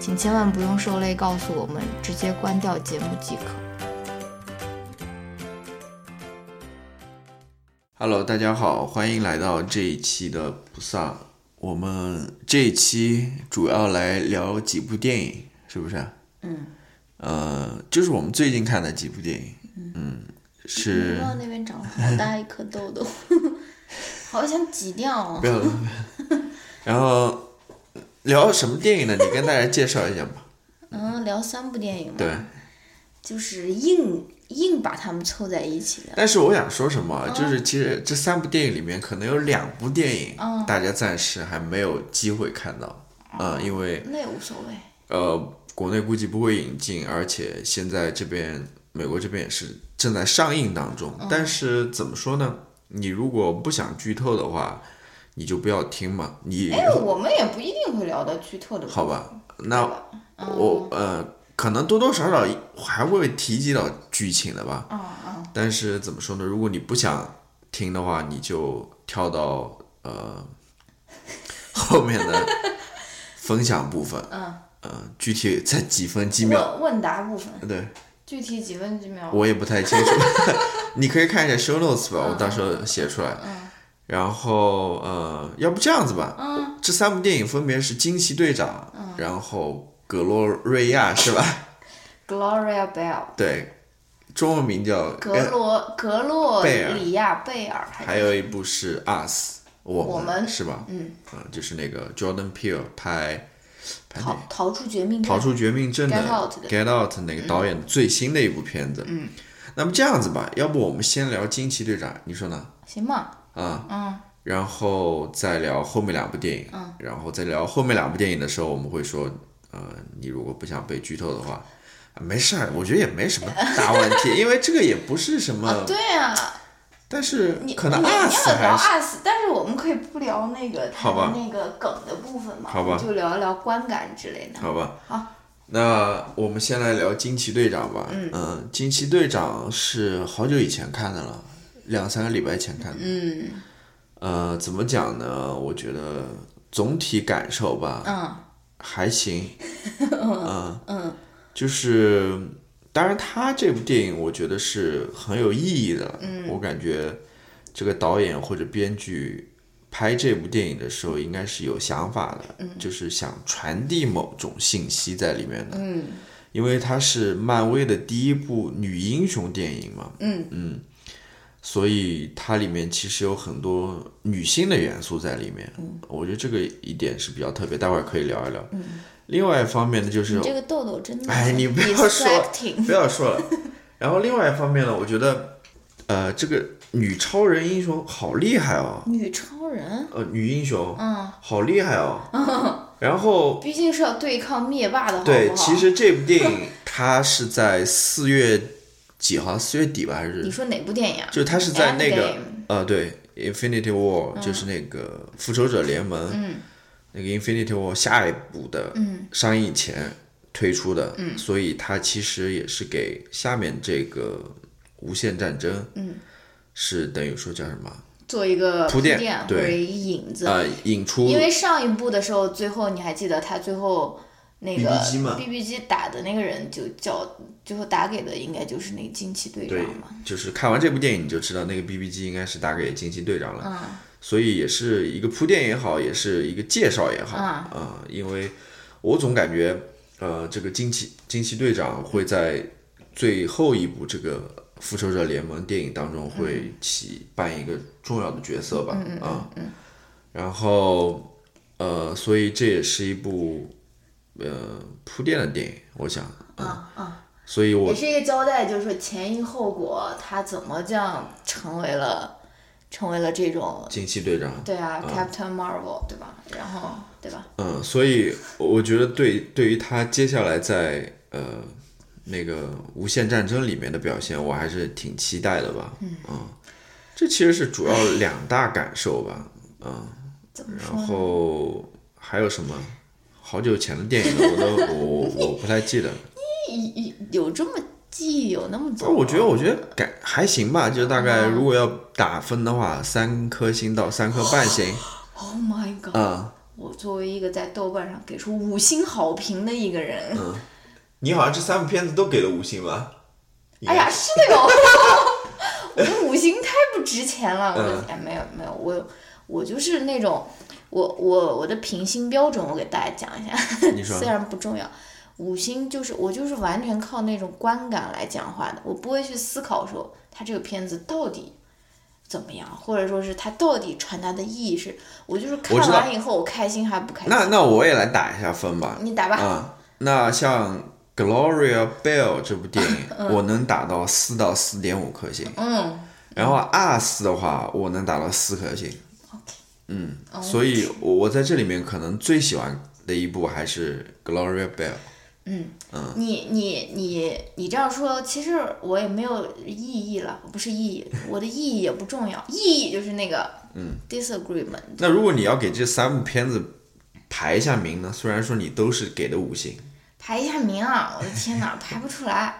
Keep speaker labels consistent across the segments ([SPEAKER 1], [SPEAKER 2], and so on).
[SPEAKER 1] 请千万不用受累告诉我们，直接关掉节目即可。
[SPEAKER 2] Hello，大家好，欢迎来到这一期的不丧。我们这一期主要来聊几部电影，是不是？
[SPEAKER 1] 嗯。
[SPEAKER 2] 呃，就是我们最近看的几部电影。嗯，
[SPEAKER 3] 你
[SPEAKER 2] 是
[SPEAKER 3] 知道那边长了好大一颗痘 痘，好想挤掉哦
[SPEAKER 2] 不。要。然后聊什么电影呢？你跟大家介绍一下吧。
[SPEAKER 3] 嗯，聊三部电影嘛，
[SPEAKER 2] 对，
[SPEAKER 3] 就是硬硬把它们凑在一起聊。
[SPEAKER 2] 但是我想说什么，就是其实这三部电影里面，可能有两部电影、
[SPEAKER 3] 嗯
[SPEAKER 2] 大家暂时还没有机会看到。嗯，因为
[SPEAKER 3] 那也无所谓，
[SPEAKER 2] 呃，国内估计不会引进，而且现在这边美国这边也是正在上映当中。
[SPEAKER 3] 嗯
[SPEAKER 2] 但是怎么说呢？你如果不想剧透的话，你就不要听嘛。你
[SPEAKER 3] 哎，我们也不一定会聊到剧透的部分。嗯
[SPEAKER 2] 好吧？那我呃，可能多多少少还会提及到剧情的吧。
[SPEAKER 3] 嗯嗯，
[SPEAKER 2] 但是怎么说呢？如果你不想听的话，你就跳到呃 后面的分享部 分。嗯。呃，具体在几分几秒？
[SPEAKER 3] 问问答部分，
[SPEAKER 2] 对，
[SPEAKER 3] 具体几分几秒？
[SPEAKER 2] 我也不太清楚， 你可以看一下 show notes 吧，
[SPEAKER 3] 嗯
[SPEAKER 2] 我到时候写出来。然后呃，要不这样子吧，
[SPEAKER 3] 嗯
[SPEAKER 2] 这三部电影分别是《惊奇队长》，然后《格洛瑞亚》是吧？
[SPEAKER 3] Gloria Bell，
[SPEAKER 2] 对，中文名叫
[SPEAKER 3] 格罗格洛
[SPEAKER 2] 贝尔
[SPEAKER 3] 里亚贝尔，还
[SPEAKER 2] 还有一部是《Us》，我
[SPEAKER 3] 我
[SPEAKER 2] 们
[SPEAKER 3] 们
[SPEAKER 2] 是吧？
[SPEAKER 3] 嗯，
[SPEAKER 2] 啊，就是那个 Jordan Peele 拍拍那
[SPEAKER 3] 逃
[SPEAKER 2] 个
[SPEAKER 3] 逃出绝命
[SPEAKER 2] 逃
[SPEAKER 3] 镇。
[SPEAKER 2] 出绝命镇的
[SPEAKER 3] Get Out 的嗯
[SPEAKER 2] Get Out 那个导演的最新的一部片子。嗯，那么这样子吧，要不我们先聊《惊奇队长》，你说呢？
[SPEAKER 3] 行吧，
[SPEAKER 2] 啊，
[SPEAKER 3] 嗯，
[SPEAKER 2] 然后再聊后面两部电影，嗯，然后再聊后面两部电影的时候，我们会说，呃，你如果不想被剧透的话，啊没事儿，我觉得也没什么大问 题，因为这个也不是什么，
[SPEAKER 3] 对啊，
[SPEAKER 2] 但是
[SPEAKER 3] 你
[SPEAKER 2] 可能
[SPEAKER 3] 你你
[SPEAKER 2] 二次
[SPEAKER 3] 要聊
[SPEAKER 2] 还是
[SPEAKER 3] US，但是我们可以不聊那个它
[SPEAKER 2] 好吧
[SPEAKER 3] 的那个梗的部分嘛，
[SPEAKER 2] 好吧
[SPEAKER 3] 我们就聊一聊观感之类的。
[SPEAKER 2] 好吧，
[SPEAKER 3] 好，
[SPEAKER 2] 那我们先来聊惊奇队长吧，嗯，惊奇队长是好久以前看的了，两三个礼拜前看的，
[SPEAKER 3] 嗯
[SPEAKER 2] 呃，怎么讲呢？我觉得总体感受吧，
[SPEAKER 3] 嗯
[SPEAKER 2] 还行，
[SPEAKER 3] 嗯
[SPEAKER 2] 就是，当然，他这部电影我觉得是很有意义的。嗯，我感觉这个导演或者编剧拍这部电影的时候，应该是有想法的，就是想传递某种信息在里面的。
[SPEAKER 3] 嗯
[SPEAKER 2] 因为它是漫威的第一部女英雄电影嘛，
[SPEAKER 3] 嗯
[SPEAKER 2] 所以它里面其实有很多女性的元素在里面。嗯，我觉得这个一点是比较特别，待会儿可以聊一聊。嗯，另外一方面呢，就是
[SPEAKER 3] 你这个痘痘真的，
[SPEAKER 2] 哎你不要说
[SPEAKER 3] distracting
[SPEAKER 2] 不要说了。然后另外一方面呢，我觉得，呃，这个女超人英雄好厉害哦，
[SPEAKER 3] 女超人，
[SPEAKER 2] 呃，女英雄
[SPEAKER 3] 嗯，
[SPEAKER 2] 好厉害 哦。然后，
[SPEAKER 3] 毕竟是要对抗灭霸的，好不好？
[SPEAKER 2] 对，其实这部电影它是在四月几号？四月底吧，还
[SPEAKER 3] 你
[SPEAKER 2] 是？
[SPEAKER 3] 说哪部电影啊？
[SPEAKER 2] 就是它是在那个
[SPEAKER 3] Endgame
[SPEAKER 2] 嗯呃，对，Infinity War，、就是那个复仇者联盟，那个 Infinity War 下一部的上映前推出的，所以它其实也是给下面这个无限战争，是等于说叫什么？
[SPEAKER 3] 做一个
[SPEAKER 2] 铺垫
[SPEAKER 3] 或
[SPEAKER 2] 对
[SPEAKER 3] 者引子，
[SPEAKER 2] 呃，引出
[SPEAKER 3] 因为上一部的时候，最后你还记得他最后那个
[SPEAKER 2] BB 机嘛
[SPEAKER 3] BB 机打的那个人就叫，最后打给的应该就是那个惊奇队长
[SPEAKER 2] 对
[SPEAKER 3] 嘛。，
[SPEAKER 2] 就是看完这部电影你就知道那个 BB 机应该是打给惊奇队长了，所以也是一个铺垫也好，也是一个介绍也好啊、因为我总感觉呃，这个惊奇惊奇队长会在最后一部这个复仇者联盟电影当中会起扮演一个重要的角色吧，啊，然后呃，所以这也是一部呃铺垫的电影，我想，
[SPEAKER 3] 啊啊，
[SPEAKER 2] 所以我
[SPEAKER 3] 也是一个交代，就是说前因后果，他怎么这样成为了成为了这种
[SPEAKER 2] 惊奇队长，
[SPEAKER 3] 对啊，Captain Marvel 对吧？然后对吧？
[SPEAKER 2] 嗯，所以我觉得对对于他接下来在呃那个《无限战争》里面的表现，我还是挺期待的吧。嗯，这其实是主要两大感受吧。嗯，
[SPEAKER 3] 怎么说
[SPEAKER 2] 然？后还有什么？好久前的电影了，我都我我我不太记得了。
[SPEAKER 3] 有有这么记忆有那么久
[SPEAKER 2] 但
[SPEAKER 3] 吗？
[SPEAKER 2] 我觉得我觉得感还行吧，就是大概如果要打分的话，三颗星到三颗半星。
[SPEAKER 3] Oh my god！、
[SPEAKER 2] 嗯，
[SPEAKER 3] 我作为一个在豆瓣上给出五星好评的一个人，
[SPEAKER 2] 你好像这三部片子都给了五星吧？
[SPEAKER 3] 哎呀，是的哟， 我觉得五星太不值钱了。我的
[SPEAKER 2] 嗯
[SPEAKER 3] 哎，没有没有，我我就是那种，我我我的评星标准，我给大家讲一下，
[SPEAKER 2] 你 说
[SPEAKER 3] 虽然不重要。五星就是我就是完全靠那种观感来讲话的，我不会去思考说他这个片子到底怎么样，或者说是他到底传达的意义是，我就是看
[SPEAKER 2] 我知道
[SPEAKER 3] 完以后我开心还不开心。
[SPEAKER 2] 那那我也来打一下分吧。
[SPEAKER 3] 你打吧，
[SPEAKER 2] 啊、那像《Gloria Bell》这部 电影，我能打到四到四点五颗星。
[SPEAKER 3] 嗯，
[SPEAKER 2] 然后《Us》的话，我能打到四颗星。
[SPEAKER 3] OK
[SPEAKER 2] 嗯，所以我我在这里面可能最喜欢的一部还是《Gloria Bell》。嗯
[SPEAKER 3] 你你你你这样说，其实我也没有意义了，不是意义，我的意义也不重要，意义就是那个嗯 disagreement。
[SPEAKER 2] 那如果你要给这三部片子排一下名呢？虽然说你都是给的五星，
[SPEAKER 3] 排一下名啊，我的天哪，排不出来。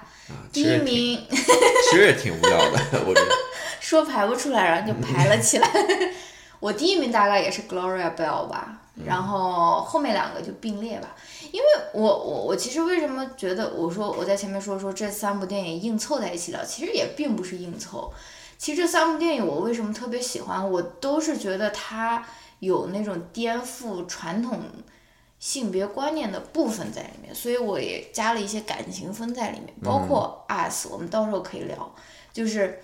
[SPEAKER 3] 第一
[SPEAKER 2] 嗯啊其实
[SPEAKER 3] 名
[SPEAKER 2] 其实也挺无聊的， 我觉得。
[SPEAKER 3] 说排不出来，然后就排了起来。我第一名大概也是 Gloria Bell 吧，然后后面两个就并列吧。因为我我我其实为什么觉得我说我在前面说说这三部电影硬凑在一起聊，其实也并不是硬凑。其实这三部电影我为什么特别喜欢，我都是觉得它有那种颠覆传统性别观念的部分在里面，所以我也加了一些感情分在里面，包括 us，、我们到时候可以聊，就是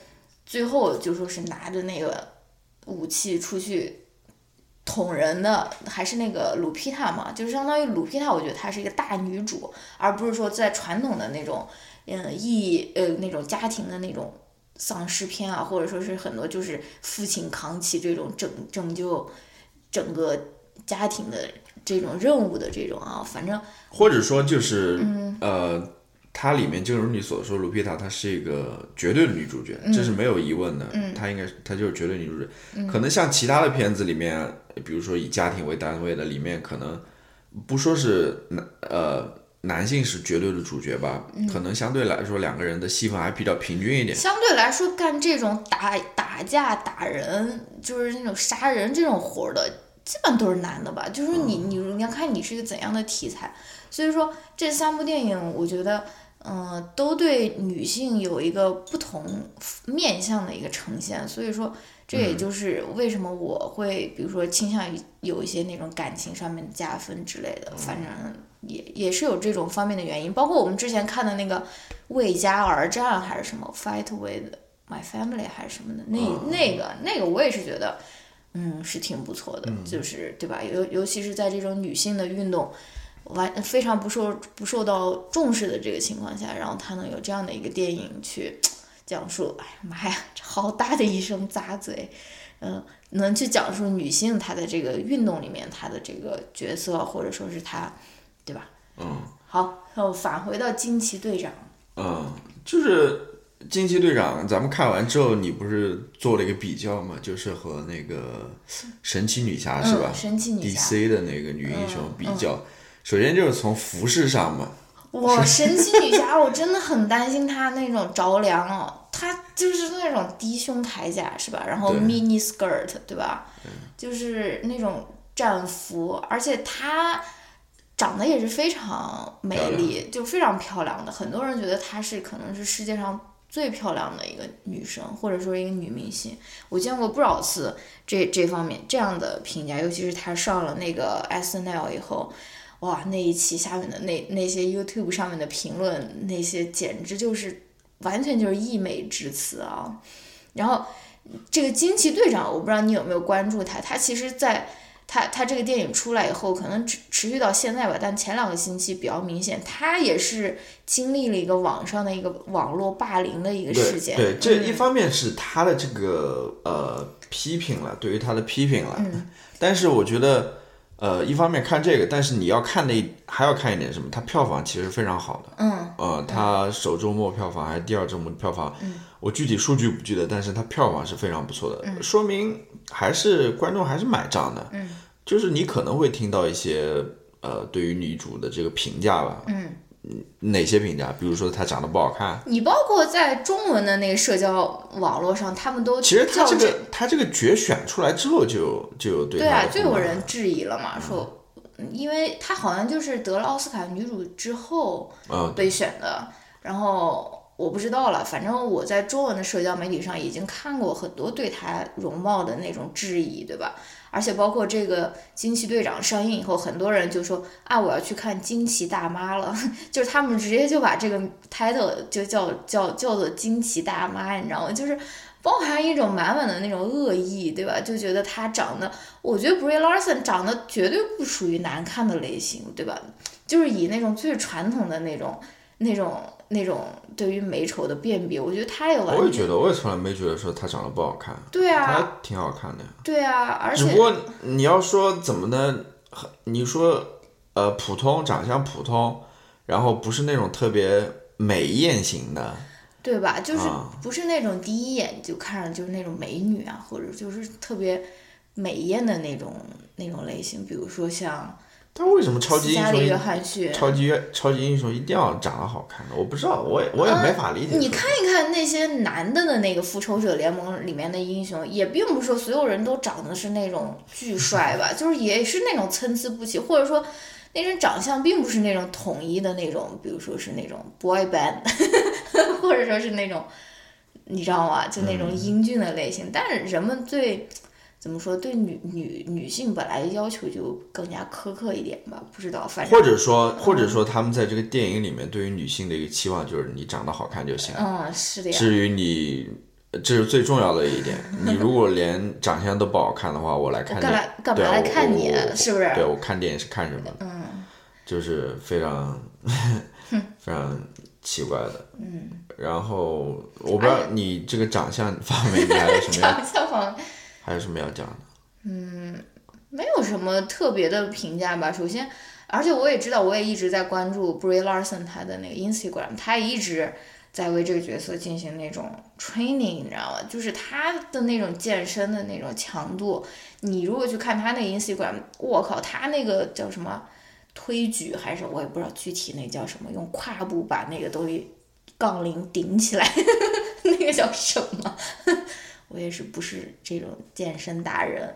[SPEAKER 3] 最后就说是拿着那个武器出去捅人的，还是那个鲁皮塔嘛，就是相当于鲁皮塔，我觉得她是一个大女主，而不是说在传统的那种，嗯，意义呃那种家庭的那种丧尸片啊，或者说是很多就是父亲扛起这种拯拯救整个家庭的这种任务的这种啊，反正
[SPEAKER 2] 或者说就是、呃，它里面就如你所说，卢皮塔她是一个绝对的女主角，这是没有疑问的。她应该是她就是绝对女主角。可能像其他的片子里面，比如说以家庭为单位的里面，可能不说是男呃男性是绝对的主角吧，可能相对来说两个人的戏份还比较平均一点。
[SPEAKER 3] 相对来说干这种打打架、打人，就是那种杀人这种活儿的，基本都是男的吧？就是你你你要看你是一个怎样的题材，所以说这三部电影，我觉得。嗯，都对女性有一个不同面向的一个呈现，所以说这也就是为什么我会，比如说倾向于有一些那种感情上面的加分之类的，反正也也是有这种方面的原因。包括我们之前看的那个《为家而战》还是什么《Fight with My Family》还是什么的，那、那个那个我也是觉得，嗯，是挺不错的，就是对吧？尤尤其是在这种女性的运动完非常不受不受到重视的这个情况下，然后她能有这样的一个电影去讲述，哎呀妈呀，这好大的一声咂嘴，嗯、能去讲述女性她在这个运动里面她的这个角色，或者说是她，对吧？
[SPEAKER 2] 嗯
[SPEAKER 3] 好，那我返回到惊奇队长，
[SPEAKER 2] 嗯，就是。惊奇队长，咱们看完之后，你不是做了一个比较嘛？就是和那个神奇女侠是吧？
[SPEAKER 3] 嗯，神奇女侠，
[SPEAKER 2] DC 的那个女英雄比较，首先就是从服饰上嘛，
[SPEAKER 3] 哇，神奇女侠， 我真的很担心她那种着凉哦，她就是那种低胸铠甲是吧？然后
[SPEAKER 2] 对
[SPEAKER 3] mini skirt 对吧？就是那种战服，而且她长得也是非常美丽，就非常漂亮的，很多人觉得她是可能是世界上最漂亮的一个女生，或者说一个女明星。我见过不少次这这方面这样的评价，尤其是她上了那个 S N L 以后，哇，那一期下面的那那些 YouTube 上面的评论，那些简直就是完全就是溢美之词啊。然后这个惊奇队长，我不知道你有没有关注他，他其实在。他他这个电影出来以后，可能持持续到现在吧，但前两个星期比较明显，他也是经历了一个网上的一个网络霸凌的一个事件。嗯
[SPEAKER 2] 对，对这一方面是他的这个呃批评了，对于他的批评了。
[SPEAKER 3] 嗯。
[SPEAKER 2] 但是我觉得，呃，一方面看这个，但是你要看的还要看一点什么，它票房其实非常好的。
[SPEAKER 3] 嗯。
[SPEAKER 2] 呃，它首周末票房还是第二周末票房，
[SPEAKER 3] 嗯
[SPEAKER 2] 我具体数据不记得，但是它票房是非常不错的，说明还是观众还是买账的。
[SPEAKER 3] 嗯
[SPEAKER 2] 就是你可能会听到一些呃对于女主的这个评价吧，
[SPEAKER 3] 嗯，
[SPEAKER 2] 哪些评价？比如说她长得不好看，
[SPEAKER 3] 你包括在中文的那个社交网络上，他们都
[SPEAKER 2] 其实她
[SPEAKER 3] 跳
[SPEAKER 2] 这
[SPEAKER 3] 这
[SPEAKER 2] 个她这个角选出来之后就有就有对
[SPEAKER 3] 对
[SPEAKER 2] 她
[SPEAKER 3] 啊
[SPEAKER 2] 的，
[SPEAKER 3] 就
[SPEAKER 2] 不
[SPEAKER 3] 有
[SPEAKER 2] 满
[SPEAKER 3] 人质疑了嘛，说，嗯因为她好像就是得了奥斯卡女主之后
[SPEAKER 2] 嗯
[SPEAKER 3] 被选的，然后我不知道了，反正我在中文的社交媒体上已经看过很多对她容貌的那种质疑，对吧？而且包括这个《惊奇队长》上映以后，很多人就说啊，我要去看《惊奇大妈》了，就是他们直接就把这个 title 就叫叫叫做“惊奇大妈”，你知道吗？就是包含一种满满的那种恶意，对吧？就觉得她长得，我觉得 Brie Larson 长得绝对不属于难看的类型，对吧？就是以那种最传统的那种、那种、那种对于美丑的辨别，我觉得她也完
[SPEAKER 2] 我也
[SPEAKER 3] 全
[SPEAKER 2] 觉得，我也从来没觉得说她长得不好看，
[SPEAKER 3] 对啊，
[SPEAKER 2] 她挺好看的呀。
[SPEAKER 3] 对啊，而
[SPEAKER 2] 只
[SPEAKER 3] 且
[SPEAKER 2] 不过你要说怎么呢？很你说呃普通，长相普通，然后不是那种特别美艳型的，
[SPEAKER 3] 对吧？就是
[SPEAKER 2] 啊
[SPEAKER 3] 不是那种第一眼就看上就是那种美女啊，或者就是特别美艳的那种那种类型，比如说像
[SPEAKER 2] 但为什么超级
[SPEAKER 3] 斯
[SPEAKER 2] 英
[SPEAKER 3] 嘉丽·约
[SPEAKER 2] 雄？
[SPEAKER 3] 翰逊。
[SPEAKER 2] 超级超级英雄一定要长得好看的，我不知道，我也我也没法理解。
[SPEAKER 3] 呃你看一看那些男的的那个复仇者联盟里面的英雄，也并不是说所有人都长得是那种巨帅吧， 就是也是那种参差不齐，或者说那种长相并不是那种统一的那种，比如说是那种 boy band，或者说是那种你知道吗？就那
[SPEAKER 2] 嗯
[SPEAKER 3] 种英俊的类型。但是人们对怎么说对女女女性本来要求就更加苛刻一点吧，不知道，反正
[SPEAKER 2] 或者说，或者说他们在这个电影里面对于女性的一个期望就是你长得好看就行，
[SPEAKER 3] 嗯，是的呀。
[SPEAKER 2] 至于你。这是最重要的一点。 你如果连长相都不好看的话，我来看
[SPEAKER 3] 我
[SPEAKER 2] 你
[SPEAKER 3] 干嘛干嘛
[SPEAKER 2] 对啊
[SPEAKER 3] 来
[SPEAKER 2] 我
[SPEAKER 3] 看你
[SPEAKER 2] 我我
[SPEAKER 3] 是啊不是
[SPEAKER 2] 对我看电影是看什么？嗯，就是非常 非常奇怪的。嗯，然后我不知
[SPEAKER 3] 哎
[SPEAKER 2] 道你这个长相方面你还有 什么要
[SPEAKER 3] 长相方面
[SPEAKER 2] 还有什么要讲的？
[SPEAKER 3] 没有什么特别的评价吧。首先，而且我也知道，我也一直在关注 Brie Larson 她的那个 Instagram，她也一直在为这个角色进行那种 training，你知道吗？就是她的那种健身的那种强度，你如果去看她那个 Instagram，我靠，她那个叫什么推举还是我也不知道具体那叫什么，用胯部把那个东西杠铃顶起来， 那个叫什么？ 我也是不是这种健身达人。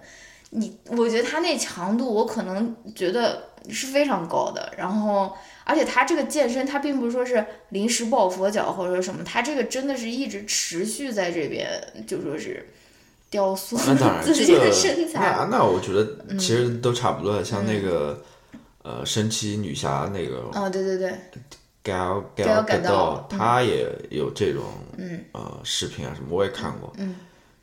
[SPEAKER 3] 你我觉得他那强度，我可能觉得是非常高的。然后，而且他这个健身，他并不是说是临时抱佛脚或者什么，他这个真的是一直持续在这边，就说是雕塑
[SPEAKER 2] 那当然，
[SPEAKER 3] 自
[SPEAKER 2] 这
[SPEAKER 3] 己
[SPEAKER 2] 个
[SPEAKER 3] 的身材。嗯
[SPEAKER 2] 那那我觉得其实都差不多的，像那个呃神奇女侠那个
[SPEAKER 3] 哦， 对对对，
[SPEAKER 2] 盖尔盖
[SPEAKER 3] Gal
[SPEAKER 2] 尔盖
[SPEAKER 3] Gadot，
[SPEAKER 2] 道，她也有这种
[SPEAKER 3] 嗯
[SPEAKER 2] 呃视频啊什么，我也看过。
[SPEAKER 3] 嗯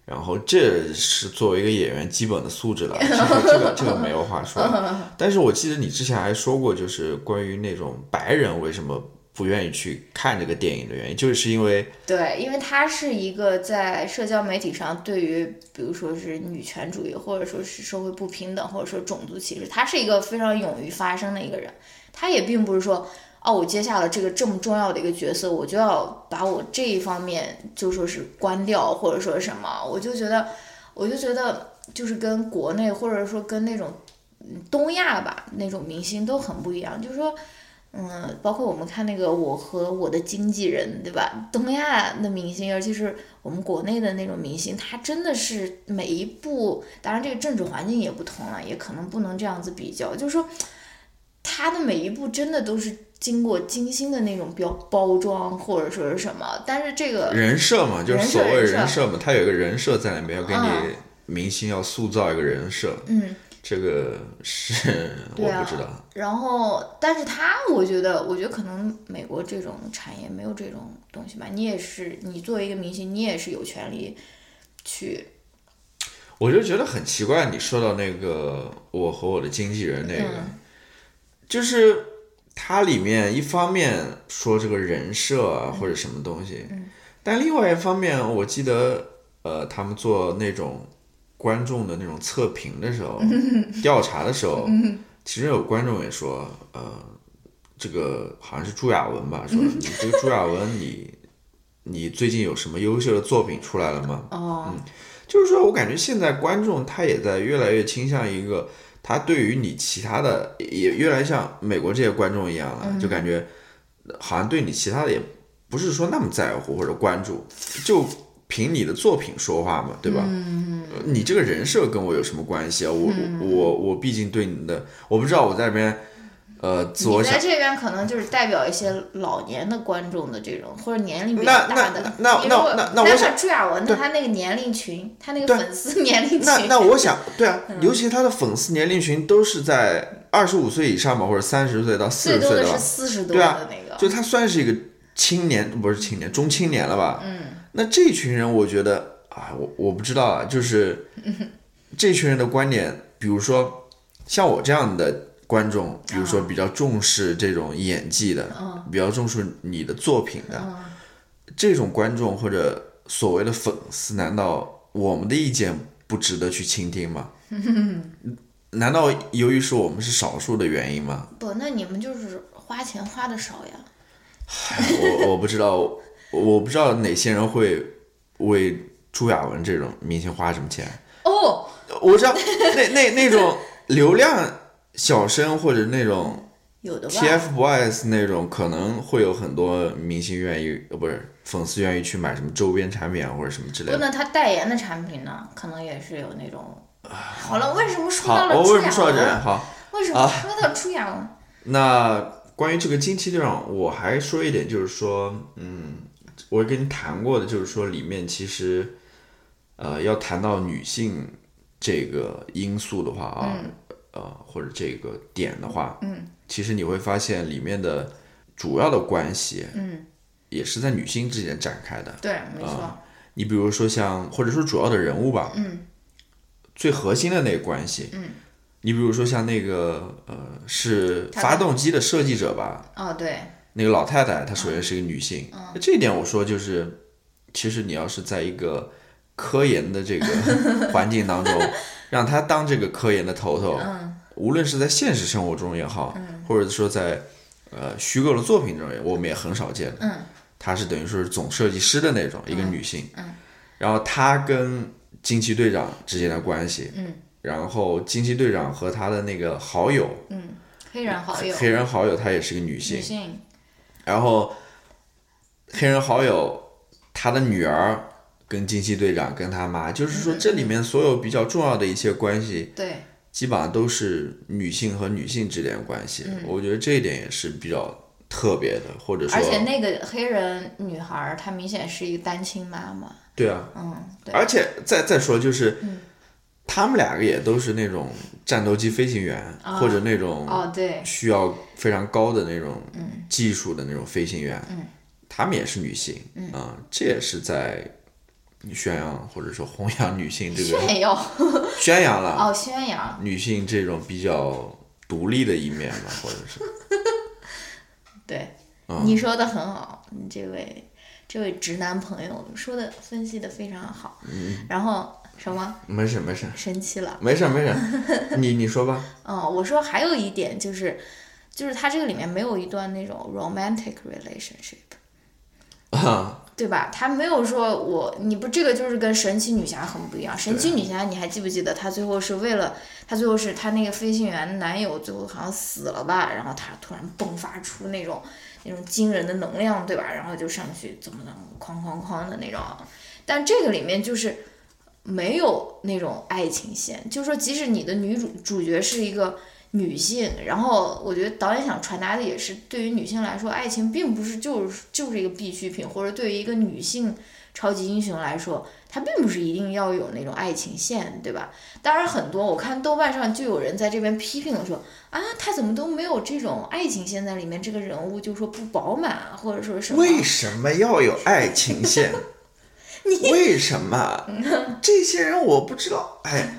[SPEAKER 2] 然后这是作为一个演员基本的 素质了，这个这个这个没有话说。
[SPEAKER 3] 嗯
[SPEAKER 2] 但是我记得你之前还说过，就是关于那种白人为什么不愿意去看这个电影的原因，就是因为
[SPEAKER 3] 对，因为他是一个在社交媒体上对于，比如说是女权主义，或者说是社会不平等，或者说种族歧视，他是一个非常勇于发声的一个人。他也并不是说，哦，我接下了这个这么重要的一个角色，我就要把我这一方面就说是关掉，或者说什么。我就觉得，我就觉得就是跟国内或者说跟那种嗯东亚吧那种明星都很不一样，就是说。嗯，包括我们看那个《我和我的经纪人》，对吧？东亚的明星，尤其是我们国内的那种明星，他真的是每一部，当然这个政治环境也不同了，也可能不能这样子比较，就是说他的每一步真的都是经过精心的那种标包装或者说是什么，但是这个
[SPEAKER 2] 人设嘛，就
[SPEAKER 3] 呃
[SPEAKER 2] 是
[SPEAKER 3] 人设
[SPEAKER 2] 所谓
[SPEAKER 3] 人设
[SPEAKER 2] 人设嘛，他有一个人设在那边，要给你
[SPEAKER 3] 嗯
[SPEAKER 2] 明星要塑造一个人设。
[SPEAKER 3] 嗯，
[SPEAKER 2] 这个是我
[SPEAKER 3] 对啊
[SPEAKER 2] 不知道。
[SPEAKER 3] 然后，但是他，我觉得，我觉得可能美国这种产业没有这种东西吧。你也是，你作为一个明星，你也是有权利去，
[SPEAKER 2] 我就觉得很奇怪，你说到那个我和我的经纪人那个，就是它里面一方面说这个人设啊或者什么东西，但另外一方面，我记得呃他们做那种观众的那种测评的时候，调查的时候，其中有观众也说，呃，这个好像是朱亚文吧，说你这个朱亚文你。你最近有什么优秀的作品出来了吗？
[SPEAKER 3] 哦，
[SPEAKER 2] 就是说我感觉现在观众他也在越来越倾向一个，他对于你其他的也越来像美国这些观众一样了，
[SPEAKER 3] 嗯
[SPEAKER 2] 就感觉好像对你其他的也不是说那么在乎或者关注，就凭你的作品说话嘛，对吧？
[SPEAKER 3] 嗯
[SPEAKER 2] 呃你这个人设跟我有什么关系啊？我、我我毕竟对你的，我不知道我在这边。呃，自我
[SPEAKER 3] 你在
[SPEAKER 2] 想
[SPEAKER 3] 这边可能就是代表一些老年的观众的这种，或者年龄比
[SPEAKER 2] 那
[SPEAKER 3] 较大
[SPEAKER 2] 那
[SPEAKER 3] 的。
[SPEAKER 2] 那
[SPEAKER 3] 因为
[SPEAKER 2] 那
[SPEAKER 3] 我
[SPEAKER 2] 那那
[SPEAKER 3] 但
[SPEAKER 2] 我
[SPEAKER 3] 是
[SPEAKER 2] 想
[SPEAKER 3] 朱亚文的他那个年龄群，他那个
[SPEAKER 2] 对
[SPEAKER 3] 粉丝 年龄群，
[SPEAKER 2] 那那我想，对啊，
[SPEAKER 3] 嗯
[SPEAKER 2] 尤其他的粉丝年龄群都是在二十五岁以上吧，或者三十岁到四
[SPEAKER 3] 最
[SPEAKER 2] 十
[SPEAKER 3] 多
[SPEAKER 2] 岁
[SPEAKER 3] 的
[SPEAKER 2] 的
[SPEAKER 3] 是
[SPEAKER 2] 吧，
[SPEAKER 3] 四十多
[SPEAKER 2] 对啊
[SPEAKER 3] 的那个，
[SPEAKER 2] 就他算是一个青年，不是青年，中青年了吧？嗯，那这群人，我觉得啊，我我不知道啊，就是这群人的观点，比如说像我这样的观众，比如说比较重视这种演技的，比较重视你的作品的，这种观众或者所谓的粉丝，难道我们的意见不值得去倾听吗？难道由于是我们是少数的原因吗？
[SPEAKER 3] 不，那你们就是花钱花的少呀。
[SPEAKER 2] 我我不知道，我我不知道哪些人会为朱亚文这种明星花什么钱。
[SPEAKER 3] 哦，
[SPEAKER 2] 我知道那那那种流量小生或者那种
[SPEAKER 3] 有的吧。
[SPEAKER 2] TFBOYS 那种，可能会有很多明星愿意，呃，不是粉丝愿意去买什么周边产品啊或者什么之类
[SPEAKER 3] 不，
[SPEAKER 2] 的。
[SPEAKER 3] 那他代言的产品呢，可能也是有那种。好了，为什么说
[SPEAKER 2] 好
[SPEAKER 3] 到，了
[SPEAKER 2] 我
[SPEAKER 3] 朱
[SPEAKER 2] 为什
[SPEAKER 3] 亚
[SPEAKER 2] 么说到这儿？啊
[SPEAKER 3] 文？
[SPEAKER 2] 好，
[SPEAKER 3] 为什么说到朱亚文？
[SPEAKER 2] 那关于这个经期症，我还说一点，就是说，嗯，我跟你谈过的，就是说里面其实，呃，要谈到女性这个因素的话啊，呃，或者这个点的话，嗯，其实你会发现里面的主要的关系，
[SPEAKER 3] 嗯，
[SPEAKER 2] 也是在女性之间展开的。
[SPEAKER 3] 对，没错。
[SPEAKER 2] 你比如说像，或者说主要的人物吧，
[SPEAKER 3] 嗯，
[SPEAKER 2] 最核心的那个关系，嗯，你比如说像那个呃，是
[SPEAKER 3] 他
[SPEAKER 2] 发动机的设计者吧，
[SPEAKER 3] 哦，对，
[SPEAKER 2] 那个老太太，她
[SPEAKER 3] 嗯
[SPEAKER 2] 首先是一个女性，那这一点我说就是，其实你要是在一个科研的这 个环境当中，让她当这个科研的头头，
[SPEAKER 3] 嗯
[SPEAKER 2] 无论是在现实生活中也好，或者说在呃虚构的作品中，我们也很少见的。
[SPEAKER 3] 嗯
[SPEAKER 2] 她是等于说是总设计师的那种一个女性，
[SPEAKER 3] 嗯
[SPEAKER 2] 然后她跟惊奇队长之间的关系，
[SPEAKER 3] 嗯
[SPEAKER 2] 然后惊奇队长和他的那个好友，
[SPEAKER 3] 嗯黑人好友，
[SPEAKER 2] 黑人好友，她也是个女性
[SPEAKER 3] 女。性，
[SPEAKER 2] 然后黑人好友他的女儿跟惊奇队长跟他妈，就是说这里面所有比较重要的一些关系，
[SPEAKER 3] 对，
[SPEAKER 2] 基本上都是女性和女性之间的关系。我觉得这一点也是比较特别的，或者
[SPEAKER 3] 嗯而且
[SPEAKER 2] 说
[SPEAKER 3] 那个黑人女孩儿，她明显是一个单亲妈妈，
[SPEAKER 2] 对啊，
[SPEAKER 3] 嗯，对，
[SPEAKER 2] 而且再再说就是。他们两个也都是那种战斗机飞行员，或者那种
[SPEAKER 3] 啊哦，对，
[SPEAKER 2] 需要非常高的那种技术的那种飞行员，嗯、他们也是女性，嗯、这也是在宣扬或者说弘扬女性这 个啊
[SPEAKER 3] 炫耀，
[SPEAKER 2] 宣扬了、
[SPEAKER 3] 哦，宣扬，
[SPEAKER 2] 女性这种比较独立的一面吧，或者是
[SPEAKER 3] 对，
[SPEAKER 2] 啊
[SPEAKER 3] 你说的很好，你这位这位直男朋友说的分析的非常好，
[SPEAKER 2] 嗯
[SPEAKER 3] 然后什么
[SPEAKER 2] 没事没事
[SPEAKER 3] 生气了？
[SPEAKER 2] 没事没事，你你说吧，
[SPEAKER 3] 嗯，我说还有一点就是，就是他这个里面没有一段那种 romantic relationship。
[SPEAKER 2] 啊，
[SPEAKER 3] 对吧？他没有说我，你不这个就是跟神奇女侠很不一样。神奇女侠，你还记不记得她最后是为了她最后是她那个飞行员男友最后好像死了吧？然后她突然迸发出那种那种惊人的能量，对吧？然后就上去怎么怎么哐哐哐的那种。但这个里面就是没有那种爱情线，就是说即使你的女主主角是一个。女性，然后我觉得导演想传达的也是，对于女性来说，爱情并不是就是就是一个必需品，或者对于一个女性超级英雄来说，它并不是一定要有那种爱情线，对吧？当然，很多我看豆瓣上就有人在这边批评说啊，他怎么都没有这种爱情线在里面，这个人物就说不饱满啊，或者说什么？
[SPEAKER 2] 为什么要有爱 情线？为什么？这些人我不知道，哎，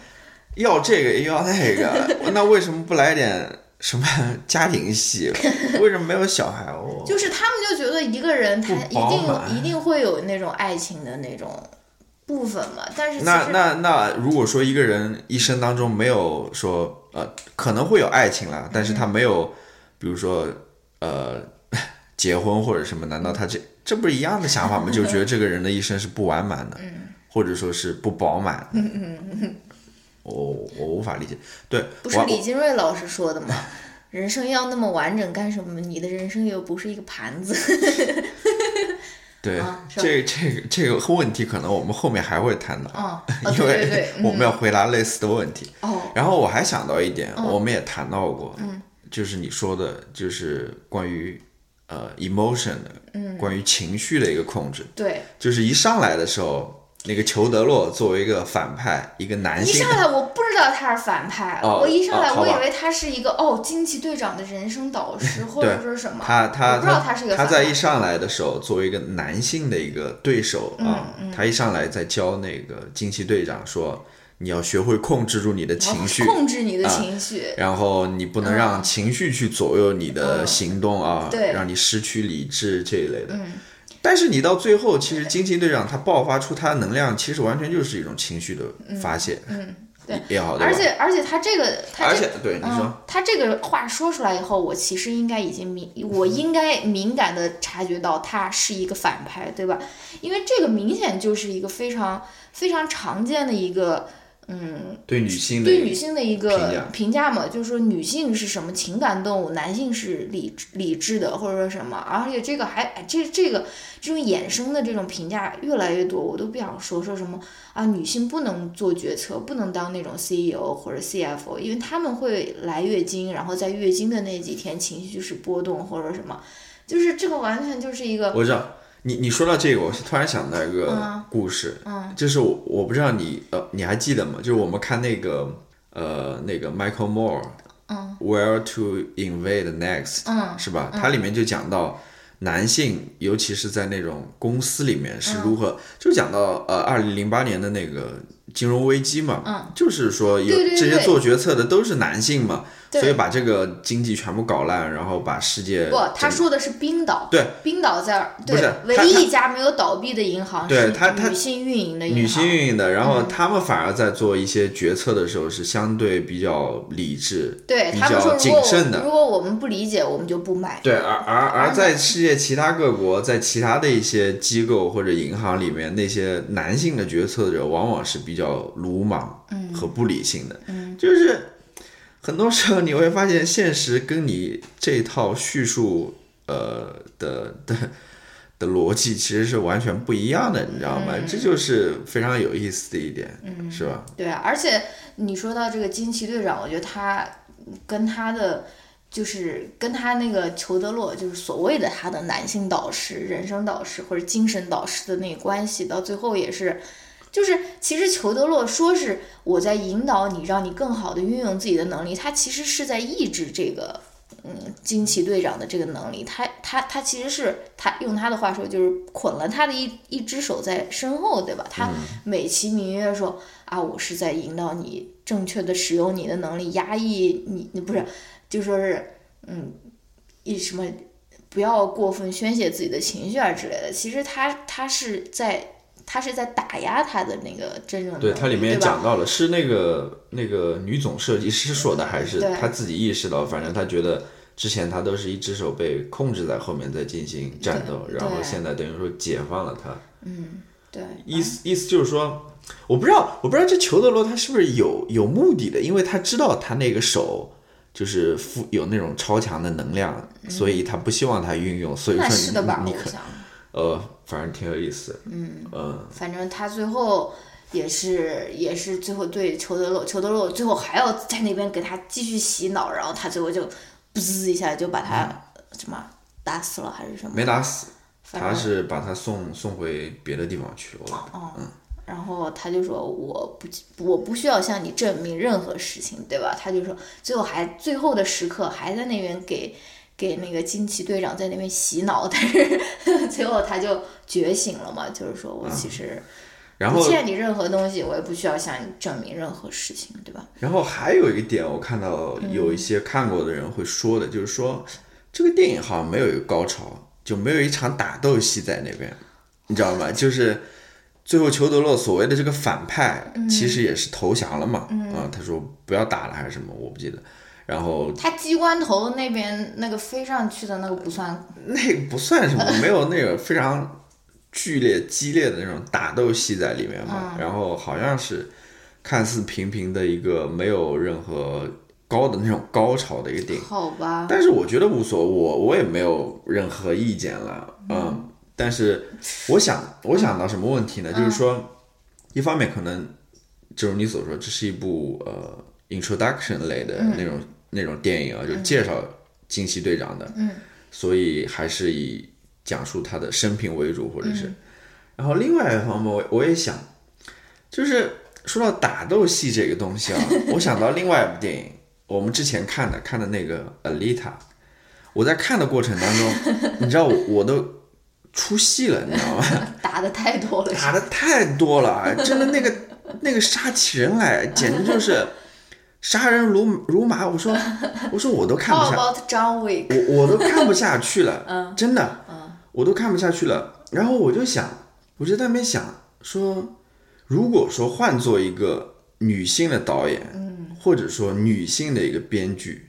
[SPEAKER 2] 要这个又要 那个，那为什么不来点什么家庭戏？为什么没有小孩？我
[SPEAKER 3] 就是他们就觉得一个人他一
[SPEAKER 2] 不饱
[SPEAKER 3] 定
[SPEAKER 2] 满
[SPEAKER 3] 一定会有那种爱情的那种部分嘛，但是其
[SPEAKER 2] 那
[SPEAKER 3] 实
[SPEAKER 2] 那那，如果说一个人一生当中没有说呃，可能会有爱情
[SPEAKER 3] 嗯
[SPEAKER 2] 啦，但是他没有，比如说呃， 结婚或者什么，难道他这这不是一样的想法吗？就觉得这个人的一生是不完满的，
[SPEAKER 3] 嗯
[SPEAKER 2] 或者说是不饱满的。我我无法理解，对，
[SPEAKER 3] 不是
[SPEAKER 2] 我
[SPEAKER 3] 李金瑞老师说的吗？人生要那么完整干什么？你的人生又不是一个盘子。
[SPEAKER 2] 对
[SPEAKER 3] 啊，是吧
[SPEAKER 2] 这这个这个问题，可能我们后面还会谈到，
[SPEAKER 3] 哦，哦
[SPEAKER 2] 因
[SPEAKER 3] 对对
[SPEAKER 2] 为
[SPEAKER 3] 对，
[SPEAKER 2] 我们
[SPEAKER 3] 嗯、
[SPEAKER 2] 要回答类似的问题。
[SPEAKER 3] 哦，
[SPEAKER 2] 然后我还想到一点，
[SPEAKER 3] 嗯
[SPEAKER 2] 我们也谈到过，就是你说的，就是关于呃 emotion 的，
[SPEAKER 3] 嗯
[SPEAKER 2] 关于情绪的一个控制，
[SPEAKER 3] 对，
[SPEAKER 2] 就是一上来的时候，那个裘德洛作为一个反派，一个 男
[SPEAKER 3] 一
[SPEAKER 2] 性
[SPEAKER 3] 上，来我不知道他是反派，
[SPEAKER 2] 哦
[SPEAKER 3] 我一上来
[SPEAKER 2] 哦好
[SPEAKER 3] 我
[SPEAKER 2] 吧嗯
[SPEAKER 3] 以为他是一个哦惊奇队长的人生导师或者说什么，
[SPEAKER 2] 他
[SPEAKER 3] 我
[SPEAKER 2] 他
[SPEAKER 3] 不知道
[SPEAKER 2] 他
[SPEAKER 3] 他是一个
[SPEAKER 2] 他
[SPEAKER 3] 反
[SPEAKER 2] 在
[SPEAKER 3] 派
[SPEAKER 2] 一上来的时候，作为一个男性的一个对手
[SPEAKER 3] 嗯
[SPEAKER 2] 啊，他一上来在教那个惊奇队长说，你要学会控制住你的情绪，
[SPEAKER 3] 控制你的
[SPEAKER 2] 啊
[SPEAKER 3] 情绪，
[SPEAKER 2] 然后你不能让情绪去左右你的
[SPEAKER 3] 嗯
[SPEAKER 2] 行动啊，
[SPEAKER 3] 对嗯
[SPEAKER 2] 让你失去理智这一类的。但是你到最后，其实惊奇队长他爆发出他的能量，其实完全就是一种情绪的发泄，
[SPEAKER 3] 嗯对
[SPEAKER 2] 也好，对吧
[SPEAKER 3] 而且而且他这个他
[SPEAKER 2] 而
[SPEAKER 3] 这
[SPEAKER 2] 且对你说，
[SPEAKER 3] 嗯，他这个话说出来以后，我其实应该已经敏，
[SPEAKER 2] 嗯
[SPEAKER 3] 我应该敏感的察觉到他是一个反派，对吧？因为这个明显就是一个非常非常常见的一个，嗯，
[SPEAKER 2] 对女性的
[SPEAKER 3] 对女性的一
[SPEAKER 2] 评价
[SPEAKER 3] 个评价嘛，就是说女性是什么情感动物，男性是理智理智的，或者说什么，而且这个还哎这这个这种衍生的这种评价越来越多，我都不想说说什么啊，女性不能做决策，不能当那种 CEO 或者 CFO，因为他们会来月经，然后在月经的那几天情绪就是波动或者什么，就是这个完全就是一个
[SPEAKER 2] 我知道。你你说到这个，我是突然想到一
[SPEAKER 3] 嗯
[SPEAKER 2] 个故事，就是我我不知道你呃你还记得吗？就是我们看那个呃那个 Michael Moore，嗯，Where to Invade Next，嗯，是吧？它里面就讲到男性，尤其是在那种公司里面
[SPEAKER 3] 嗯
[SPEAKER 2] 是如何，就讲到呃二零零八年的那个金融危机嘛，嗯，就是说有
[SPEAKER 3] 对对对
[SPEAKER 2] 这些做决策的都是男性嘛，
[SPEAKER 3] 对
[SPEAKER 2] 所以把这个经济全部搞烂，然后把世界
[SPEAKER 3] 不，
[SPEAKER 2] 整
[SPEAKER 3] 他
[SPEAKER 2] 个
[SPEAKER 3] 说的是冰岛，
[SPEAKER 2] 对，
[SPEAKER 3] 冰岛在
[SPEAKER 2] 不是
[SPEAKER 3] 对唯
[SPEAKER 2] 他
[SPEAKER 3] 一一家没有倒闭的银行
[SPEAKER 2] 对
[SPEAKER 3] 是
[SPEAKER 2] 他他
[SPEAKER 3] 女性运营的银行，嗯
[SPEAKER 2] 女性运营的，然后他们反而在做一些决策的时候是相对比较理智、
[SPEAKER 3] 对
[SPEAKER 2] 比
[SPEAKER 3] 他们说
[SPEAKER 2] 较
[SPEAKER 3] 如
[SPEAKER 2] 谨
[SPEAKER 3] 果
[SPEAKER 2] 慎
[SPEAKER 3] 我
[SPEAKER 2] 的。
[SPEAKER 3] 如果我们不理解，我们就不买，
[SPEAKER 2] 对，而而而在世界其他各国，在其他的一些机构或者银行里面，那些男性的决策者往往是比较鲁莽和不理性的，就是很多时候你会发现，现实跟你这一套叙述呃的的的逻辑其实是完全不一样的，你知道吗？这就是非常有意思的一点，是吧？
[SPEAKER 3] 对啊，而且你说到这个惊奇队长，我觉得他跟他的就是跟他那个裘德洛，就是所谓的他的男性导师、人生导师或者精神导师的那个关系，到最后也是。就是，其实裘德洛说是我在引导你，让你更好的运用自己的能力，他其实是在抑制这个，嗯，惊奇队长的这个能力。他他他其实是他用他的话说，就是捆了他的一一只手在身后，对吧？
[SPEAKER 2] 嗯
[SPEAKER 3] 他美其名曰说，啊，我是在引导你正确的使用你的能力，压抑你，你不是，就说是，嗯，一什么不要过分宣泄自己的情绪啊之类的。其实他他是在他是在打压他的那个真正的
[SPEAKER 2] 对，
[SPEAKER 3] 能
[SPEAKER 2] 它里
[SPEAKER 3] 力
[SPEAKER 2] 面
[SPEAKER 3] 对吧
[SPEAKER 2] 讲到了，是那个那个女总设计师说的，还是
[SPEAKER 3] 对
[SPEAKER 2] 他自己意识到？反正他觉得之前他都是一只手被控制在后面在进行战斗，
[SPEAKER 3] 对
[SPEAKER 2] 然后
[SPEAKER 3] 对
[SPEAKER 2] 现在等于说解放了他。
[SPEAKER 3] 嗯对
[SPEAKER 2] 意思意思就是说，我不知道我不知道这裘德罗他是不是有有目的的，因为他知道他那个手。就是富有那种超强的能量，所以他不希望他运用，所以说
[SPEAKER 3] 嗯那
[SPEAKER 2] 你
[SPEAKER 3] 是的吧？
[SPEAKER 2] 你
[SPEAKER 3] 我
[SPEAKER 2] 可
[SPEAKER 3] 想，
[SPEAKER 2] 呃，反正挺有意思。嗯嗯，
[SPEAKER 3] 反正他最后也是也是最后对裘德洛，裘德洛最后还要在那边给他继续洗脑，然后他最后就噗呲一下就把他、什么打死了还是什么？
[SPEAKER 2] 没打死，他是把他送送回别的地方去了。
[SPEAKER 3] 哦、嗯，然后他就说我不我不需要向你证明任何事情，对吧？他就说最后还最后的时刻还在那边给给那个惊奇队长在那边洗脑，但是 最后他就觉醒了嘛，就是说我其实
[SPEAKER 2] 然
[SPEAKER 3] 不
[SPEAKER 2] 后，
[SPEAKER 3] 欠你任何东西，我也不需要向你证明任何事情，对吧？
[SPEAKER 2] 然后还有一个点，我看到有一些看过的人会说的，就是说这个电影好像没有一个高潮，就没有一场打斗戏在那边，你知道吗？就是最后裘德洛所谓的这个反派，其实也是投降了嘛，啊，他说不要打了还是什么，我不记得。然后
[SPEAKER 3] 他机关头那边那个飞上去的那个不算，
[SPEAKER 2] 那个不算什么，没有那个非常剧烈、激烈的那种打斗戏在里面嘛。然后好像是看似平平的一个，没有任何高的那种高潮的一个电影，
[SPEAKER 3] 好吧？
[SPEAKER 2] 但是我觉得无所谓，我我也没有任何意见了，嗯。但是我想，我想到什么问题呢？就是说，一方面可能，正如你所说，这是一部呃 introduction 类的那种、那种电影啊，就介绍惊奇队长的，所以还是以讲述他的生平为主，或者是。然后另外一方面，我我也想，就是说到打斗戏这个东西啊，我想到另外一部电影，我们之前看的看的那个《Alita》，我在看的过程当中，你知道我我都出戏了，你知 道吗？
[SPEAKER 3] 打的太多了，
[SPEAKER 2] 打的太多了，啊真的那个那个杀起人来，简直就是杀人如如麻。我说我说我都看不
[SPEAKER 3] How
[SPEAKER 2] 下
[SPEAKER 3] about John Wick？
[SPEAKER 2] 我我都看不下去了，真的，我都看不下去了。然后我就想，我就在那边想说，如果说换做一个女性的导演，或者说女性的一个编剧，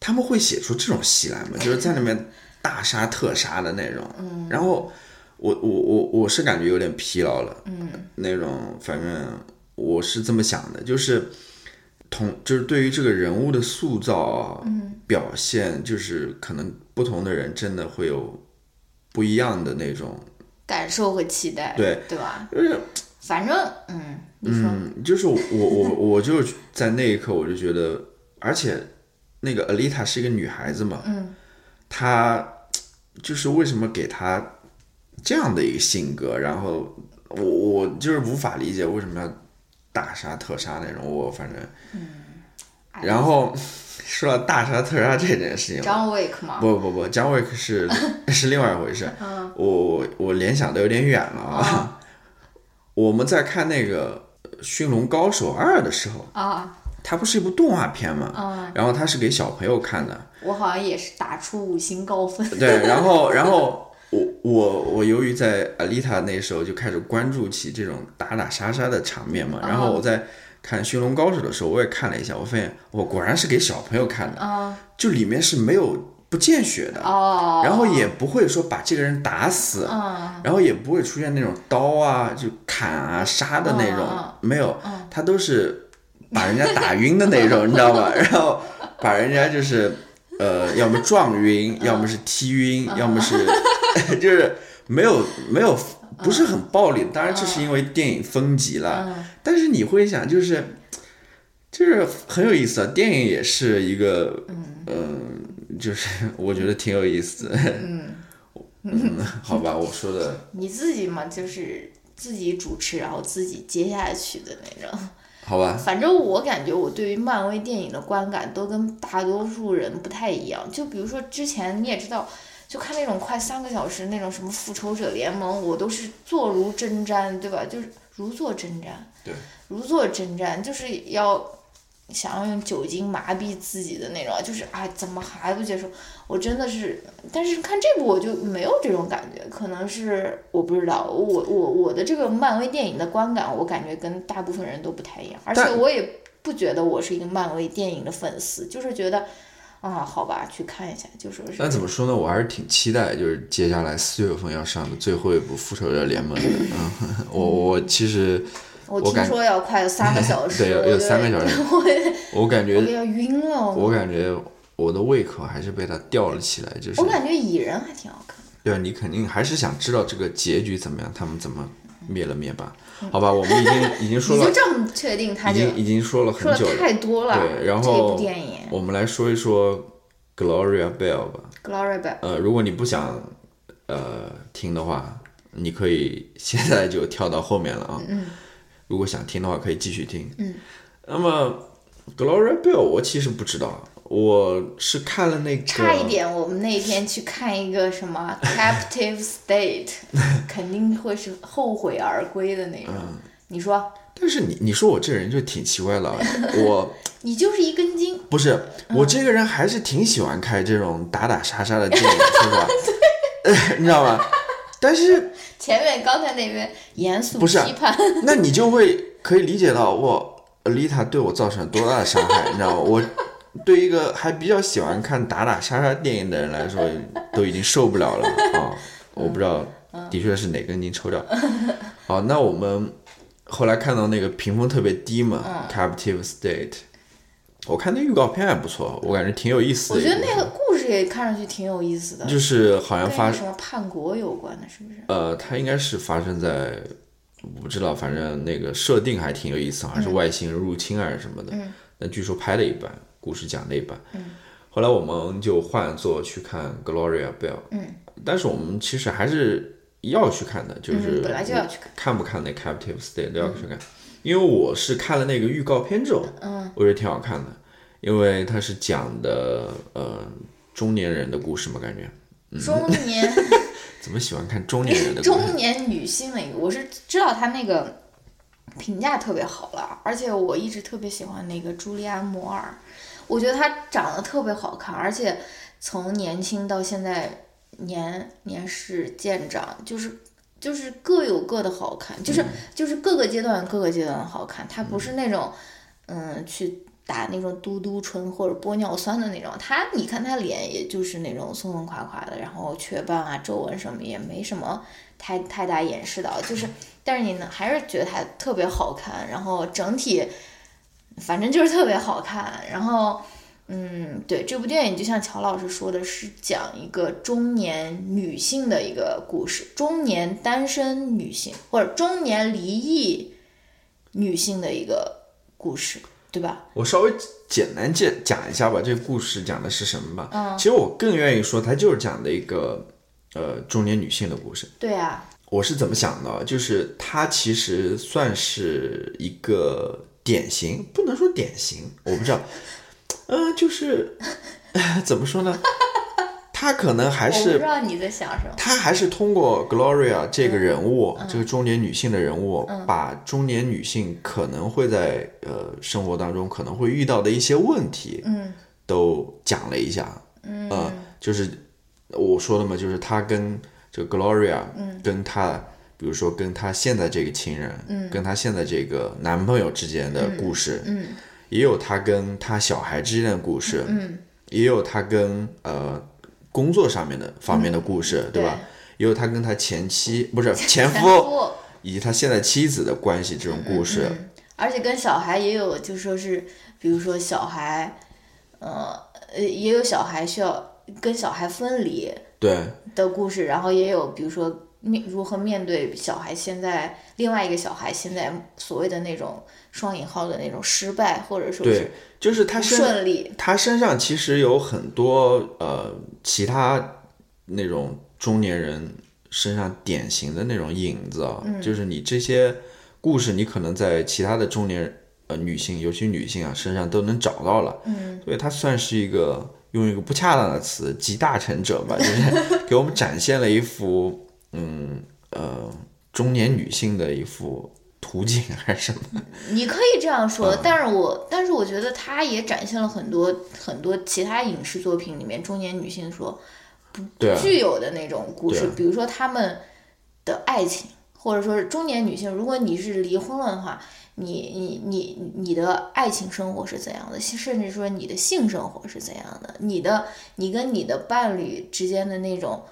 [SPEAKER 2] 他们会写出这种戏来吗？就是在那边大杀特杀的那种。然后我我我我是感觉有点疲劳了，那种反正我是这么想的，就是。同就是对于这个人物的塑造啊，表现就是可能不同的人真的会有不一样的那种，
[SPEAKER 3] 感受和期待，
[SPEAKER 2] 对
[SPEAKER 3] 对吧？
[SPEAKER 2] 就是
[SPEAKER 3] 反正嗯，你说、
[SPEAKER 2] 嗯，就是我我我就在那一刻我就觉得，而且那个 Alita 是一个女孩子嘛，嗯，她就是为什么给她这样的一个性格，然后我我就是无法理解为什么要大杀特杀那种，我反正，
[SPEAKER 3] 哎
[SPEAKER 2] 然后 说到大杀特杀这件事情，
[SPEAKER 3] John Wick 嘛，
[SPEAKER 2] 不不不，John Wick 是是另外一回事。我我我联想的有点远了啊。 我们在看那个《驯龙高手二》的时候，
[SPEAKER 3] 啊，
[SPEAKER 2] 它不是一部动画片嘛？然后它是给小朋友看 的。
[SPEAKER 3] 我好像也是打出五星高分，
[SPEAKER 2] 对，然后然后我我我由于在 Alita 那时候就开始关注起这种打打杀杀的场面嘛，然后我在看《驯龙高手》的时候，我也看了一下，我发现我果然是给小朋友看的，就里面是没有不见血的
[SPEAKER 3] 哦，嗯
[SPEAKER 2] 然后也不会说把这个人打死，然后也不会出现那种刀啊、就砍啊、杀的那种，没有，他都是把人家打晕的那种，你知道吧？然后把人家就是呃，要么撞晕，要么是踢晕，要么是就是 没有没有不是很暴力。当然，这是因为电影分级了，但是你会想就是。就是很有意思啊，电影也是一个，嗯、就是我觉得挺有意思的。嗯， 好吧，我说的
[SPEAKER 3] 你自己嘛，就是自己主持，然后自己接下去的那种。
[SPEAKER 2] 好吧，
[SPEAKER 3] 反正我感觉我对于漫威电影的观感都跟大多数人不太一样。就比如说之前你也知道，就看那种快三个小时那种什么复仇者联盟，我都是坐如针毡，对吧？就是如坐针毡，
[SPEAKER 2] 对，
[SPEAKER 3] 如坐针毡，就是要想要用酒精麻痹自己的那种，就是啊，怎么还不接受？我真的是，但是看这部我就没有这种感觉，可能是我不知道，我我我的这个漫威电影的观感，我感觉跟大部分人都不太一样，而且
[SPEAKER 2] 但
[SPEAKER 3] 我也不觉得我是一个漫威电影的粉丝，就是觉得。啊、好吧，去看一下，就说是
[SPEAKER 2] 但怎么说呢，我还是挺期待，就是接下来四月份要上的最后一部《复仇者联盟》的。嗯，我我其实
[SPEAKER 3] 我
[SPEAKER 2] 我
[SPEAKER 3] 听
[SPEAKER 2] 感
[SPEAKER 3] 说要快三个小时，
[SPEAKER 2] 对有
[SPEAKER 3] 我哦
[SPEAKER 2] 有
[SPEAKER 3] 点
[SPEAKER 2] 三个小 时
[SPEAKER 3] 我
[SPEAKER 2] 我感
[SPEAKER 3] 我
[SPEAKER 2] 觉
[SPEAKER 3] 都要晕了。
[SPEAKER 2] 我感觉我的胃口还是被它吊了起来，就是
[SPEAKER 3] 我感觉蚁人还挺好看的。
[SPEAKER 2] 对啊，你肯定还是想知道这个结局怎么样，他们怎么灭了灭霸？
[SPEAKER 3] 嗯
[SPEAKER 2] 好吧，我们已经 已经说
[SPEAKER 3] 你
[SPEAKER 2] 了
[SPEAKER 3] 就，这么确定他
[SPEAKER 2] 已
[SPEAKER 3] 就
[SPEAKER 2] 经已经说了
[SPEAKER 3] 说
[SPEAKER 2] 很
[SPEAKER 3] 了
[SPEAKER 2] 久了。
[SPEAKER 3] 太多了。
[SPEAKER 2] 对，然
[SPEAKER 3] 这部
[SPEAKER 2] 后
[SPEAKER 3] 电影
[SPEAKER 2] 我们来说一说 Gloria Bell 吧。
[SPEAKER 3] 《Glory Bell》
[SPEAKER 2] 呃，如果你不想呃听的话，你可以 现在就跳到后面了啊。
[SPEAKER 3] 嗯
[SPEAKER 2] 如果想听的话，可以继续听。
[SPEAKER 3] 嗯，
[SPEAKER 2] 那么 Gloria Bell 我其实不知道，我是看了那个
[SPEAKER 3] 差一
[SPEAKER 2] 啊
[SPEAKER 3] 点，我们那天去看一个什么 Captive State，肯定会是后悔而归的那种。
[SPEAKER 2] 嗯
[SPEAKER 3] 你说，
[SPEAKER 2] 但是你你说我这人就挺奇怪的啊，我
[SPEAKER 3] 你就是一根筋，
[SPEAKER 2] 不是我
[SPEAKER 3] 嗯
[SPEAKER 2] 这个人还是挺喜欢看这种打打杀杀的电影，是吧？ 你知道吗？但是
[SPEAKER 3] 前面刚才那边严肃
[SPEAKER 2] 不是啊
[SPEAKER 3] 批判，
[SPEAKER 2] 那你就会可以理解到我 Lita 对我造成了多大的伤害，你知道吗？我对一个还比较喜欢看打打杀杀电影的人来说，都已经受不了了啊！我不知道，
[SPEAKER 3] 嗯
[SPEAKER 2] 的确是哪根筋抽掉。好，那我们后来看到那个评分特别低嘛，Captive
[SPEAKER 3] 嗯
[SPEAKER 2] State》，我看那预告片还不错，我感觉挺有意思
[SPEAKER 3] 我
[SPEAKER 2] 的一
[SPEAKER 3] 觉
[SPEAKER 2] 部
[SPEAKER 3] 得
[SPEAKER 2] 片。
[SPEAKER 3] 那个故事也看上去挺有意思的，
[SPEAKER 2] 就是好像
[SPEAKER 3] 跟
[SPEAKER 2] 发
[SPEAKER 3] 什么叛国有关的，是不是？
[SPEAKER 2] 呃，它应该是发生在，我不知道，反正那个设定还挺有意思，好像是外星人入侵啊还是什么的。
[SPEAKER 3] 嗯
[SPEAKER 2] 但据说拍了一半，故事讲了一半。后来我们就换座去看 Gloria Bell。
[SPEAKER 3] 嗯。
[SPEAKER 2] 但是我们其实还是要去看的，就是、
[SPEAKER 3] 嗯本来就要去看，嗯
[SPEAKER 2] 不看那 Captive State 都要去看，因为我是看了那个预告片之后，嗯，我觉得挺好看的，因为它是讲的呃中年人的故事嘛，感觉
[SPEAKER 3] 中年
[SPEAKER 2] 怎么喜欢看中年人的故事？
[SPEAKER 3] 中年女性的一个，我是知道她那个评价特别好了，而且我一直特别喜欢那个朱莉安·摩尔，我觉得她长得特别好看，而且从年轻到现在年年事渐长，就是。就是各有各的好看，就是就是各个阶段有各个阶段的好看，她不是那种，嗯，去打那种嘟嘟唇或者玻尿酸的那种，她你看她脸也就是那种松松垮垮的，然后雀斑啊、皱纹什么也没什么，太太大掩饰到， 就是，但是你呢还是觉得它特别好看，然后整体，反正就是特别好看。然后，嗯，对，这部电影就像乔老师说的，是讲一个中年女性的一个故事，中年单身女性或者中年离异女性的一个故事，对吧？
[SPEAKER 2] 我稍微简单介讲一下吧，这个故事讲的是什么吧。
[SPEAKER 3] 嗯
[SPEAKER 2] 其实我更愿意说，它就是讲的一个呃中年女性的故事。
[SPEAKER 3] 对啊，
[SPEAKER 2] 我是怎么想的？啊就是她其实算是一个典型，不能说典型，我 不知道，呃，就是、呃怎么说呢？她可能还
[SPEAKER 3] 我不知
[SPEAKER 2] 是
[SPEAKER 3] 道你在想什么。
[SPEAKER 2] 她还是通过 Gloria 这个人物，
[SPEAKER 3] 嗯
[SPEAKER 2] 这个中年女性的人物，把中年女性可能会在呃生活当中可能会遇到的一些问题，
[SPEAKER 3] 嗯
[SPEAKER 2] 都讲了一下。
[SPEAKER 3] 嗯
[SPEAKER 2] 呃，就是我说的嘛，就是她跟这个 Gloria，跟
[SPEAKER 3] 嗯
[SPEAKER 2] 她，比如说跟她现在这个情人，跟她现在这个男朋友之间的故事，
[SPEAKER 3] 嗯
[SPEAKER 2] 也有她跟她小孩之间的故事，
[SPEAKER 3] 嗯，
[SPEAKER 2] 也有她跟呃工作上面的方面的故事，对吧？也有她跟她前妻不 是前
[SPEAKER 3] 前
[SPEAKER 2] 夫
[SPEAKER 3] 夫
[SPEAKER 2] 以及她现在妻子的关系这种故事，
[SPEAKER 3] 嗯而且跟小孩也有，就说是，比如说小孩，呃呃，也有小孩需要跟小孩分离
[SPEAKER 2] 对
[SPEAKER 3] 的故事，然后也有比如说面如何面对小孩现在另外一个小孩现在所谓的那种双引号的那种失败，或者说
[SPEAKER 2] 对
[SPEAKER 3] 是，
[SPEAKER 2] 就是她
[SPEAKER 3] 不
[SPEAKER 2] 身
[SPEAKER 3] 顺利，
[SPEAKER 2] 他身上其实有很多呃其他那种中年人身上典型的那种影子啊，就是你这些故事，你可能在其他的中年呃女性，尤其女性啊身上都能找到了，
[SPEAKER 3] 嗯，
[SPEAKER 2] 所以他算是一个用一个不恰当的词“集大成者”吧，就是 给我们展现了一幅嗯呃中年女性的一幅图景还是什么。
[SPEAKER 3] 你可以这样说，但是我但是我觉得他也展现了很多很多其他影视作品里面中年女性说
[SPEAKER 2] 对啊，
[SPEAKER 3] 具有的那种故
[SPEAKER 2] 对
[SPEAKER 3] 事
[SPEAKER 2] 啊，
[SPEAKER 3] 比如说他们的爱情，或者说是中年女性，如果你是离婚了的话，你你你你的爱情生活是怎样的，甚甚至说你的性生活是怎样的，你的你跟你的伴侣之间的那种，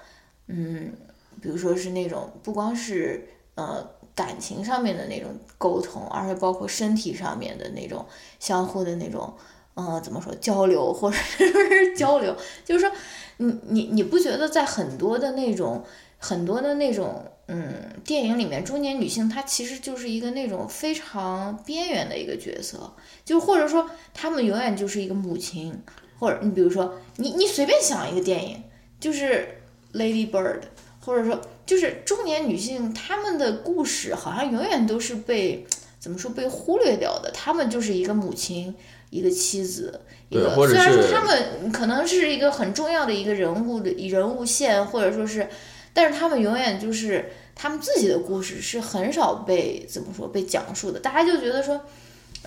[SPEAKER 3] 嗯，比如说是那种不光是呃感情上面的那种沟通，而且包括身体上面的那种相互的那种，呃，怎么说交流，或者是交流， 就是说你你你不觉得在很多的那种很多的那种嗯电影里面，中年女性她其实就是一个那种非常边缘的一个角色，就或者说她们永远就是一个母亲，或者你比如说你你随便想一个电影，就是 Lady Bird。或者说就是中年女性，她们的故事好像永远都是被怎么说被忽略掉的。她们就是一个母亲，一个妻子，一
[SPEAKER 2] 对
[SPEAKER 3] 个
[SPEAKER 2] 或者
[SPEAKER 3] 虽然说
[SPEAKER 2] 是
[SPEAKER 3] 她们可能是一个很重要的一个人物的人物线，或者说是，但是她们永远就是她们自己的故事是很少被怎么说被讲述的。大家就觉得说。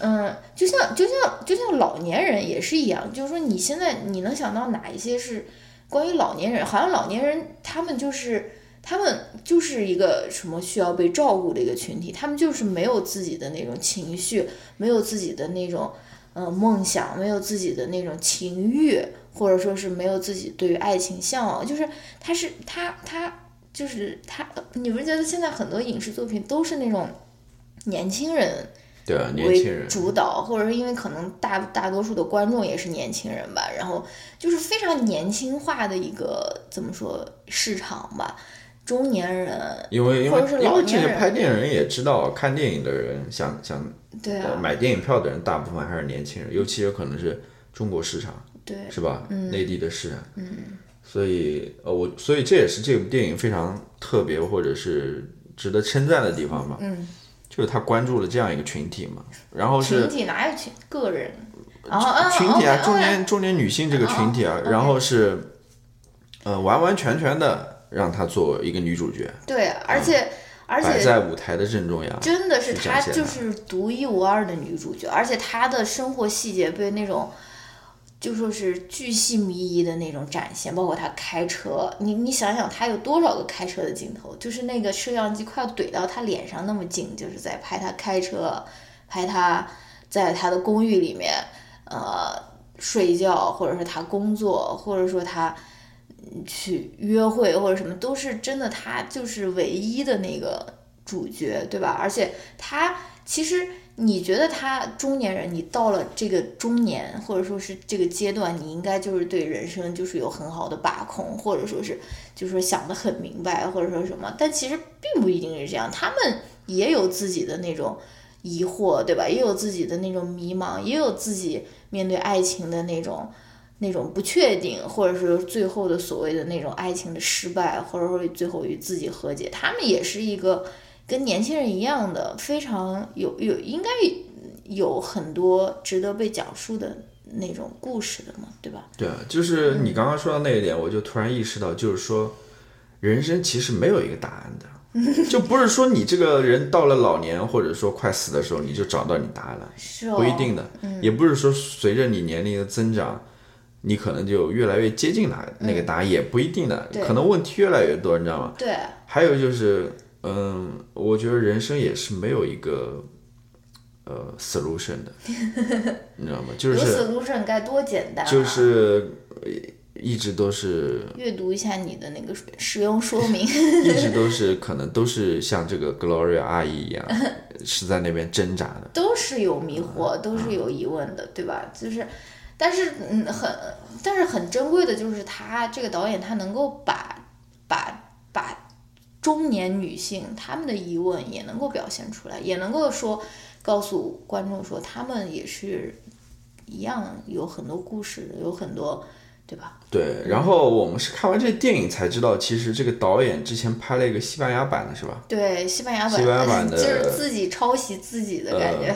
[SPEAKER 3] 嗯，就像就像就像老年人也是一样，就是说你现在你能想到哪一些是关于老年人？好像老年人他们就是他们就是一个什么需要被照顾的一个群体，他们就是没有自己的那种情绪，没有自己的那种呃梦想，没有自己的那种情欲，或者说是没有自己对于爱情向往，就是他是他他就是他，你不是觉得现在很多影视作品都是那种年轻人？
[SPEAKER 2] 对啊，年轻
[SPEAKER 3] 为
[SPEAKER 2] 人，
[SPEAKER 3] 主导，或者是因为可能大大多数的观众也是年轻人吧，然后就是非常年轻化的一个怎么说市场吧，中年人
[SPEAKER 2] 因为因为
[SPEAKER 3] 或者是老
[SPEAKER 2] 因为
[SPEAKER 3] 年
[SPEAKER 2] 其实
[SPEAKER 3] 人
[SPEAKER 2] 拍电影人也知道，看电影的人想想呃
[SPEAKER 3] 对啊
[SPEAKER 2] 买电影票的人大部分还是年轻人，尤其有可能是中国市场，
[SPEAKER 3] 对
[SPEAKER 2] 是吧？内地的市场，嗯，所以呃，我所以这也是这部电影非常特别或者是值得称赞的地方嘛，嗯，就是他关注了这样一个群体嘛，然后是
[SPEAKER 3] 群体哪有群个人？然后嗯，
[SPEAKER 2] 群体啊，
[SPEAKER 3] OK，OK
[SPEAKER 2] 中年中年女性这个
[SPEAKER 3] 哦
[SPEAKER 2] 群体啊，然后是，呃，完完全全的让她作为一个女主角，
[SPEAKER 3] 对，而且而
[SPEAKER 2] 嗯摆
[SPEAKER 3] 且
[SPEAKER 2] 在舞台的正中央，
[SPEAKER 3] 真啊的是
[SPEAKER 2] 去展
[SPEAKER 3] 她
[SPEAKER 2] 现
[SPEAKER 3] 就
[SPEAKER 2] 她
[SPEAKER 3] 是独一无二的女主角，而且她的生活细节被那种。就说是巨细靡遗的那种展现，包括她开车，你你想想她有多少个开车的镜头，就是那个摄像机快要怼到她脸上那么近，就是在拍她开车，拍她在她的公寓里面，呃，睡觉，或者说她工作，或者说她嗯去约会或者什么，都是真的，她就是唯一的那个主角，对吧？而且她其实你觉得她中年人，你到了这个中年或者说是这个阶段，你应该就是对人生就是有很好的把控，或者说是就是说想得很明白，或者说什么，但其实并不一定是这样，他们也有自己的那种。疑惑，对吧？也有自己的那种迷茫，也有自己面对爱情的那种那种不确定，或者是最后的所谓的那种爱情的失败，或者说最后与自己和解，他们也是一个跟年轻人一样的，非常有有应该有很多值得被讲述的那种故事的嘛，对吧？
[SPEAKER 2] 对啊，就是你刚刚说到那一点，我就突然意识到，就是说，人生其实没有一个答案 的，就不是说你这个人到了老年或者说快死的时候，你就找到你答案了，
[SPEAKER 3] 是哦，
[SPEAKER 2] 不一定的，也不是说随着你年龄的增长，你可能就越来越接近答那个
[SPEAKER 3] 嗯
[SPEAKER 2] 答案，也不一定的，可能问题越来越多，你知道吗？
[SPEAKER 3] 对，
[SPEAKER 2] 还有就是，嗯，我觉得人生也是没有一个呃 solution 的，你知道吗？就
[SPEAKER 3] 有
[SPEAKER 2] 是
[SPEAKER 3] solution 该多简单、啊，
[SPEAKER 2] 就是呃一直都是
[SPEAKER 3] 阅读一下你的那个使用说明。
[SPEAKER 2] 一直都是可能都是像这个 Gloria 阿姨一样，是在那边挣扎的。
[SPEAKER 3] 都是有迷惑，
[SPEAKER 2] 嗯
[SPEAKER 3] 都是有疑问的，对吧？就是，但是嗯，很，但是很珍贵的就是他这个导演，他能够把把把中年女性她们的疑问也能够表现出来，也能够说告诉观众说，她们也是一样有很多故事的，有很多，对吧？
[SPEAKER 2] 对，然后我们是看完这电影才知道，其实这个导演之前拍了一个西班牙版的，是吧？
[SPEAKER 3] 对，西班牙版
[SPEAKER 2] 啊西班牙版的
[SPEAKER 3] 就是自己抄袭自己的感觉，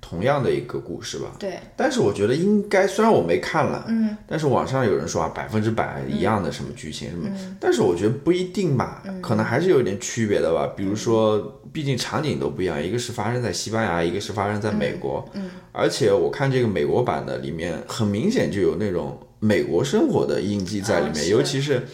[SPEAKER 2] 同样的一个故事吧。
[SPEAKER 3] 对，
[SPEAKER 2] 但是我觉得应该，虽然我没看了，嗯，但是网上有人说啊，百分之百一样的什么剧情什么，但是我觉得不一定吧，可能还是有点区别的吧。比如说，毕竟场景都不一样，一个是发生在西班牙，一个是发生在美国，嗯，而且我看这个美国版的里面，很明显就有那种美国生活的印记在里
[SPEAKER 3] 啊
[SPEAKER 2] 面，
[SPEAKER 3] 是
[SPEAKER 2] 尤其是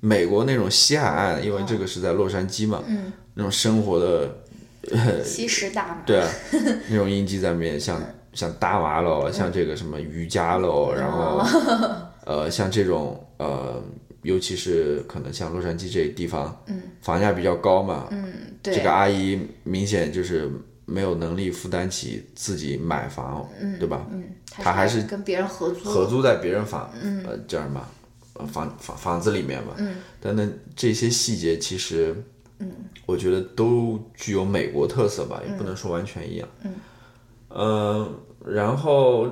[SPEAKER 2] 美国那种西海岸，因为这个是在洛杉矶嘛，嗯，那种生活的
[SPEAKER 3] 吸食大麻，
[SPEAKER 2] 对啊， 那种印记在面，像像大麻
[SPEAKER 3] 嗯
[SPEAKER 2] 喽，像这个什么瑜伽喽，
[SPEAKER 3] 哦
[SPEAKER 2] 然后 呃，像这种呃，尤其是可能像洛杉矶这地方，嗯，房价比较高嘛，
[SPEAKER 3] 嗯，对，
[SPEAKER 2] 这个阿姨明显就是没有能力负担起自己买房，对吧？
[SPEAKER 3] 嗯，
[SPEAKER 2] 他还
[SPEAKER 3] 是
[SPEAKER 2] 是
[SPEAKER 3] 跟别人合租，
[SPEAKER 2] 合租在别人房，呃，叫什么？呃房房房子里面嘛，嗯，等等这些细节，其实，嗯，我觉得都具有美国特色吧，也不能说完全一样，嗯，然后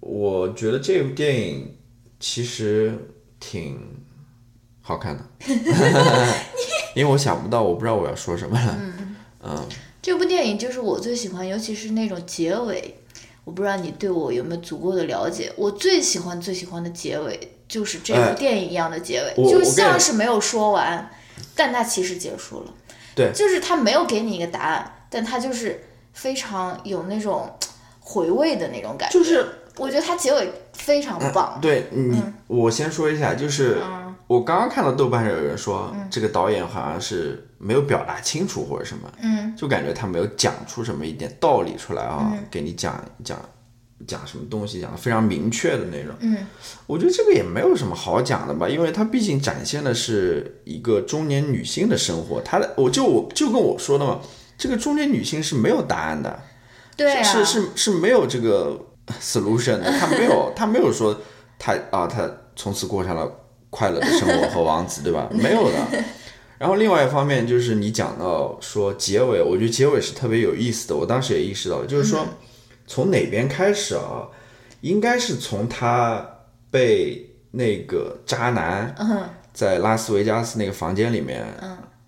[SPEAKER 2] 我觉得这部电影其实挺好看 的，因为我想不到，我不知道我要说什么了。嗯嗯，
[SPEAKER 3] 这部电影就是我最喜欢，尤其是那种结尾。我不知道你对我有没有足够的了解。我最喜欢最喜欢的结尾就是这部电影一样的结尾，
[SPEAKER 2] 哎我
[SPEAKER 3] 就
[SPEAKER 2] 我跟
[SPEAKER 3] 像是没有说完，但它其实结束了。
[SPEAKER 2] 对
[SPEAKER 3] 就是它没有给你一个答案，但它就是非常有那种回味的那种感觉。
[SPEAKER 2] 就是
[SPEAKER 3] 我觉得它结尾非常棒。
[SPEAKER 2] 嗯对你，我先说一下，就是我刚刚看到豆瓣上有人说，这个导演好像是没有表达清楚或者什么，
[SPEAKER 3] 嗯，
[SPEAKER 2] 就感觉他没有讲出什么一点道理出来啊，给你讲讲讲什么东西，讲的非常明确的那种。
[SPEAKER 3] 嗯，
[SPEAKER 2] 我觉得这个也没有什么好讲的吧，因为它毕竟展现的是一个中年女性的生活，她的我就我就跟我说的嘛，这个中年女性是没有答案的。
[SPEAKER 3] 对啊，
[SPEAKER 2] 是是是是没有这个 solution 的，他 没有他没有说他啊他从此过上了快乐的生活和王子，对吧？没有的。然后另外一方面就是你讲到说结尾，我觉得结尾是特别有意思的，我当时也意识到了，就是
[SPEAKER 3] 嗯
[SPEAKER 2] 说从哪边开始啊？应该是从他被那个渣男
[SPEAKER 3] 嗯
[SPEAKER 2] 在拉斯维加斯那个房间里面，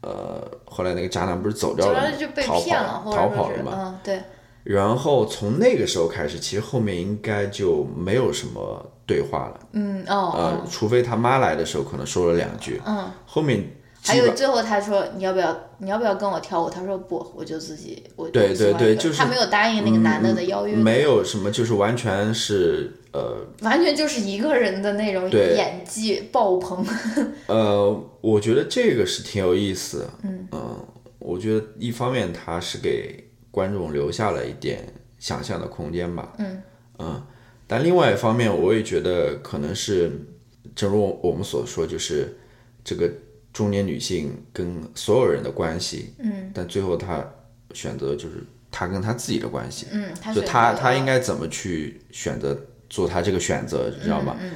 [SPEAKER 2] 呃，后来那个渣男不是走掉
[SPEAKER 3] 主
[SPEAKER 2] 了
[SPEAKER 3] 要
[SPEAKER 2] 吗，
[SPEAKER 3] 就被
[SPEAKER 2] 逃
[SPEAKER 3] 骗嗯
[SPEAKER 2] 跑
[SPEAKER 3] 了，或者
[SPEAKER 2] 逃
[SPEAKER 3] 说
[SPEAKER 2] 跑
[SPEAKER 3] 是
[SPEAKER 2] 了嘛？
[SPEAKER 3] 嗯，对，
[SPEAKER 2] 然后从那个时候开始，其实后面应该就没有什么对话了，
[SPEAKER 3] 嗯哦，
[SPEAKER 2] 呃，除非他妈来的时候可能说了两句，
[SPEAKER 3] 嗯，
[SPEAKER 2] 后面
[SPEAKER 3] 还
[SPEAKER 2] 基
[SPEAKER 3] 有
[SPEAKER 2] 本
[SPEAKER 3] 最后他说你要不要你要不要跟我跳舞？他说不，我就自己我
[SPEAKER 2] 对
[SPEAKER 3] 我喜欢
[SPEAKER 2] 对对
[SPEAKER 3] 一个
[SPEAKER 2] 就是嗯
[SPEAKER 3] 他没有答应那个男的的邀约，
[SPEAKER 2] 没有什么，就是完全是呃
[SPEAKER 3] 完全就是一个人的那种
[SPEAKER 2] 对
[SPEAKER 3] 演技爆棚。
[SPEAKER 2] 呃，我觉得这个是挺有意思，嗯、呃、我觉得一方面它是给观众留下了一点想象的空间吧，
[SPEAKER 3] 嗯
[SPEAKER 2] 嗯但另外一方面，我也觉得可能是，正如我们所说，就是这个中年女性跟所有人的关系，
[SPEAKER 3] 嗯
[SPEAKER 2] 但最后她选择就是她跟她自己的关系，
[SPEAKER 3] 嗯，他
[SPEAKER 2] 就她她应
[SPEAKER 3] 该
[SPEAKER 2] 该怎么去选择做她这个选择，你知道吗？
[SPEAKER 3] 嗯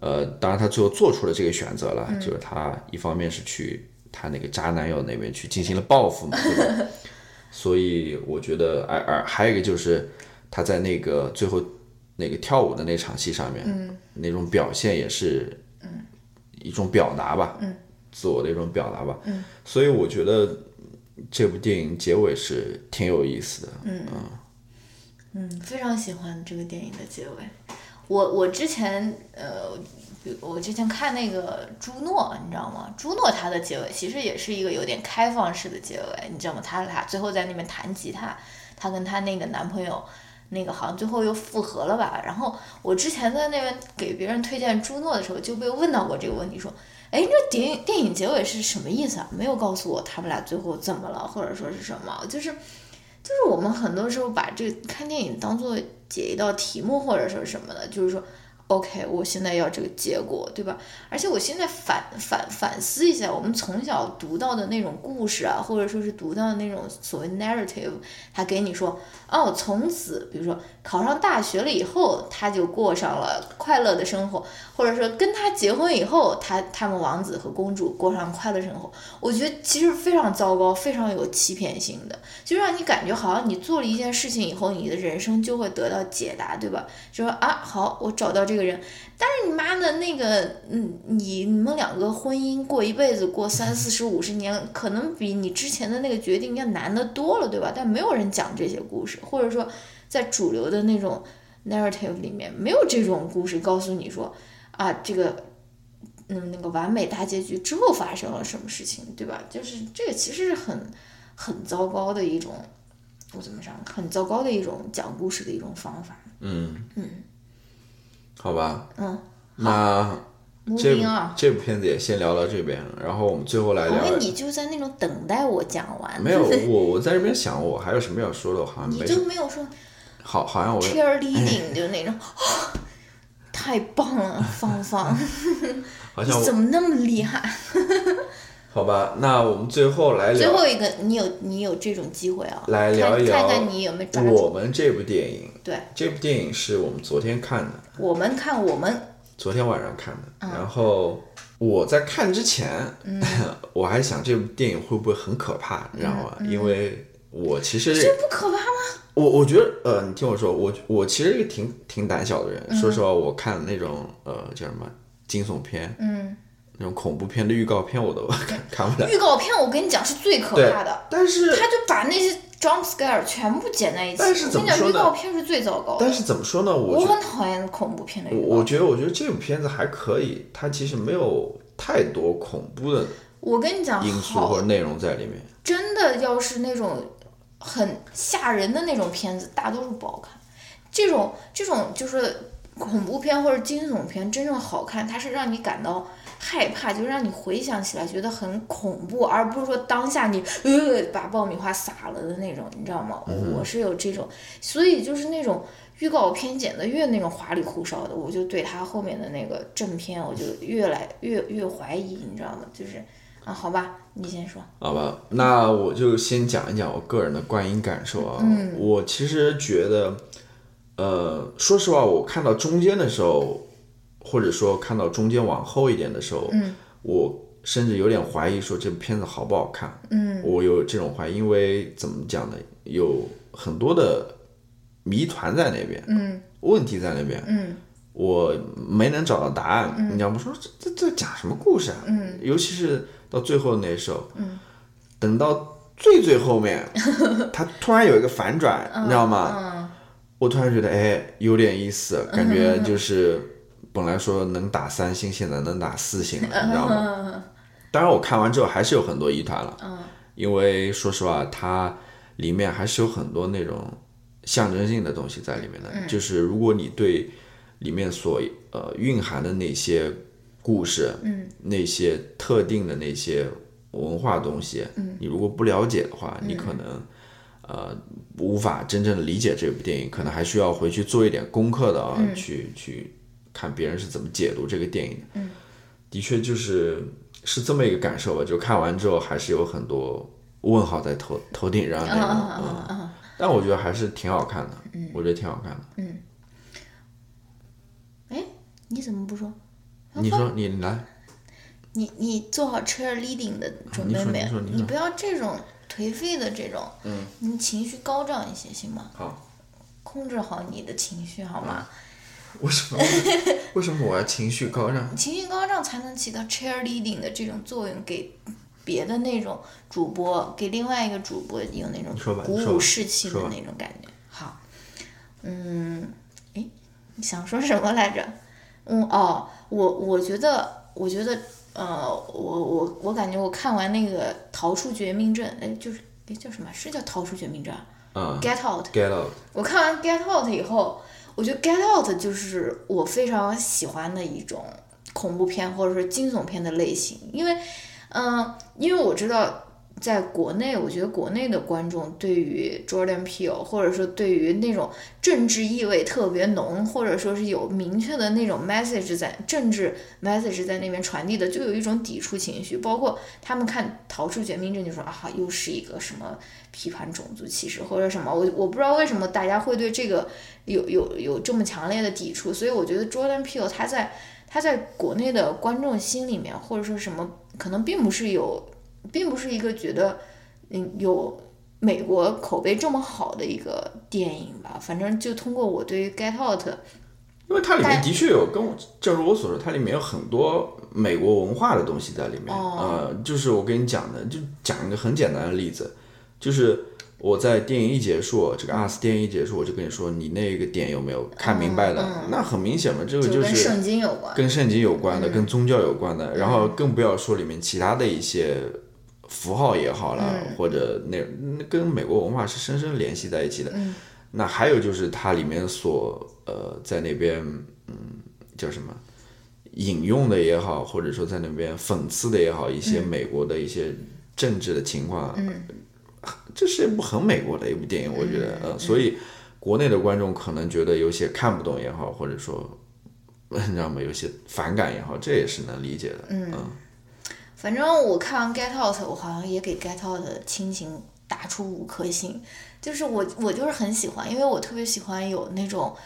[SPEAKER 2] 呃，当然她最后做出了这个选择了，就是她一方面是去她那个渣男友那边去进行了报复嘛，对吧？ 所以我觉得，而而还有一个就是她在那个最后那个跳舞的那场戏上面，
[SPEAKER 3] 嗯
[SPEAKER 2] 那种表现也是一种表达吧，
[SPEAKER 3] 嗯
[SPEAKER 2] 自我的一种表达吧，所以我觉得这部电影结尾是挺有意思的，
[SPEAKER 3] 嗯非常喜欢这个电影的结尾。我我之前呃，比我之前看那个朱诺，你知道吗？朱诺他的结尾其实也是一个有点开放式的结尾，你知道吗？他俩最后在那边弹吉他，她跟她那个男朋友。那个好像最后又复合了吧？然后我之前在那边给别人推荐朱诺的时候，就被问到过这个问题，说：“哎，这电影电影结尾是什么意思啊？没有告诉我他们俩最后怎么了，或者说是什么？就是就是我们很多时候把这个看电影当做解一道题目或者说什么的，就是说，OK，我现在要这个结果，对吧？而且我现在反反反思一下，我们从小读到的那种故事啊，或者说是读到的那种所谓 narrative，他给你说，哦，从此，比如说考上大学了以后，他就过上了快乐的生活，或者说跟他结婚以后，他他们王子和公主过上快乐生活，我觉得其实非常糟糕，非常有欺骗性的，就让你感觉好像你做了一件事情以后，你的人生就会得到解答，对吧？就说啊，好，我找到这个人，但是你妈的那个，嗯，你你们两个婚姻过一辈子，过三四十、五十年，可能比你之前的那个决定要难得多了，对吧？但没有人讲这些故事，或者说在主流的那种 narrative 里面，没有这种故事告诉你说啊，这个嗯，那个完美大结局之后发生了什么事情，对吧？就是这个其实是很很糟糕的一种，我怎么讲？很糟糕的一种讲故事的一种方法。
[SPEAKER 2] 嗯好吧？
[SPEAKER 3] 嗯，
[SPEAKER 2] 那这
[SPEAKER 3] Moving
[SPEAKER 2] 部
[SPEAKER 3] on，
[SPEAKER 2] 这部片子也先聊到这边，然后我们最后来
[SPEAKER 3] 好
[SPEAKER 2] 聊
[SPEAKER 3] 像。你就在那种等待我讲完，
[SPEAKER 2] 没有，我我在这边想，我还有什么要说的，我好像
[SPEAKER 3] 你
[SPEAKER 2] 没什
[SPEAKER 3] 就
[SPEAKER 2] 么。
[SPEAKER 3] 没有说
[SPEAKER 2] 好，好像我
[SPEAKER 3] cheerleading 就那种，哦太棒了，芳 芳，
[SPEAKER 2] 好
[SPEAKER 3] 你
[SPEAKER 2] 像
[SPEAKER 3] 怎
[SPEAKER 2] 我
[SPEAKER 3] 么那么厉害？
[SPEAKER 2] 好吧。那我们最后来
[SPEAKER 3] 最
[SPEAKER 2] 聊
[SPEAKER 3] 后一个，你有你有这种机会啊，
[SPEAKER 2] 啊来聊
[SPEAKER 3] 看
[SPEAKER 2] 一聊
[SPEAKER 3] 看看你有没有抓
[SPEAKER 2] 我
[SPEAKER 3] 住。
[SPEAKER 2] 们这部电影。
[SPEAKER 3] 对，
[SPEAKER 2] 这部电影是我们昨天看的，
[SPEAKER 3] 我们看我们，
[SPEAKER 2] 昨天晚上看的。然后我在看之前， 我还想这部电影会不会很可怕，你知道吗？因为我其实
[SPEAKER 3] 这不可怕吗？
[SPEAKER 2] 我我觉得，呃，你听我说，我我其实是一个挺挺胆小的人。说实话，我看那种呃叫什么惊悚片，
[SPEAKER 3] 嗯，
[SPEAKER 2] 那种恐怖片的预告片我都 看 看不了。
[SPEAKER 3] 预告片我跟你讲是最可
[SPEAKER 2] 对
[SPEAKER 3] 怕的，，
[SPEAKER 2] 但是
[SPEAKER 3] 他就把那些 jump scare 全部剪在一起。
[SPEAKER 2] 但是怎
[SPEAKER 3] 我
[SPEAKER 2] 么
[SPEAKER 3] 跟你讲，
[SPEAKER 2] 说
[SPEAKER 3] 预
[SPEAKER 2] 呢
[SPEAKER 3] 告片是最糟糕的。
[SPEAKER 2] 但是怎么说呢？我
[SPEAKER 3] 我
[SPEAKER 2] 觉
[SPEAKER 3] 很讨厌恐怖片的
[SPEAKER 2] 我
[SPEAKER 3] 预告。
[SPEAKER 2] 我觉得我觉得这部片子还可以，它其实没有太多恐怖的
[SPEAKER 3] 我跟你讲，
[SPEAKER 2] 因素或
[SPEAKER 3] 好
[SPEAKER 2] 者，内容在里面。
[SPEAKER 3] 真的要是那种很吓人的那种片子，大多数不好看。这种这种就是恐怖片或者惊悚片，真正好看，它是让你感到害怕，就让你回想起来觉得很恐怖，而不是说当下你呃把爆米花撒了的那种，你知道吗？我是有这种，所以就是那种。预告片剪得越那种花里胡哨的，我就对它后面的那个正片，我就越来越越怀疑，你知道吗？就是，啊，好吧，你先说。
[SPEAKER 2] 好吧，那我就先讲一讲我个人的观影感受啊。我其实觉得，呃，说实话，我看到中间的时候，或者说看到中间往后一点的时候，嗯，我甚至有点怀疑说这部片子好不好看。嗯，我有这种怀疑，因为怎么讲呢，有很多的谜团在那边，嗯，问题在那边，
[SPEAKER 3] 嗯，
[SPEAKER 2] 我没能找到答案。你要不说这这这讲什么故事啊？嗯，尤其是到最后那时候，嗯，等到最最后 面，他突然有一个反转，你知道吗？我突然觉得哎有点意思，感 觉就是本来说能打三星，现在能打四星了， 你知道吗？当然，我看完之后还是有很多疑团了，因为说实话，它里面还是有很多那种象征性的东西在里面的。就是如果你对里面所呃蕴含的那些故事，嗯，那些特定的那些文化东西，嗯，你如果不了解的话，你可能呃无法真正的理解这部电影，可能还需要回去做一点功课的啊，去去看别人是怎么解读这个电影的。嗯，的确就是是这么一个感受吧，就看完之后还是有很多问号在头头顶上那种，嗯。但我觉得还是挺好看的，嗯、我觉得挺好看的。
[SPEAKER 3] 哎你怎么不说？
[SPEAKER 2] 你说你来，
[SPEAKER 3] 你你做好 cheerleading 的准备没
[SPEAKER 2] 啊你说
[SPEAKER 3] 有？
[SPEAKER 2] 你说你说
[SPEAKER 3] 你不要这种颓废的这种，嗯，你情绪高涨一些行吗？
[SPEAKER 2] 好，
[SPEAKER 3] 控制好你的情绪好吗？
[SPEAKER 2] 为什么为什么我要情绪高涨？
[SPEAKER 3] 情绪高涨才能起到 cheerleading 的这种作用，给别的那种主播，给另外一个主播有那种
[SPEAKER 2] 你说吧
[SPEAKER 3] 鼓
[SPEAKER 2] 你说
[SPEAKER 3] 舞
[SPEAKER 2] 吧
[SPEAKER 3] 士气的
[SPEAKER 2] 说吧
[SPEAKER 3] 那种感觉。好，嗯，诶，你想说什么来着？嗯，哦，我我觉得，我觉得，呃，我我我感觉我看完那个《逃出绝命镇》，哎，就是哎叫什么？是叫《逃出绝命镇》
[SPEAKER 2] 嗯
[SPEAKER 3] g e t Out。
[SPEAKER 2] ，get out，
[SPEAKER 3] 我看完《Get Out》以后，我觉得《Get Out》就是我非常喜欢的一种恐怖片或者是惊悚片的类型，因为，嗯、因为我知道在国内，我觉得国内的观众对于 Jordan Peele 或者说对于那种政治意味特别浓，或者说是有明确的那种 message 在政治 message 在那边传递的，就有一种抵触情绪，包括他们看《逃出绝命镇》就说啊，又是一个什么批判种族歧视或者什么，我我不知道为什么大家会对这个有有有这么强烈的抵触，所以我觉得 Jordan Peele 他在他在国内的观众心里面或者说什么，可能并不是有，并不是一个觉得嗯有。美国口碑这么好的一个电影吧，反正就通过我对于《Get Out》
[SPEAKER 2] 因为它里面
[SPEAKER 3] 但
[SPEAKER 2] 的确有跟我，正如我所说，它里面有很多美国文化的东西在里面。
[SPEAKER 3] 哦
[SPEAKER 2] 呃，就是我跟你讲的，就讲一个很简单的例子，就是我在电影一结束，这个 US 电影一结束，我就跟你说，你那个点有没有看明白的？那很明显嘛，这个
[SPEAKER 3] 嗯就跟
[SPEAKER 2] 是
[SPEAKER 3] 圣经有关，
[SPEAKER 2] 跟圣经有关的，跟宗教有关的，然后更不要说里面其他的一些符号也好了，或者那那跟美国文化是深深联系在一起的。那还有就是它里面所呃在那边嗯叫什么引用的也好，或者说在那边讽刺的也好，一些美国的一些政治的情况，这是一部很美国的一部电影，我觉得，呃，所以国内的观众可能觉得有些看不懂也好，或者说，你知道吗？有些反感也好，这也是能理解的。嗯，
[SPEAKER 3] 反正我看完《Get Out》，我好像也给《Get Out》的亲情打出五颗星。就是我，我就是很喜欢，因为我特别喜欢有那种，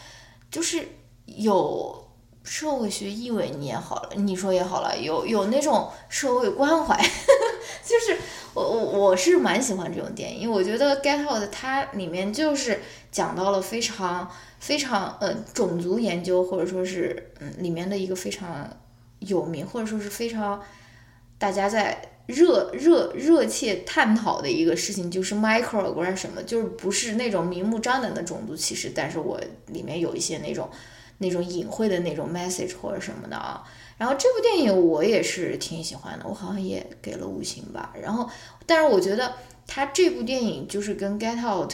[SPEAKER 3] 就是有社会学意味，你也好了，你说也好了，有有那种社会关怀， 就是我我我是蛮喜欢这种电影，因为我觉得《Get Out》它里面就是讲到了非常非常呃种族研究，或者说是嗯里面的一个非常有名，或者说是非常大家在热热热切探讨的一个事情，就是 microaggression 嘛，就是不是那种明目张胆的种族歧视，但是我里面有一些那种那种隐晦的那种 message 或者什么的啊。然后这部电影我也是挺喜欢的，我好像也给了五星吧。然后，但是我觉得他这部电影就是跟《Get Out》，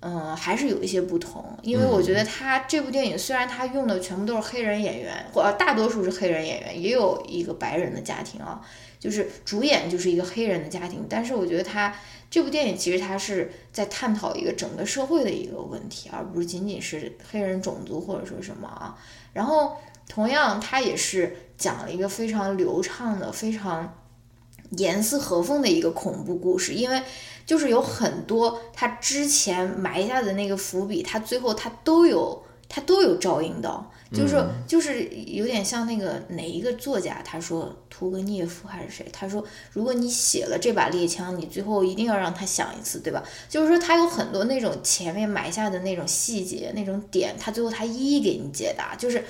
[SPEAKER 3] 嗯，还是有一些不同，因为我觉得他这部电影虽然他用的全部都是黑人演员，或呃大多数是黑人演员，也有一个白人的家庭啊，就是主演就是一个黑人的家庭，但是我觉得他这部电影其实他是在探讨一个整个社会的一个问题，而不是仅仅是黑人种族或者说什么啊。然后。同样，它也是讲了一个非常流畅的、非常严丝合缝的一个恐怖故事，因为就是有很多他之前埋下的那个伏笔，他最后他都有他都有照应到，就是就是有点像那个哪一个作家他说屠格涅夫还是谁，他说如果你写了这把猎枪，你最后一定要让他响一次，对吧？就是说他有很多那种前面埋下的那种细节、那种点，他最后他一一给你解答，就是。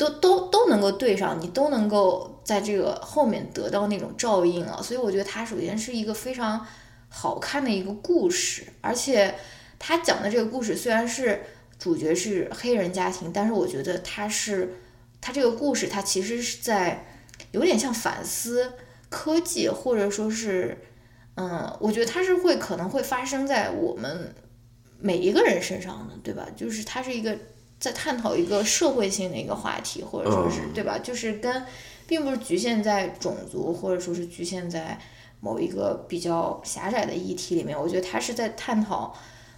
[SPEAKER 3] 都都都能够对上，你都能够在这个后面得到那种照应啊，所以我觉得它首先是一个非常好看的一个故事，而且他讲的这个故事虽然是主角是黑人家庭，但是我觉得他是他这个故事，他其实是在有点像反思科技，或者说是，嗯，我觉得它是会可能会发生在我们每一个人身上的，对吧？就是它是一个。在探讨一个社会性的一个话题，或者说是对吧？就是跟，并不是局限在种族，或者说是局限在某一个比较狭窄的议题里面。我觉得他是在探讨，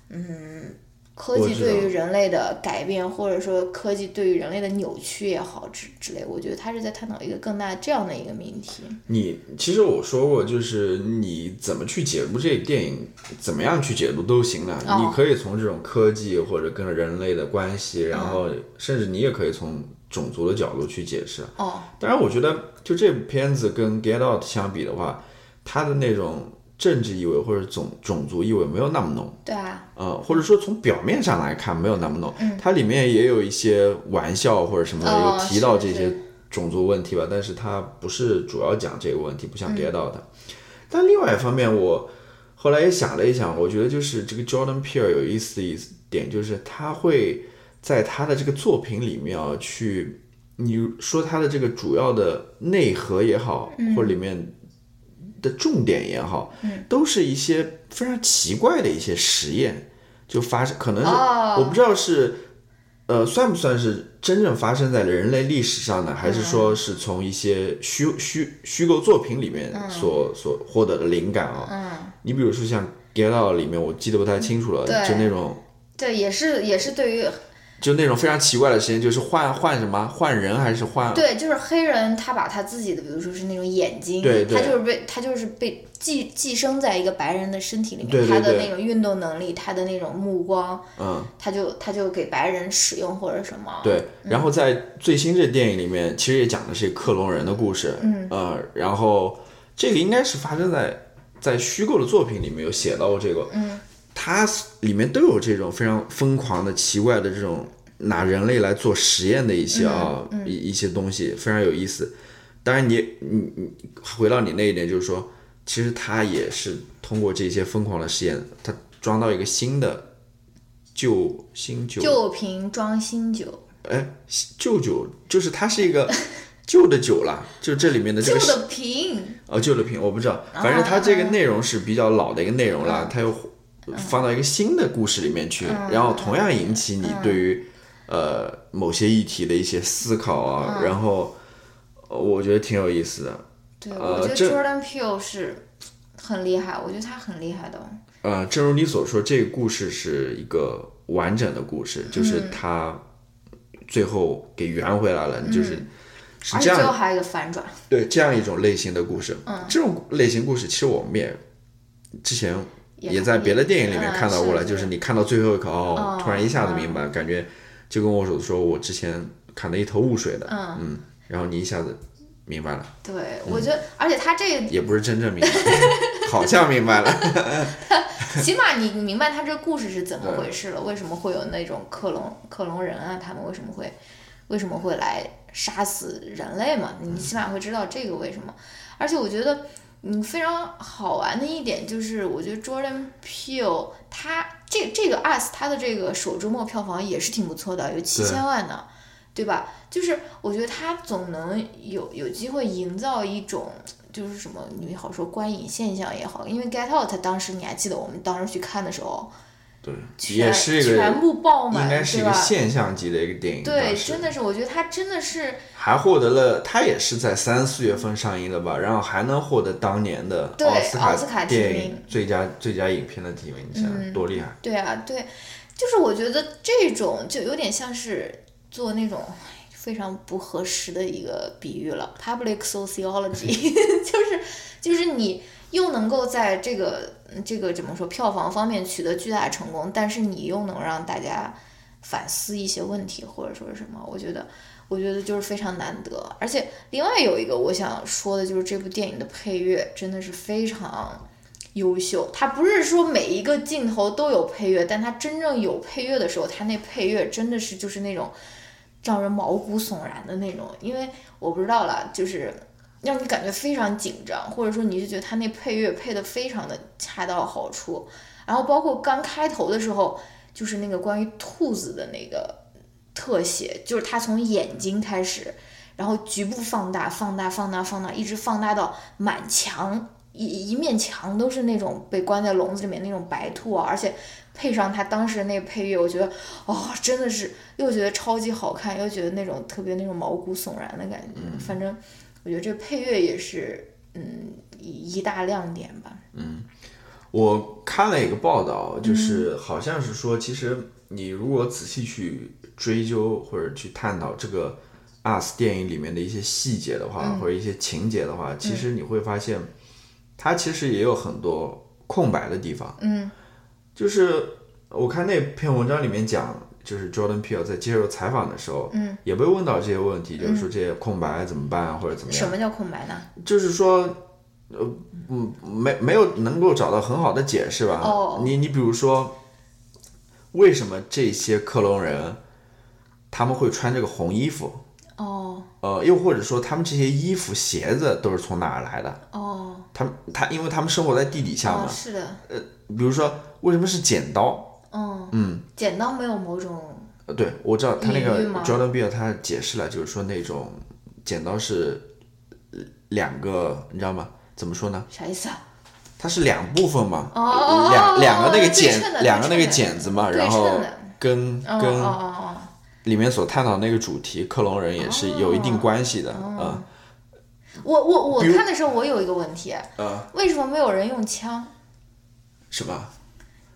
[SPEAKER 3] 嗯，科技对于人类的改变，或者说科技对于人类的扭曲也好之之类。我觉得他是在探讨一个更大这样的一个命题。
[SPEAKER 2] 你其实我说过，就是你怎么去解读这电影，怎么样去解读都行的。
[SPEAKER 3] 哦
[SPEAKER 2] 你可以从这种科技或者跟人类的关系，
[SPEAKER 3] 嗯
[SPEAKER 2] 然后甚至你也可以从种族的角度去解释。
[SPEAKER 3] 哦，
[SPEAKER 2] 当然，我觉得就这部片子跟《Get Out》相比的话，它的那种政治意味或者种种族意味没有那么浓，
[SPEAKER 3] 对啊，
[SPEAKER 2] 呃，或者说从表面上来看没有那么浓。它里面也有一些玩笑或者什么的，
[SPEAKER 3] 嗯哦
[SPEAKER 2] 有提到
[SPEAKER 3] 是
[SPEAKER 2] 这
[SPEAKER 3] 是
[SPEAKER 2] 些种族问题吧，但是它不是主要讲这个问题，不像《Get Out》但
[SPEAKER 3] 嗯
[SPEAKER 2] 另外一方面，我后来也想了一想，我觉得就是这个 Jordan Peele 有意思的一点，就是他会在他的这个作品里面啊，去你说他的这个主要的内核也好，
[SPEAKER 3] 嗯
[SPEAKER 2] 或者里面的重点也好，都是一些非常奇怪的一些实验，就发生，可能是、
[SPEAKER 3] 哦
[SPEAKER 2] 我不知道是。呃，算不算是真正发生在人类历史上
[SPEAKER 3] 嗯
[SPEAKER 2] 呢？还是说是从一些虚虚虚构作品里面所、所获得的灵感啊、
[SPEAKER 3] 嗯，
[SPEAKER 2] 你比如说像《Get Out》里面，我记得不太清楚了，
[SPEAKER 3] 对
[SPEAKER 2] 就那种
[SPEAKER 3] 对，也是也是对于
[SPEAKER 2] 啊就那种非常奇怪的实验，就是换换什么换人还是换
[SPEAKER 3] 对，就是黑人，他把他自己的，比如说是那种眼睛，
[SPEAKER 2] 对对
[SPEAKER 3] 他就是被他就是被寄寄生在一个白人的身体里面，
[SPEAKER 2] 对对
[SPEAKER 3] 他的
[SPEAKER 2] 对
[SPEAKER 3] 那种运动能力，他的那种目光，
[SPEAKER 2] 嗯
[SPEAKER 3] 他就他就给白人使用或者什么，
[SPEAKER 2] 对。然后在最新这电影里面，其实也讲的是克隆人的故事，嗯呃，然后这个应该是发生在在虚构的作品里面有写到过这个，嗯，它里面都有这种非常疯狂的、奇怪的这种拿人类来做实验的一些啊、一一些东西，非常有意思。当然你，你你回到你那一点，就是说，其实他也是通过这些疯狂的实验，他装到一个新的旧新旧
[SPEAKER 3] 旧瓶装新酒，
[SPEAKER 2] 哎，旧酒就是它 是一个旧的酒啦，就这里面的这
[SPEAKER 3] 旧
[SPEAKER 2] 个是
[SPEAKER 3] 的啊瓶，
[SPEAKER 2] 呃旧的品，我不知道，反正它这个内容是比较老的一个内容
[SPEAKER 3] 啊
[SPEAKER 2] 啦，它又放到一个新的故事里面去，
[SPEAKER 3] 嗯
[SPEAKER 2] 然后同样引起你对于呃某些议题的一些思考啊，
[SPEAKER 3] 嗯
[SPEAKER 2] 然后呃我觉得挺有意思的，
[SPEAKER 3] 对、
[SPEAKER 2] 呃
[SPEAKER 3] 我觉得
[SPEAKER 2] 这
[SPEAKER 3] Jordan Peele 是很厉害，我觉得他很厉害的，哦
[SPEAKER 2] 呃，正如你所说，这个故事是一个完整的故事，
[SPEAKER 3] 嗯
[SPEAKER 2] 就是它最后给圆回来了，就是是
[SPEAKER 3] 而
[SPEAKER 2] 这
[SPEAKER 3] 且
[SPEAKER 2] 样
[SPEAKER 3] 最
[SPEAKER 2] 的
[SPEAKER 3] 后还有一个反转，
[SPEAKER 2] 对这样一种类型的故事，这种类型故事其实我们也之前也在别的电影里面看到过了，
[SPEAKER 3] 嗯
[SPEAKER 2] 就是你看到最后一刻，哦，突然一下子明白，感觉就跟我所说，我之前看得一头雾水的，嗯然后你一下子明白了，
[SPEAKER 3] 对我觉得，而且他 这个
[SPEAKER 2] 也不是真正明白，好像明白了，
[SPEAKER 3] 起码你你明白他这个故事是怎么回事了，为什么会有那种克隆克隆人啊？他们为什么会为什么会来杀死人类嘛，
[SPEAKER 2] 嗯
[SPEAKER 3] 你起码会知道这个为什么。而且我觉得，嗯，非常好玩的一点就是，我觉得 Jordan Peele 他这这个 Us 他的这个首周末票房也是挺不错的，有七千万呢。对吧？就是我觉得他总能有有机会营造一种就是什么，你好说观影现象也好，因为《Get Out》当时你还记得我们当时去看的时候，
[SPEAKER 2] 对，也是一个
[SPEAKER 3] 全部爆满，
[SPEAKER 2] 应该是一个现象级的一个电影。
[SPEAKER 3] 哦对，真的是，我觉得他真的是
[SPEAKER 2] 还获得了，他也是在三四月份上映的吧，然后还能获得当年的
[SPEAKER 3] 奥
[SPEAKER 2] 斯
[SPEAKER 3] 卡
[SPEAKER 2] 电影最佳最佳影片的提名，你想多厉害？
[SPEAKER 3] 对啊，对，就是我觉得这种就有点像是。做那种非常不合时的一个比喻了，public sociology，就是 就是你又能够在这个这个怎么说票房方面取得巨大成功，但是你又能让大家反思一些问题或者说是什么，我觉得我觉得就是非常难得。而且另外有一个我想说的就是这部电影的配乐真的是非常优秀，它不是说每一个镜头都有配乐，但它真正有配乐的时候，它那配乐真的是就是那种。让人毛骨悚然的那种，因为我不知道啦，就是让你感觉非常紧张，或者说你就觉得他那配乐配的非常的恰到好处，然后包括刚开头的时候，就是那个关于兔子的那个特写，就是他从眼睛开始，然后局部放大、放大、放大、放大，一直放大到满墙一一面墙都是那种被关在笼子里面那种白兔啊，而且。配上他当时那配乐，我觉得哦，真的是又觉得超级好看，又觉得那种特别那种毛骨悚然的感觉。嗯、反正我觉得这配乐也是嗯一大亮点吧。
[SPEAKER 2] 嗯，我看了一个报道，
[SPEAKER 3] 嗯
[SPEAKER 2] 就是好像是说，其实你如果仔细去追究或者去探讨这个《US 电影里面的一些细节的话，
[SPEAKER 3] 嗯、
[SPEAKER 2] 或者一些情节的话，其实你会发现，它其实也有很多空白的地方。
[SPEAKER 3] 嗯。
[SPEAKER 2] 就是我看那篇文章里面讲，就是 Jordan Peele 在接受采访的时候，
[SPEAKER 3] 嗯，
[SPEAKER 2] 也被问到这些问题，就是说这些空白怎么办，或者怎么样？
[SPEAKER 3] 什么叫空白呢？
[SPEAKER 2] 就是说，呃，嗯，没没有能够找到很好的解释吧？
[SPEAKER 3] 哦，
[SPEAKER 2] 你你比如说，为什么这些克隆人他们会穿这个红衣服？
[SPEAKER 3] 哦，
[SPEAKER 2] 呃，又或者说他们这些衣服、鞋子都是从哪儿来的？
[SPEAKER 3] 哦，
[SPEAKER 2] 他们他因为他们生活在地底下嘛，
[SPEAKER 3] 哦是的，
[SPEAKER 2] 呃，比如说为什么是剪刀？
[SPEAKER 3] 嗯，
[SPEAKER 2] 嗯，
[SPEAKER 3] 剪刀没有某种
[SPEAKER 2] 呃，对，我知道他那
[SPEAKER 3] 隐喻
[SPEAKER 2] 个
[SPEAKER 3] 吗
[SPEAKER 2] Jordan b e e l 他解释了，就是说那种剪刀是呃两个，你知道吗？怎么说呢？
[SPEAKER 3] 啥意思啊？
[SPEAKER 2] 它是两部分嘛，
[SPEAKER 3] 哦
[SPEAKER 2] 两两个那
[SPEAKER 3] 对
[SPEAKER 2] 个
[SPEAKER 3] 称的
[SPEAKER 2] 剪，
[SPEAKER 3] 对
[SPEAKER 2] 两个那个
[SPEAKER 3] 称的
[SPEAKER 2] 剪子嘛，
[SPEAKER 3] 对
[SPEAKER 2] 然后
[SPEAKER 3] 称的
[SPEAKER 2] 跟
[SPEAKER 3] 哦哦
[SPEAKER 2] 跟
[SPEAKER 3] 哦哦，
[SPEAKER 2] 里面所探讨那个主题克隆人也是有一定关系的，
[SPEAKER 3] 哦
[SPEAKER 2] 嗯
[SPEAKER 3] 我我我
[SPEAKER 2] 比如
[SPEAKER 3] 看的时候我有一个问题，
[SPEAKER 2] 呃，
[SPEAKER 3] 为什么没有人用枪？
[SPEAKER 2] 是吧？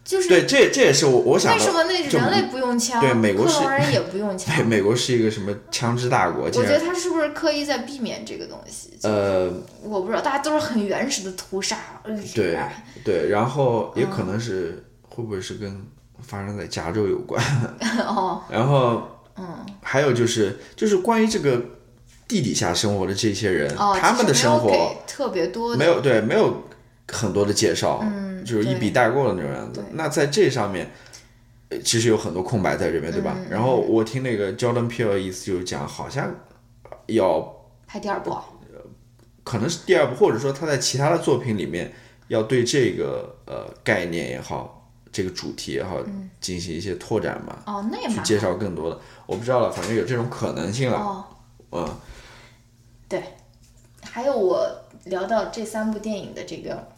[SPEAKER 3] 就是
[SPEAKER 2] 对，这这也是我我想
[SPEAKER 3] 为
[SPEAKER 2] 的，
[SPEAKER 3] 什么那
[SPEAKER 2] 就
[SPEAKER 3] 人类不用枪，
[SPEAKER 2] 对美国
[SPEAKER 3] 克
[SPEAKER 2] 是
[SPEAKER 3] 隆人也不用 枪
[SPEAKER 2] 美？美国是一个什么枪支大国？
[SPEAKER 3] 我
[SPEAKER 2] 竟
[SPEAKER 3] 觉得
[SPEAKER 2] 然
[SPEAKER 3] 他是不是刻意在避免这个东西？就
[SPEAKER 2] 呃，
[SPEAKER 3] 我不知道，大家都是很原始的屠杀。呃
[SPEAKER 2] 对对，然后也
[SPEAKER 3] 嗯
[SPEAKER 2] 可能是、会不会是跟发生在加州有关？
[SPEAKER 3] 哦，
[SPEAKER 2] 然后，嗯，还有就是就是关于这个地底下生活的这些人，
[SPEAKER 3] 哦，
[SPEAKER 2] 他们的
[SPEAKER 3] 其实没
[SPEAKER 2] 生
[SPEAKER 3] 有
[SPEAKER 2] 活
[SPEAKER 3] 给特别多的，
[SPEAKER 2] 没有对没有很多的介绍，
[SPEAKER 3] 嗯
[SPEAKER 2] 就是
[SPEAKER 3] 对
[SPEAKER 2] 一笔带过的那种样子
[SPEAKER 3] 对。
[SPEAKER 2] 那在这上面。呃其实有很多空白在这边，对
[SPEAKER 3] 嗯
[SPEAKER 2] 吧？然后我听那个 Jordan Peele 的意思就是讲，好像要
[SPEAKER 3] 拍第二部。啊
[SPEAKER 2] 可能是第二部，或者说他在其他的作品里面要对这个呃概念也好，这个主题也好，进行一些拓展嘛，
[SPEAKER 3] 哦，嗯那也
[SPEAKER 2] 去
[SPEAKER 3] 蛮
[SPEAKER 2] 介绍更多的。我不知道了，反正有这种可能性了。
[SPEAKER 3] 哦。
[SPEAKER 2] 嗯，
[SPEAKER 3] 对，还有我聊到这三部电影的这个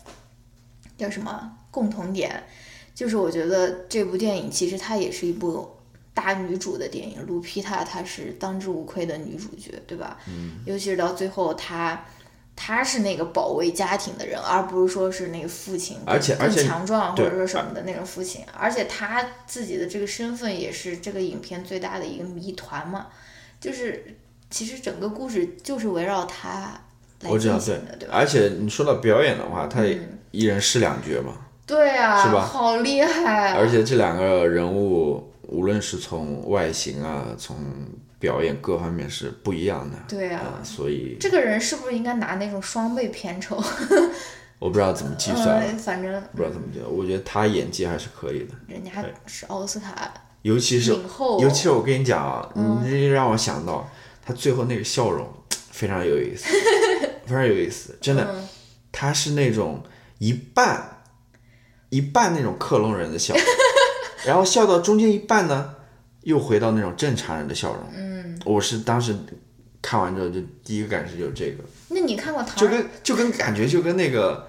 [SPEAKER 3] 叫什么共同点，就是我觉得这部电影其实它也是一部大女主的电影，卢皮塔她是当之无愧的女主角，对吧？嗯，尤其是到最后她。她是那个保卫家庭的人，而不是说是那个父亲更，
[SPEAKER 2] 而且而
[SPEAKER 3] 更
[SPEAKER 2] 且
[SPEAKER 3] 强壮啊或
[SPEAKER 2] 对
[SPEAKER 3] 者说什么的那种父亲，而且她自己的这个身份也是这个影片最大的一个谜团嘛，就是其实整个故事就是围绕他来
[SPEAKER 2] 我知道，
[SPEAKER 3] 进
[SPEAKER 2] 哦对
[SPEAKER 3] 行的，对吧？嗯
[SPEAKER 2] 而且你说到表演的话，他也一人饰两角嘛，
[SPEAKER 3] 对啊，
[SPEAKER 2] 是吧
[SPEAKER 3] 好厉害啊！
[SPEAKER 2] 而且这两个人物，无论是从外形啊，从表演各方面是不一样的。
[SPEAKER 3] 对啊
[SPEAKER 2] 啊、所以
[SPEAKER 3] 这个人是不是应该拿那种双倍片酬？
[SPEAKER 2] 我不知道怎么计算，
[SPEAKER 3] 嗯，反正
[SPEAKER 2] 不知道怎么计算，我觉得他演技还是可以的。
[SPEAKER 3] 人家是奥斯卡
[SPEAKER 2] 尤其是
[SPEAKER 3] 影后
[SPEAKER 2] 尤其是我跟你讲啊，你这让我想到他最后那个笑容非常有意思，非常有意思，真的，他是那种一半一半那种克隆人的笑，然后笑到中间一半呢，又回到那种正常人的笑容。嗯，我是当时看完之后就第一个感受就是这个，
[SPEAKER 3] 那你看过唐
[SPEAKER 2] 就
[SPEAKER 3] 人
[SPEAKER 2] 跟就跟感觉就跟那个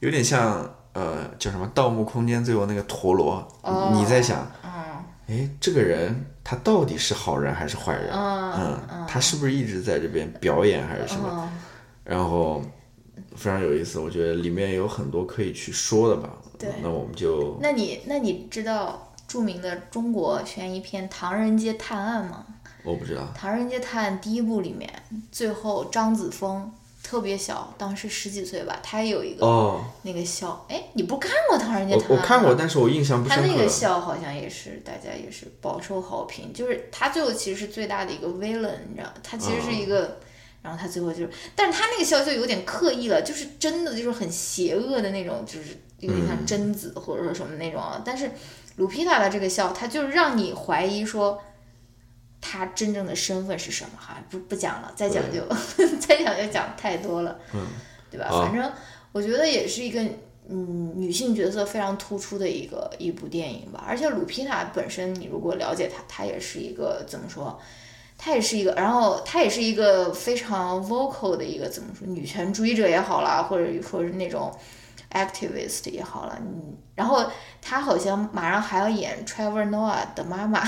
[SPEAKER 2] 有点像呃叫什么《盗墓空间》最后那个陀螺，
[SPEAKER 3] 哦
[SPEAKER 2] 你在想，哎，这个人他到底是好人还是坏人？
[SPEAKER 3] 嗯
[SPEAKER 2] 嗯，他是不是一直在这边表演还是什么？
[SPEAKER 3] 嗯
[SPEAKER 2] 然后非常有意思，我觉得里面有很多可以去说的吧。
[SPEAKER 3] 对
[SPEAKER 2] 那我们就
[SPEAKER 3] 那你那你知道著名的中国悬疑片《唐人街探案》吗？
[SPEAKER 2] 我不知道
[SPEAKER 3] 《唐人街探案》第一部里面，最后张子枫特别小，当时十几岁吧，他也有一个、
[SPEAKER 2] 哦，
[SPEAKER 3] 那个笑。哎，你不看过《唐人街探案》
[SPEAKER 2] 我我
[SPEAKER 3] 吗
[SPEAKER 2] 看过，但是我印象不
[SPEAKER 3] 他
[SPEAKER 2] 深
[SPEAKER 3] 那个
[SPEAKER 2] 刻。
[SPEAKER 3] 笑好像也是大家也是饱受好评，就是他最后其实是最大的一个 villain，你知道，他其实是
[SPEAKER 2] 嗯
[SPEAKER 3] 一个，然后他最后就是，但是他那个笑就有点刻意了，就是真的就是很邪恶的那种，就是有点
[SPEAKER 2] 嗯
[SPEAKER 3] 像贞子或者说什么那种啊。但是鲁皮塔的这个笑，他就是让你怀疑说。他真正的身份是什么？哈，不不讲了，再讲就 再讲就讲太多了，嗯，对吧？
[SPEAKER 2] 好
[SPEAKER 3] 反正我觉得也是一个嗯，女性角色非常突出的一个一部电影吧。而且鲁皮塔本身，你如果了解她，她也是一个怎么说？她也是一个，然后她也是一个非常 vocal 的一个怎么说，女权主义者也好啦，或者说是那种 activist 也好了。嗯，然后她好像马上还要演 Trevor Noah 的妈 妈，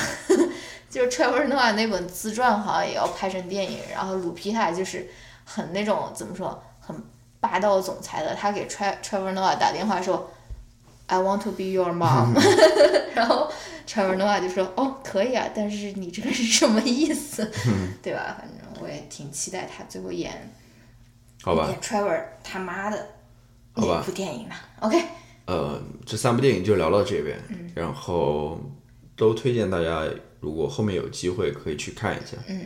[SPEAKER 3] 就是 Trevor Noah 那本自传好像也要拍成电影。然后鲁皮塔就是很那种怎么说，很霸道总裁的，他给 Tra- Trevor Noah 打电话说，I want to be your mom，然后 Trevor Noah 就说，哦，可以啊，但是你这个是什么意 思，对吧？反正我也挺期待他最后演
[SPEAKER 2] 好吧
[SPEAKER 3] 演，Trevor 他妈的
[SPEAKER 2] 好吧
[SPEAKER 3] 一部电影了。OK，
[SPEAKER 2] 呃，这三部电影就聊到这边，然后都推荐大家，如果后面有机会可以去看一下，嗯，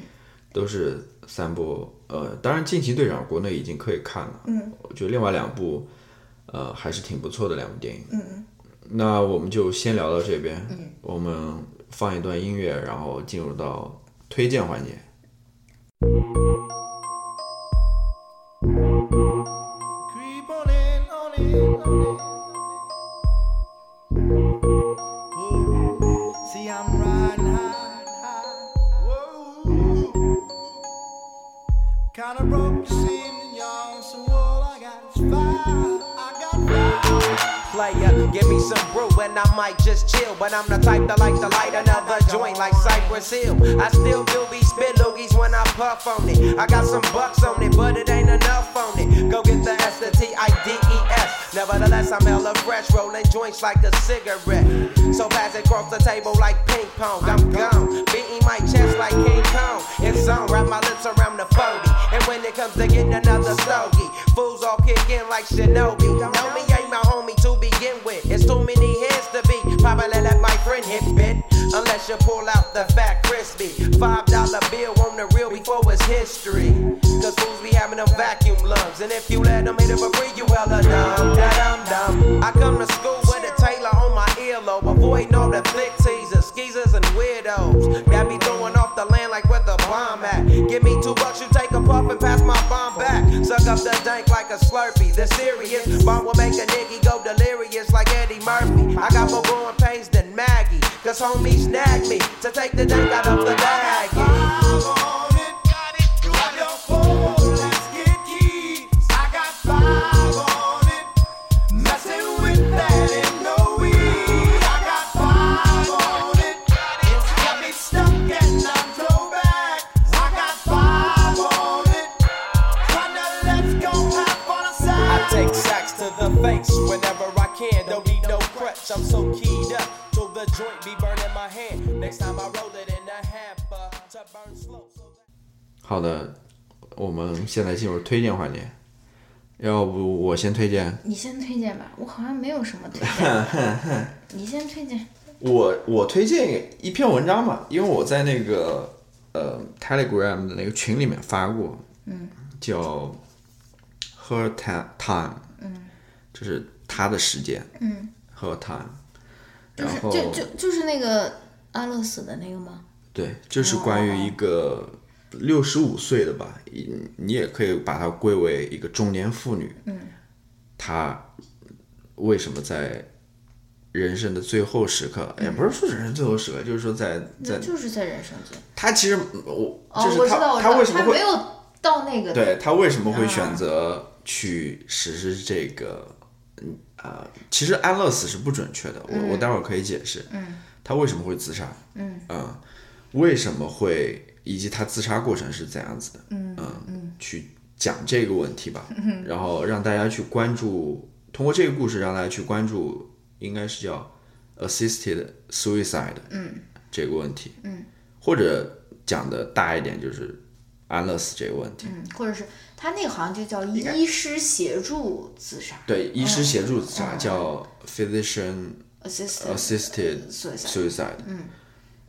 [SPEAKER 2] 都是三部，呃，当然《惊奇队长》国内已经可以看了，嗯，我觉得另外两部，呃，还是挺不错的两部电影，嗯，那我们就先聊到这边，嗯，我们放一段音乐，然后进入到推荐环节，
[SPEAKER 4] Creep on in, on in, on in. Ooh, see, I'm riding high, high. Whoa, kinda broke this evening, y'all. So all I got is fire. I got fire.
[SPEAKER 5] player. Give me some brew and I might just chill. But I'm the type that like to light another joint like Cypress Hill. I still do be spit loogies when I puff on it. I got some bucks on it, but it ain't enough on it. Go get the S, the T, I, D, E, S. Nevertheless, I'm hella fresh, rolling joints like a cigarette. So pass it across the table like ping pong. I'm gone, beating my chest like King Kong. It's on, wrap my lips around the 40. And when it comes to getting another stogie, fools all kick in like Shinobi. Know me, ain't my homie to begin with. It's too many heads to be. Probably let my friend hit bit. Unless you pull out the fat crispy. Five dollar bill on the real before it's history. Cause fools be having them vacuum lungs. And if you let them hit it for free, you hella dumb. Da-dum-dum. I come to school with a Taylor on my earlobe. Avoiding all the flick teasers, skeezers, and weirdos. That be throwing off the land like where the bomb at. Give me two bucks, you take a puff and pass my bomb back. Suck up the dank like a slurpee. The serious bomb will make a nigga go delirious like Eddie Murphy. I got more growing pains than Maggie. Cause homie snagged me to take the dank out of the bag.
[SPEAKER 4] Five on it, got it. Drop your phone, let's get key. I got five on it, messing with that ain't no weed. I got five on it, it's got me stuck and I'm no back. I got five on it, kinda let's go half on a
[SPEAKER 5] I
[SPEAKER 4] side.
[SPEAKER 5] take sacks to the face whenever I can. Don't need no crutch. I'm so keyed up till the joint be burning my hand. Next time I roll it in a hamper to burn slow. So that-
[SPEAKER 2] 好的，我们现在进入推荐环节，要不我先推荐。
[SPEAKER 3] 你先推荐吧，我好像没有什么推荐。 你先推荐，
[SPEAKER 2] 我我推荐一篇文章嘛，因为我在那个呃 Telegram 的那个群里面发过，嗯，叫 Her Ti- Time，嗯，就是她的时间，嗯，Her Time，
[SPEAKER 3] 就
[SPEAKER 2] 然
[SPEAKER 3] 是
[SPEAKER 2] 后
[SPEAKER 3] 就就就是那个安乐死的那个吗？
[SPEAKER 2] 对，这
[SPEAKER 3] 哦
[SPEAKER 2] 是关于一个六十五岁的吧，你你也可以把它归为一个中年妇女。嗯，她为什么在人生的最后时刻，
[SPEAKER 3] 嗯
[SPEAKER 2] 也不是说人生最后时刻，就是说在在
[SPEAKER 3] 那就是在人生最
[SPEAKER 2] 她其实我
[SPEAKER 3] 哦，
[SPEAKER 2] 就
[SPEAKER 3] 我
[SPEAKER 2] 是
[SPEAKER 3] 知道，
[SPEAKER 2] 她
[SPEAKER 3] 我知道，
[SPEAKER 2] 为什么
[SPEAKER 3] 他
[SPEAKER 2] 会
[SPEAKER 3] 没有到那个
[SPEAKER 2] 对她为什么会选择去实施这个？嗯啊、其实安乐死是不准确的，我、我待会儿可以解释。嗯，她为什么会自杀？嗯为什么会以及她自杀过程是怎样子的？嗯去讲这个问题吧，然后让大家去关注，通过这个故事让大家去关注，应该是叫 assisted suicide，嗯，这个问题，嗯，或者讲的大一点就是安乐死这个问题。
[SPEAKER 3] 嗯，或者是他那个好像就叫医师协助自杀
[SPEAKER 2] 对，医师协助自杀叫 physician
[SPEAKER 3] ，assistant
[SPEAKER 2] assisted
[SPEAKER 3] suicide
[SPEAKER 2] suicide。嗯，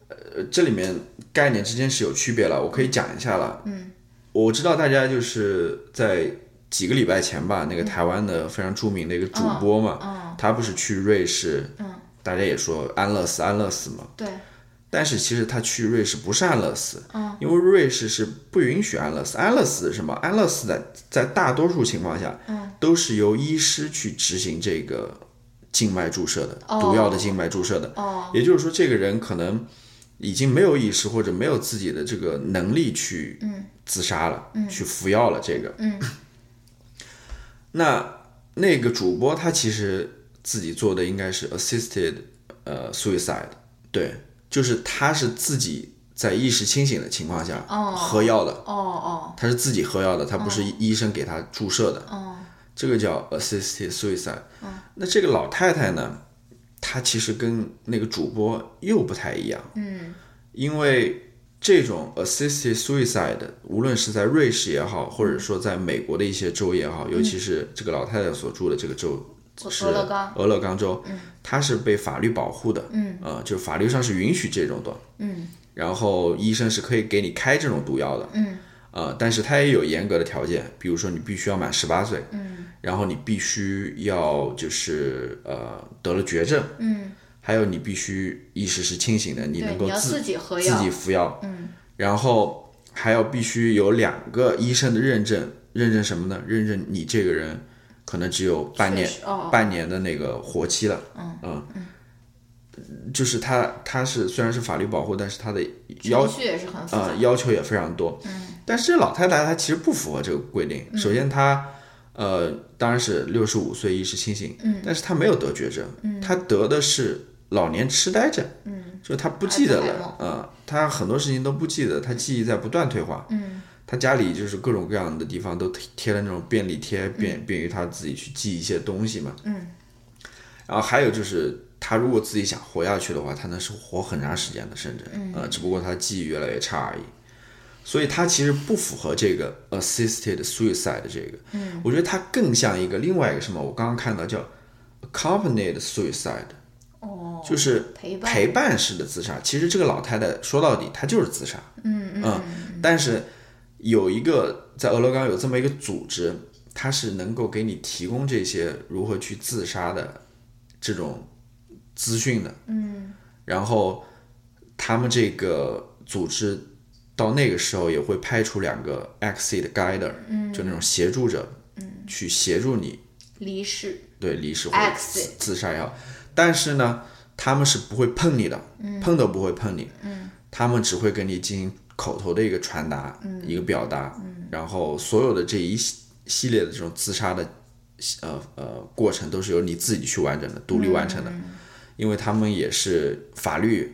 [SPEAKER 2] 呃，这里面概念之间是有区别了，我可以讲一下了。嗯，我知道大家就是在几个礼拜前吧，那个台湾的非常著名的一个主播嘛，他不是去瑞士，大家也说安乐死，安乐死嘛。
[SPEAKER 3] 对，
[SPEAKER 2] 但是其实他去瑞士不是安乐死，因为瑞士是不允许安乐死。安乐死是什么？安乐死在在大多数情况下，都是由医师去执行这个静脉注射的、毒药的静脉注射的。
[SPEAKER 3] 哦
[SPEAKER 2] 也就是说，这个人可能已经没有意识或者没有自己的这个能力去
[SPEAKER 3] 嗯
[SPEAKER 2] 自杀了，去服药了。这个，那那个主播他其实自己做的应该是 assisted 呃 suicide，对，就是他是自己在意识清醒的情况下喝药的，
[SPEAKER 3] 哦哦，
[SPEAKER 2] 他是自己喝药的，他不是医生给他注射的，
[SPEAKER 3] 哦
[SPEAKER 2] 这个叫 assisted suicide。那
[SPEAKER 3] 嗯
[SPEAKER 2] 这个老太太呢，她其实跟那个主播又不太一样，
[SPEAKER 3] 嗯，
[SPEAKER 2] 因为这种 assisted suicide，无论是在瑞士也好，或者说在美国的一些州也好，尤其是这个老太太所住的这个州
[SPEAKER 3] 俄
[SPEAKER 2] 是
[SPEAKER 3] 俄勒冈嗯
[SPEAKER 2] 俄勒冈州，它是被法律保护的，嗯，呃，就是法律上是允许这种的，嗯，然后医生是可以给你开这种毒药的，嗯，呃，但是它也有严格的条件，比如说你必须要满十八岁，嗯，然后你必须要就是呃得了绝症，嗯，还有你必须意识是清醒的，你
[SPEAKER 3] 对
[SPEAKER 2] 能够
[SPEAKER 3] 你要自己喝
[SPEAKER 2] 自
[SPEAKER 3] 药
[SPEAKER 2] 己服药，嗯，然后还要必须有两个医生的认证，认证什么呢？认证你这个人可能只有半年
[SPEAKER 3] 确实哦，
[SPEAKER 2] 半年的那个活期了，嗯
[SPEAKER 3] 嗯
[SPEAKER 2] 就是他他是虽然是法律保护，但是他的要
[SPEAKER 3] 程序也是很复杂
[SPEAKER 2] 呃，要求也非常多。
[SPEAKER 3] 嗯
[SPEAKER 2] 但是老太太她其实不符合这个规定。首先她呃当然是六十五岁意识清醒，
[SPEAKER 3] 嗯
[SPEAKER 2] 但是她没有得绝症，她得的是老年痴呆症，就是她不记
[SPEAKER 3] 嗯
[SPEAKER 2] 得
[SPEAKER 3] 阿兹海默
[SPEAKER 2] 了，呃，她很多事情都不记得，她记忆在不断退化，
[SPEAKER 3] 嗯
[SPEAKER 2] 她家里就是各种各样的地方都贴贴了那种便利贴，
[SPEAKER 3] 嗯
[SPEAKER 2] 便便于她自己去记一些东西嘛，然后还有就是，他如果自己想活下去的话，他能是活很长时间的，甚至，
[SPEAKER 3] 嗯
[SPEAKER 2] 呃，只不过他记忆越来越差而已。所以他其实不符合这个 assisted suicide 这个，嗯，我觉得它更像一个另外一个什么，我刚刚看到叫 accompanied suicide，哦，就是
[SPEAKER 3] 陪伴
[SPEAKER 2] 陪伴式的自杀。其实这个老太太说到底，她就是自杀，嗯但是有一个在俄勒冈有这么一个组织，它是能够给你提供这些如何去自杀的这种资讯的，嗯，然后他们这个组织到那个时候也会派出两个 exit guider，、就那种协助者，去协助你
[SPEAKER 3] 离世，
[SPEAKER 2] 对离世或者
[SPEAKER 3] Exit
[SPEAKER 2] 自自杀也好，但是呢，他们是不会碰你的，碰都不会碰你，他们只会跟你进行口头的一个传达，一个表达，然后所有的这一系系列的这种自杀的呃呃过程都是由你自己去完成的，独立完成的，因为他们也是法律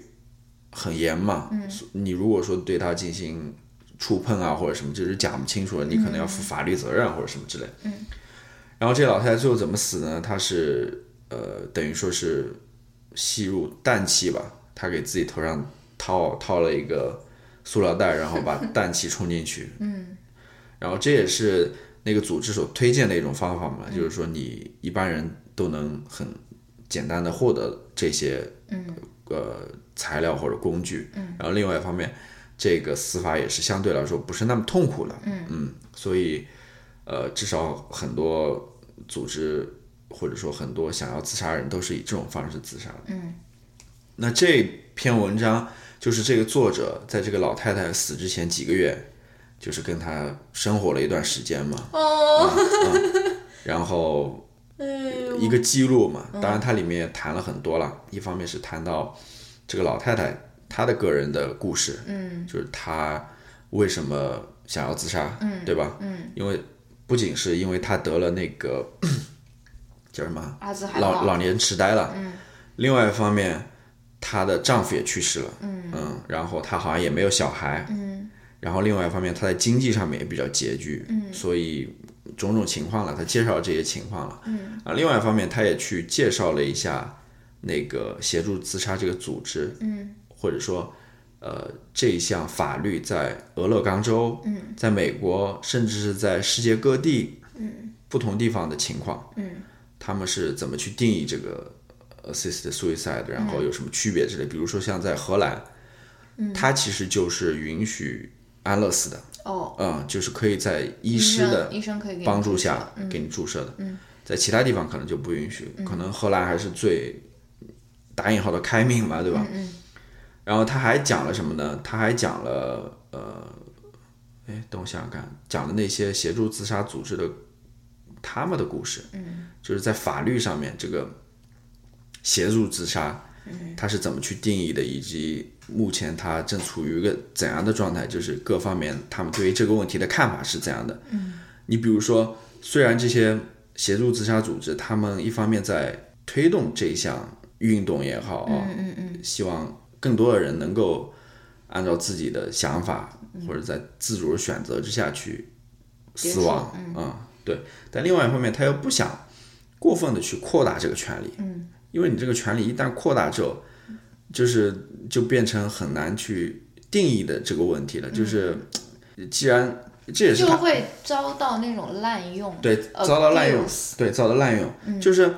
[SPEAKER 2] 很严嘛，所你如果说对他进行触碰啊或者什么，就是讲不清楚了，你可能要负法律责任或者什么之类的。然后这老太太最后怎么死的呢？她是呃，等于说是吸入氮气吧，她给自己头上套套了一个塑料袋，然后 把氮气充进去。嗯，然后这也是那个组织所推荐的一种方法嘛，就是说你一般人都能很简单的获得这些嗯呃材料或者工具。嗯，然后另外一方面，这个死法也是相对来说不是那么痛苦的。嗯嗯，所以。呃，至少很多组织或者说很多想要自杀的人都是以这种方式自杀的。那这篇文章就是这个作者在这个老太太死之前几个月，就是跟她生活了一段时间嘛，啊
[SPEAKER 3] 哦，
[SPEAKER 2] 然后一个记录嘛。当然，它里面也谈了很多了，一方面是谈到这个老太太她的个人的故事，嗯，就是她为什么想要自杀，嗯，对吧？嗯，因为不仅是因为她得了那个 叫什么啊
[SPEAKER 3] 阿兹海默
[SPEAKER 2] 老老年痴呆了，嗯，另外一方面，她的丈夫也去世了，嗯然后她好像也没有小孩，嗯，然后另外一方面，她在经济上面也比较拮据，嗯，所以种种情况了，她介绍这些情况了，嗯，啊，另外一方面，她也去介绍了一下那个协助自杀这个组织，嗯，或者说。呃，这一项法律在俄勒冈州，嗯，在美国，甚至是在世界各地，嗯，不同地方的情况，
[SPEAKER 3] 嗯
[SPEAKER 2] 他们是怎么去定义这个 assist suicide，然
[SPEAKER 3] 嗯
[SPEAKER 2] 后有什么区别之类。比如说像在荷兰，它其实就是允许安乐死的，
[SPEAKER 3] 哦，
[SPEAKER 2] 嗯，就是可以在医
[SPEAKER 3] 医
[SPEAKER 2] 师的
[SPEAKER 3] 生医生可以给你
[SPEAKER 2] 帮助
[SPEAKER 3] 注
[SPEAKER 2] 下
[SPEAKER 3] 射嗯嗯
[SPEAKER 2] 给你注射的，在其他地方可能就不允许，可能荷兰还是最打引号的开明嘛，对吧？
[SPEAKER 3] 嗯
[SPEAKER 2] 然后他还讲了什么呢？他还讲了呃，哎，等我想想看，讲了那些协助自杀组织的他们的故事，嗯，就是在法律上面这个协助自杀，
[SPEAKER 3] 嗯
[SPEAKER 2] 它是怎么去定义的，以及目前它正处于一个怎样的状态，就是各方面他们对于这个问题的看法是怎样的。嗯，你比如说，虽然这些协助自杀组织，他们一方面在推动这项运动也好啊，嗯嗯希望更多的人能够按照自己的想法、或者在自主的选择之下去死亡，嗯对。但另外一方面，他又不想过分的去扩大这个权利，嗯，因为你这个权利一旦扩大之后，就是就变成很难去定义的这个问题了。就是既然这也是
[SPEAKER 3] 就
[SPEAKER 2] 他
[SPEAKER 3] 会遭到那种滥用，
[SPEAKER 2] 对遭到滥用
[SPEAKER 3] abuse，
[SPEAKER 2] 对遭到滥用，就是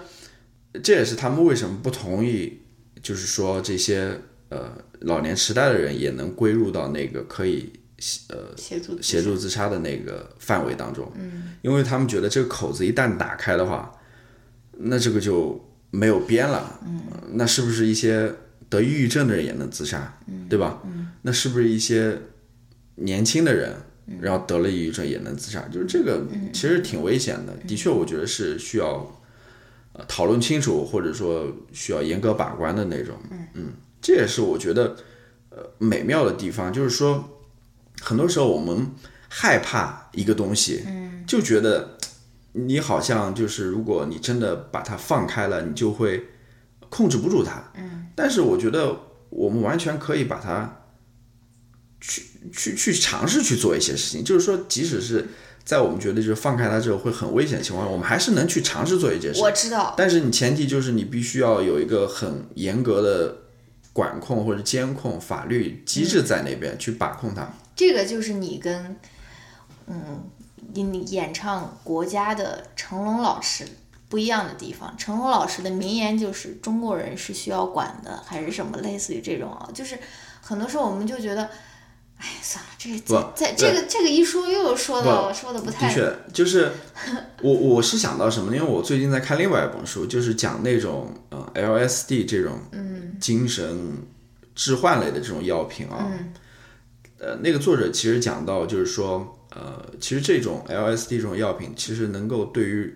[SPEAKER 2] 这也是他们为什么不同意，就是说这些呃老年痴呆的人也能归入到那个可以
[SPEAKER 3] 协助
[SPEAKER 2] 协助自杀的那个范围当中，嗯，因为他们觉得这个口子一旦打开的话，那这个就没有边了，嗯，那是不是一些得抑郁症的人也能自杀，嗯，对吧？嗯，那是不是一些年轻的人，然后得了抑郁症也能自杀？就是这个其实挺危险的，的确，我觉得是需要呃讨论清楚，或者说需要严格把关的那种，嗯这也是我觉得呃美妙的地方，就是说。很多时候我们害怕一个东西，就觉得嘖你好像就是，如果你真的把它放开了，你就会控制不住它。但是我觉得我们完全可以把它去去去尝试去做一些事情，就是说，即使是在我们觉得就是放开它之后会很危险的情况下，我们还是能去尝试做一件事情
[SPEAKER 3] 我。知道，
[SPEAKER 2] 但是你前提就是你必须要有一个很严格的管控或者监控法律机制在那边、去把控它。
[SPEAKER 3] 这个就是你跟嗯你你演唱国家的成龙老师不一样的地方。成龙老师的名言就是“中国人是需要管的”，还是什么类似于这种啊？就是很多时候我们就觉得，哎，算了，这
[SPEAKER 2] 不
[SPEAKER 3] 这在这个这个一说又有说
[SPEAKER 2] 不
[SPEAKER 3] 到说的不
[SPEAKER 2] 的
[SPEAKER 3] 太
[SPEAKER 2] 确，就是我我是想到什么呢？因为我最近在看另外一本书，就是讲那种呃 LSD 这种嗯精神置换类的这种药品啊。呃，那个作者其实讲到，就是说，呃，其实这种 LSD 这种药品，其实能够对于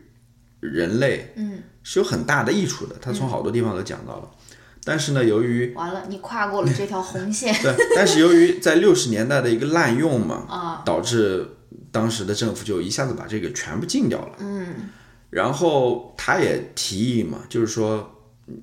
[SPEAKER 2] 人类，嗯，是有很大的益处的。他从好多地方都讲到了，但是呢，由于
[SPEAKER 3] 完了，你跨过了这条红线
[SPEAKER 2] 对，但是由于在六十年代的一个滥用嘛，
[SPEAKER 3] 啊
[SPEAKER 2] 导致当时的政府就一下子把这个全部禁掉了。嗯，然后他也提议嘛，就是说，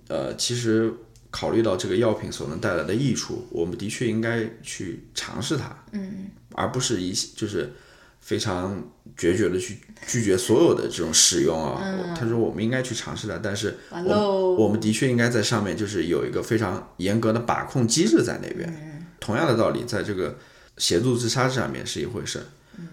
[SPEAKER 2] 呃，其实考虑到这个药品所能带来的益处，我们的确应该去尝试它。嗯，而不是一就是非常决绝的去拒绝所有的这种使用啊。他说我们应该去尝试它，但是
[SPEAKER 3] 嗯
[SPEAKER 2] 我
[SPEAKER 3] 完
[SPEAKER 2] 们
[SPEAKER 3] 喽
[SPEAKER 2] 我们的确应该在上面就是有一个非常严格的把控机制在那边。
[SPEAKER 3] 嗯
[SPEAKER 2] 同样的道理，在这个协助自杀上面是一回事。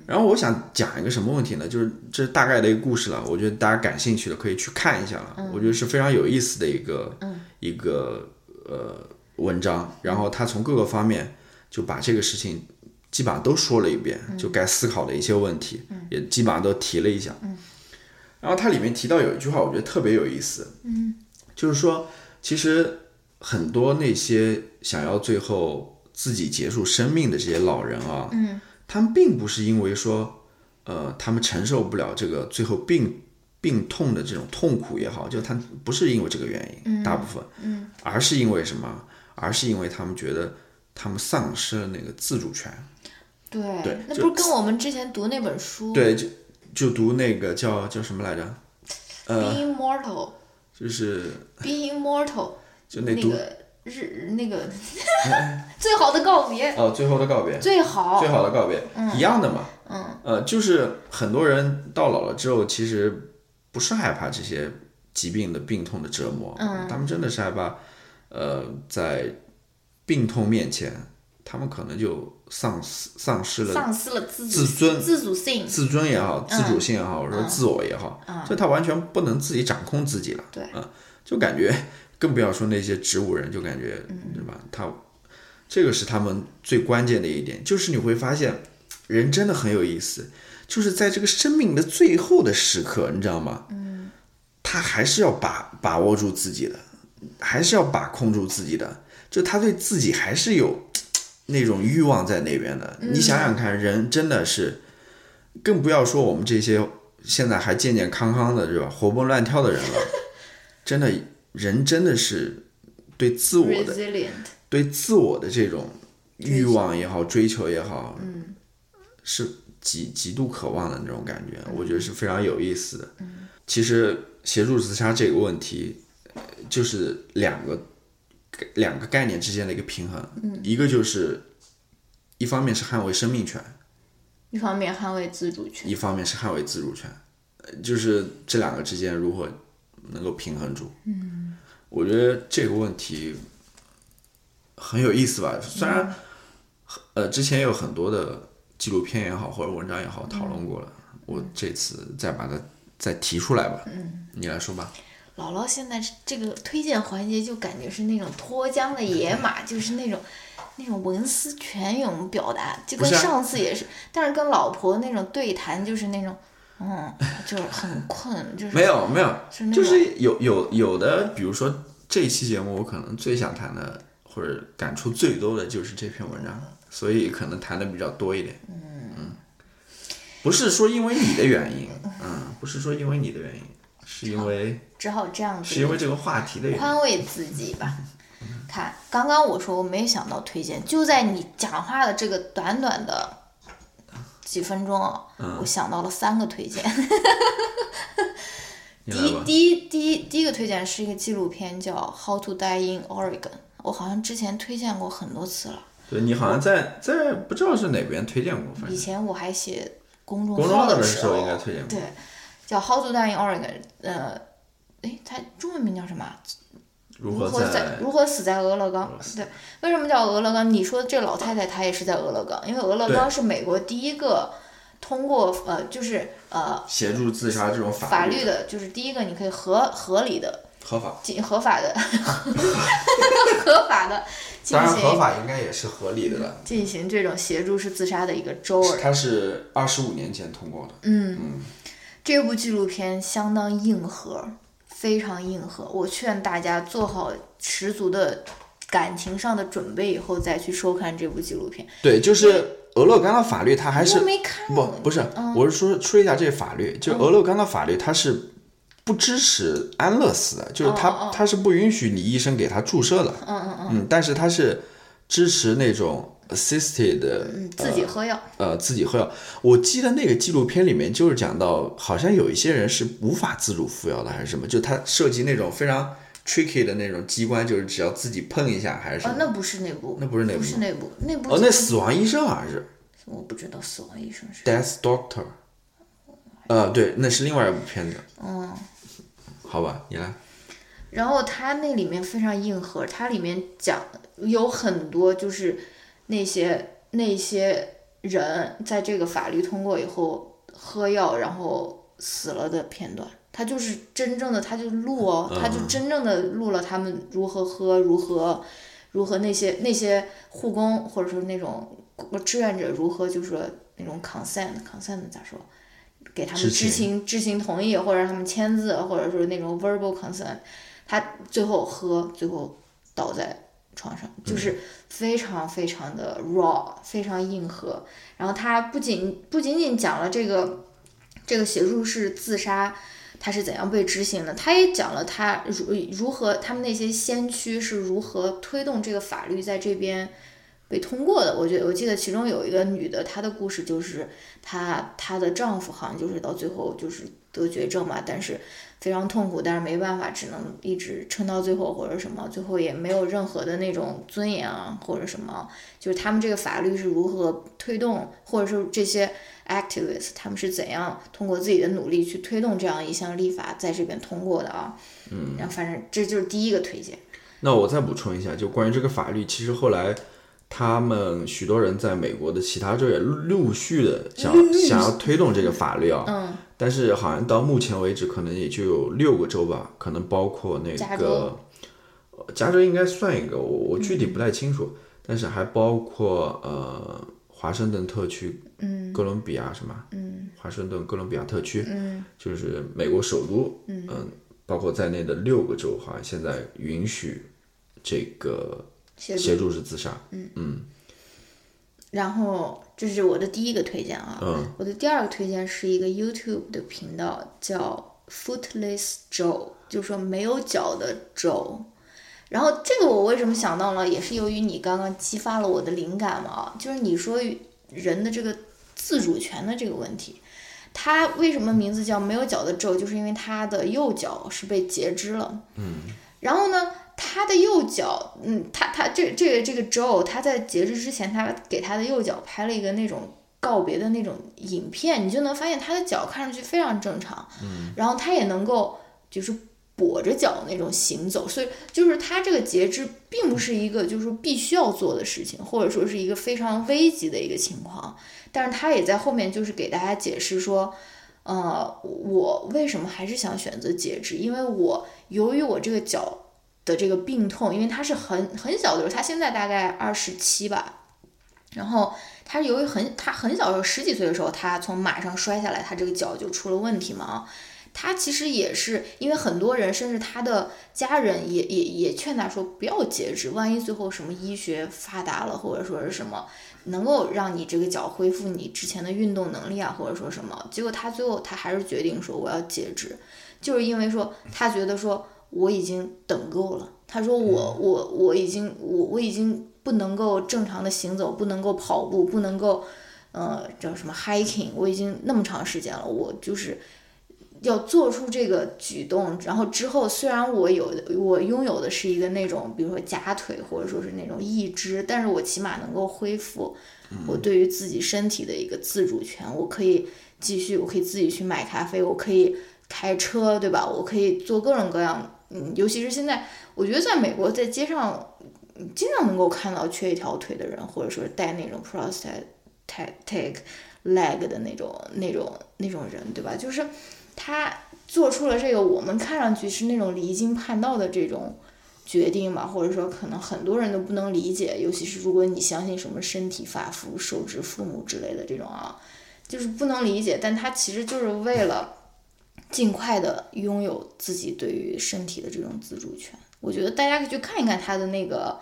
[SPEAKER 2] 然后我想讲一个什么问题呢？就是这大概的一个故事了，我觉得大家感兴趣的可以去看一下了，我觉得是非常有意思的一个、一个呃文章。然后他从各个方面就把这个事情基本上都说了一遍，就该思考的一些问题、也基本上都提了一下。然后它里面提到有一句话，我觉得特别有意思，嗯，就是说其实很多那些想要最后自己结束生命的这些老人啊，嗯，他们并不是因为说，呃，他们承受不了这个最后病病痛的这种痛苦也好，就他们不是因为这个原因，大部分，嗯，而是因为什么？而是因为他们觉得他们丧失了那个自主权，
[SPEAKER 3] 对，
[SPEAKER 2] 对
[SPEAKER 3] 那
[SPEAKER 2] 就
[SPEAKER 3] 不是跟我们之前读那本书
[SPEAKER 2] 对，就就读那个叫叫什么来着？
[SPEAKER 3] Being Mortal》
[SPEAKER 2] 就是
[SPEAKER 3] ，Being Mortal
[SPEAKER 2] 就那
[SPEAKER 3] 那
[SPEAKER 2] 读、
[SPEAKER 3] 个日那个 最好的告别，
[SPEAKER 2] 哦，最后的告别，
[SPEAKER 3] 最好
[SPEAKER 2] 最好的告别，一样的嘛。嗯，呃，就是很多人到老了之后，其实不是害怕这些疾病的病痛的折磨，嗯，他们真的是害怕，呃，在病痛面前，他们可能就丧失丧失了
[SPEAKER 3] 丧失了自主
[SPEAKER 2] 自尊
[SPEAKER 3] 自主性，嗯
[SPEAKER 2] 自尊也好，自主性也好，或者说自我也好，就他完全不能自己掌控自己了。
[SPEAKER 3] 对
[SPEAKER 2] 嗯，就感觉更不要说那些植物人，就感觉
[SPEAKER 3] 嗯
[SPEAKER 2] 对吧？他这个是他们最关键的一点，就是你会发现人真的很有意思，就是在这个生命的最后的时刻，你知道吗？嗯，他还是要把把握住自己的，还是要把控住自己的，就他对自己还是有。那种欲望在那边的，你想想看，人真的是，更不要说我们这些现在还健健康康的，对吧？活蹦乱跳的人了，真的，人真的是对自我的
[SPEAKER 3] resilient，
[SPEAKER 2] 对自我的这种欲望也好，追求也好，嗯，是极极度渴望的那种感觉，我觉得是非常有意思的。其实协助自杀这个问题，呃就是两个两个概念之间的一个平衡，一个就是一方面是捍卫生命权，
[SPEAKER 3] 一方面捍卫自主权，
[SPEAKER 2] 一方面是捍卫自主权，呃就是这两个之间如何能够平衡住。嗯，我觉得这个问题很有意思吧。虽然、呃之前有很多的纪录片也好或者文章也好讨论过了，我这次再把它再提出来吧。嗯，你来说吧。
[SPEAKER 3] 姥姥现在是这个推荐环节就感觉是那种脱缰的野马，就是那种那种文思泉涌表达，就跟
[SPEAKER 2] 不是啊
[SPEAKER 3] 上次也是，但是跟老婆那种对谈就是那种，嗯，就是很困，就是
[SPEAKER 2] 没有没有，
[SPEAKER 3] 是那
[SPEAKER 2] 就
[SPEAKER 3] 种
[SPEAKER 2] 是有有有的，比如说这一期节目，我可能最想谈的或者感触最多的就是这篇文章，所以可能谈的比较多一点。嗯不是说因为你的原因，嗯，不是说因为你的原因，是因为
[SPEAKER 3] 只好这样子，
[SPEAKER 2] 是因为这个话题的原因。
[SPEAKER 3] 宽慰自己吧。看，刚刚我说我没有想到推荐，就在你讲话的这个短短的几分钟啊，
[SPEAKER 2] 嗯
[SPEAKER 3] 我想到了三个推 荐。
[SPEAKER 2] 你
[SPEAKER 3] 第
[SPEAKER 2] 来
[SPEAKER 3] 一
[SPEAKER 2] 吧，
[SPEAKER 3] 第一第一第一个推荐是一个纪录片，叫《How to Die in Oregon》，我好像之前推荐过很多次了。
[SPEAKER 2] 对你好像在在不知道是哪边推荐过，反
[SPEAKER 3] 以
[SPEAKER 2] 正
[SPEAKER 3] 前我还写公众
[SPEAKER 2] 嗯公众
[SPEAKER 3] 号
[SPEAKER 2] 号
[SPEAKER 3] 的
[SPEAKER 2] 的
[SPEAKER 3] 时
[SPEAKER 2] 时
[SPEAKER 3] 候
[SPEAKER 2] 候应该推荐过
[SPEAKER 3] 对，叫《How to Die in Oregon》，呃，诶，它中文名叫什么啊？
[SPEAKER 2] 如
[SPEAKER 3] 如
[SPEAKER 2] 何
[SPEAKER 3] 何
[SPEAKER 2] 在嗯
[SPEAKER 3] 如何死在俄勒冈？对，为什么叫俄勒冈？你说这老太太她也是在俄勒冈，因为俄勒冈
[SPEAKER 2] 对
[SPEAKER 3] 是美国第一个通过呃，就是呃
[SPEAKER 2] 协助自杀这种法
[SPEAKER 3] 法律的，
[SPEAKER 2] 的
[SPEAKER 3] 就是第一个你可以合合理的、
[SPEAKER 2] 合法，
[SPEAKER 3] 进合法 的、合法的进
[SPEAKER 2] 当然合
[SPEAKER 3] 行
[SPEAKER 2] 法应该也是合理的了。
[SPEAKER 3] 进行这种协助式自杀的一个州而已。
[SPEAKER 2] 它是二十五年前通过的，
[SPEAKER 3] 嗯这部纪录片相当硬核，非常硬核。我劝大家做好十足的感情上的准备，以后再去收看这部纪录片。
[SPEAKER 2] 对，就是俄勒冈的法律，它还是
[SPEAKER 3] 我没看
[SPEAKER 2] 不
[SPEAKER 3] 过嗯
[SPEAKER 2] 不是，我是说说一下这法律，就俄勒冈的法律，它是不支持安乐死的，就是
[SPEAKER 3] 哦
[SPEAKER 2] 它、它是不允许你医生给他注射的，嗯嗯嗯，但是它是支持那种 assisted，
[SPEAKER 3] 嗯，自己喝药。
[SPEAKER 2] 呃，自己喝药。我记得那个纪录片里面就是讲到，好像有一些人是无法自主服药的，还是什么，就它涉及那种非常 tricky 的那种机关，就是只要自己碰一下还是什
[SPEAKER 3] 哦
[SPEAKER 2] 么，。
[SPEAKER 3] 那不是那部，
[SPEAKER 2] 嗯那不是那部
[SPEAKER 3] 不是那部，那部
[SPEAKER 2] 哦，
[SPEAKER 3] 就
[SPEAKER 2] 那
[SPEAKER 3] 是
[SPEAKER 2] 死亡医生好像是
[SPEAKER 3] 我不知道死亡医生是
[SPEAKER 2] Death Doctor，呃，对，那是另外一部片子。嗯，好吧，你来。
[SPEAKER 3] 然后它那里面非常硬核，它里面讲有很多就是那些那些人在这个法律通过以后喝药然后死了的片段，它就是真正的，它就录哦，它就真正的录了他们如何喝，如何如何那些那些护工或者说那种志愿者如何就是说那种 consent consent 咋说？给他们
[SPEAKER 2] 知
[SPEAKER 3] 知
[SPEAKER 2] 情
[SPEAKER 3] 情知情同意，或者让他们签字，或者说那种 verbal consent，他最后喝，最后倒在床上，就是非常非常的 raw，非常硬核。然后他不仅不仅仅讲了这个这个协助式自杀。他是怎样被执行的？他也讲了他如如何他们那些先驱是如何推动这个法律在这边被通过的。我觉得我记得其中有一个女的，她的故事就是她她的丈夫好像就是到最后就是得绝症嘛，但是非常痛苦，但是没办法，只能一直撑到最后或者什么，最后也没有任何的那种尊严啊或者什么，就是他们这个法律是如何推动，或者是这些 activists 他们是怎样通过自己的努力去推动这样一项立法在这边通过的啊。嗯，然后反正这就是第一个推荐。
[SPEAKER 2] 那我再补充一下，就关于这个法律，其实后来他们许多人在美国的其他州也陆陆续的想想要推动这个法律啊，嗯，但是好像到目前为止，可能也就有六个州吧，可能包括那
[SPEAKER 3] 加
[SPEAKER 2] 个
[SPEAKER 3] 州
[SPEAKER 2] 呃加州应该算一个，我我具体不太清楚，但是还包括呃华盛顿特区，嗯，哥伦比亚什么，嗯，华盛顿哥伦比亚特区，嗯，就是美国首都，嗯包括在内的六个州，好像现在允许这个嗯
[SPEAKER 3] 协助
[SPEAKER 2] 协助式自杀，
[SPEAKER 3] 然后这是我的第一个推荐啊。
[SPEAKER 2] 嗯
[SPEAKER 3] 我的第二个推荐是一个 YouTube 的频道，叫 Footless Joe，就是说没有脚的 Joe。然后这个我为什么想到了，也是由于你刚刚激发了我的灵感嘛啊，就是你说人的这个自主权的这个问题。他为什么名字叫没有脚的 Joe？就是因为他的右脚是被截肢了。然后呢，他的右脚，嗯，他他这这个这个 Joe，他在截肢之前，他给他的右脚拍了一个那种告别的那种影片，你就能发现他的脚看上去非常正常，嗯，然后他也能够就是跛着脚那种行走，所以就是他这个截肢并不是一个就是必须要做的事情，或者说是一个非常危急的一个情况，但是他也在后面就是给大家解释说，呃，我为什么还是想选择截肢？因为我由于我这个脚的这个病痛，因为它是很很小的时候，他现在大概二十七吧，然后他是由于很他很小的时候，十几岁的时候，他从马上摔下来，他这个脚就出了问题嘛啊。他其实也是因为很多人，甚至他的家人也也也劝他说不要截肢，万一最后什么医学发达了，或者说是什么能够让你这个脚恢复你之前的运动能力啊，或者说什么。结果他最后他还是决定说我要截肢，就是因为说他觉得说我已经等够了，他说我我我已经我我已经不能够正常的行走，不能够跑步，不能够呃叫什么 hiking，我已经那么长时间了，我就是。要做出这个举动，然后之后虽然我有的我拥有的是一个那种，比如说假腿或者说是那种义肢，但是我起码能够恢复我对于自己身体的一个自主权，我可以继续，我可以自己去买咖啡，我可以开车，对吧？我可以做各种各样，嗯，尤其是现在，我觉得在美国在街上嗯经常能够看到缺一条腿的人，或者说是带那种 prosthetic leg 的那种那种那种人，对吧？就是。他做出了这个我们看上去是那种离经叛道的这种决定吧，或者说可能很多人都不能理解，尤其是如果你相信什么身体发肤受之父母之类的这种啊，就是不能理解。但他其实就是为了尽快的拥有自己对于身体的这种自主权。我觉得大家可以去看一看他的那个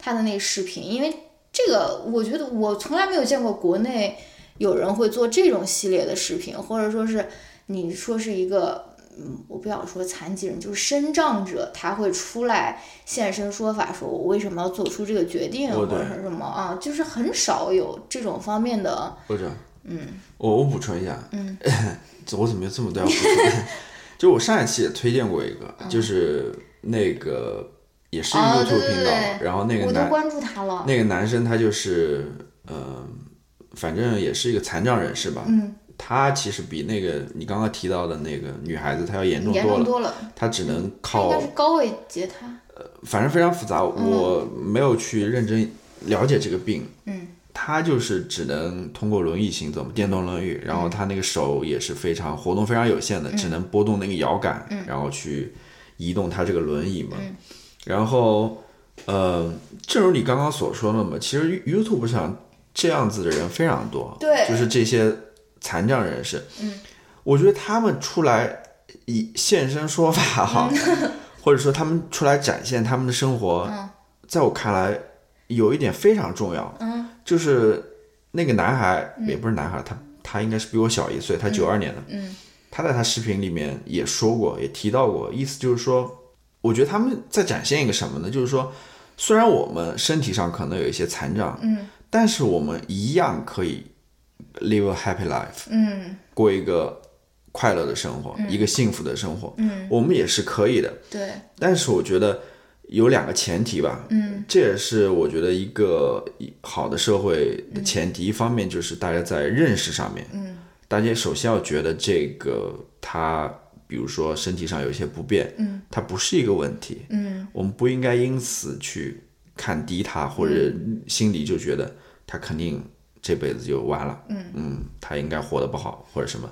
[SPEAKER 3] 他的那个视频，因为这个我觉得我从来没有见过国内有人会做这种系列的视频，或者说是你说是一个。嗯，我不想说残疾人，就是身障者，他会出来现身说法，说我为什么要做出这个决定，
[SPEAKER 2] 哦
[SPEAKER 3] 或
[SPEAKER 2] 对
[SPEAKER 3] 者是什么啊，就是很少有这种方面的
[SPEAKER 2] 或者，嗯，我我补充一下，嗯，我怎么有这么多要补充？ 就我上一期也推荐过一个，就是那个也是一个
[SPEAKER 3] 哦
[SPEAKER 2] YouTube
[SPEAKER 3] 对对
[SPEAKER 2] 频道，
[SPEAKER 3] 对对
[SPEAKER 2] 然后那
[SPEAKER 3] 我
[SPEAKER 2] 个
[SPEAKER 3] 都
[SPEAKER 2] 男
[SPEAKER 3] 关注他了。
[SPEAKER 2] 那个男生他就是，呃，反正也是一个残障人士吧，嗯，他其实比那个你刚刚提到的那个女孩子她要严重
[SPEAKER 3] 严
[SPEAKER 2] 多
[SPEAKER 3] 重
[SPEAKER 2] 了，
[SPEAKER 3] 多了，
[SPEAKER 2] 他只能
[SPEAKER 3] 他应
[SPEAKER 2] 靠
[SPEAKER 3] 该是嗯高位截瘫。
[SPEAKER 2] 反正非常复杂，我没有去认真了解这个病。嗯，他就是只能通过轮椅行走，电动轮椅，然后他那个手也是非常活动非常有限的，只能拨动那个摇杆，然后去移动他这个轮椅嘛。然后，呃，正如你刚刚所说的嘛，其实 YouTube 上这样子的人非常多，
[SPEAKER 3] 对
[SPEAKER 2] 就是这些残障人士。嗯，我觉得他们出来嗯以现身说法哈、或者说他们出来展现他们的生活，在我看来有一点非常重要，嗯，就是那个男孩、也不是男孩，他他应该是比我小一岁，他九二年的，嗯，他在他视频里面也说过，也提到过，意思就是说，我觉得他们在展现一个什么呢？就是说，虽然我们身体上可能有一些残障，嗯，但是我们一样可以 live a happy life，
[SPEAKER 3] 嗯，
[SPEAKER 2] 过一个快乐的生活，一个幸福的生活，嗯，我们也是可以的，
[SPEAKER 3] 对，
[SPEAKER 2] 但是我觉得有两个前提吧，嗯，这也是我觉得一个一好的社会的前提。一方面就是大家在认识上面，嗯，大家首先要觉得这个他，比如说身体上有一些不便，嗯，它不是一个问题，嗯，我们不应该因此去看低他，或者心里就觉得他肯定这辈子就完了，嗯他应该活得不好或者什么。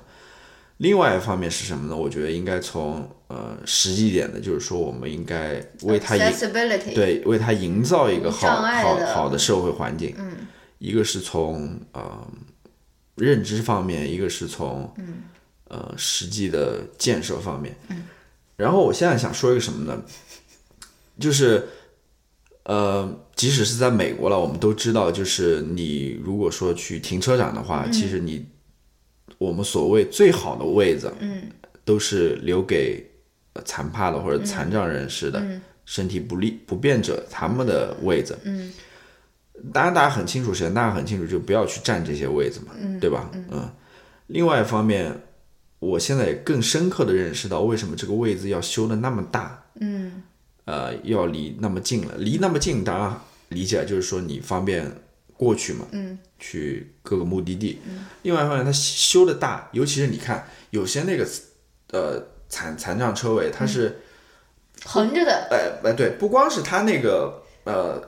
[SPEAKER 2] 另外一方面是什么呢？我觉得应该从呃实际一点的，就是说我们应该为
[SPEAKER 3] 呃
[SPEAKER 2] 他赢
[SPEAKER 3] accessibility，
[SPEAKER 2] 对，为他营造一个好
[SPEAKER 3] 障碍
[SPEAKER 2] 好
[SPEAKER 3] 的
[SPEAKER 2] 好的社会环境。嗯，一个是从呃认知方面，一个是从、呃实际的建设方面。嗯，然后我现在想说一个什么呢？就是呃，即使是在美国了，我们都知道，就是你如果说去停车场的话，其实你我们所谓最好的位子，嗯，都是留给呃残帕的或者残障人士的、身体不利不便者他们的位子，嗯。当然，大家很清楚，谁？大家很清楚，就不要去占这些位子嘛，对吧？嗯。另外一方面，我现在也更深刻的认识到，为什么这个位子要修的那么大，呃，要离那么近了，离那么近，当然理解就是说你方便过去嘛，嗯，去各个目的地。另外一方面，它修的大，尤其是你看有些那个呃残残障车位，它是、
[SPEAKER 3] 横着的，
[SPEAKER 2] 呃呃对，不光是它那个呃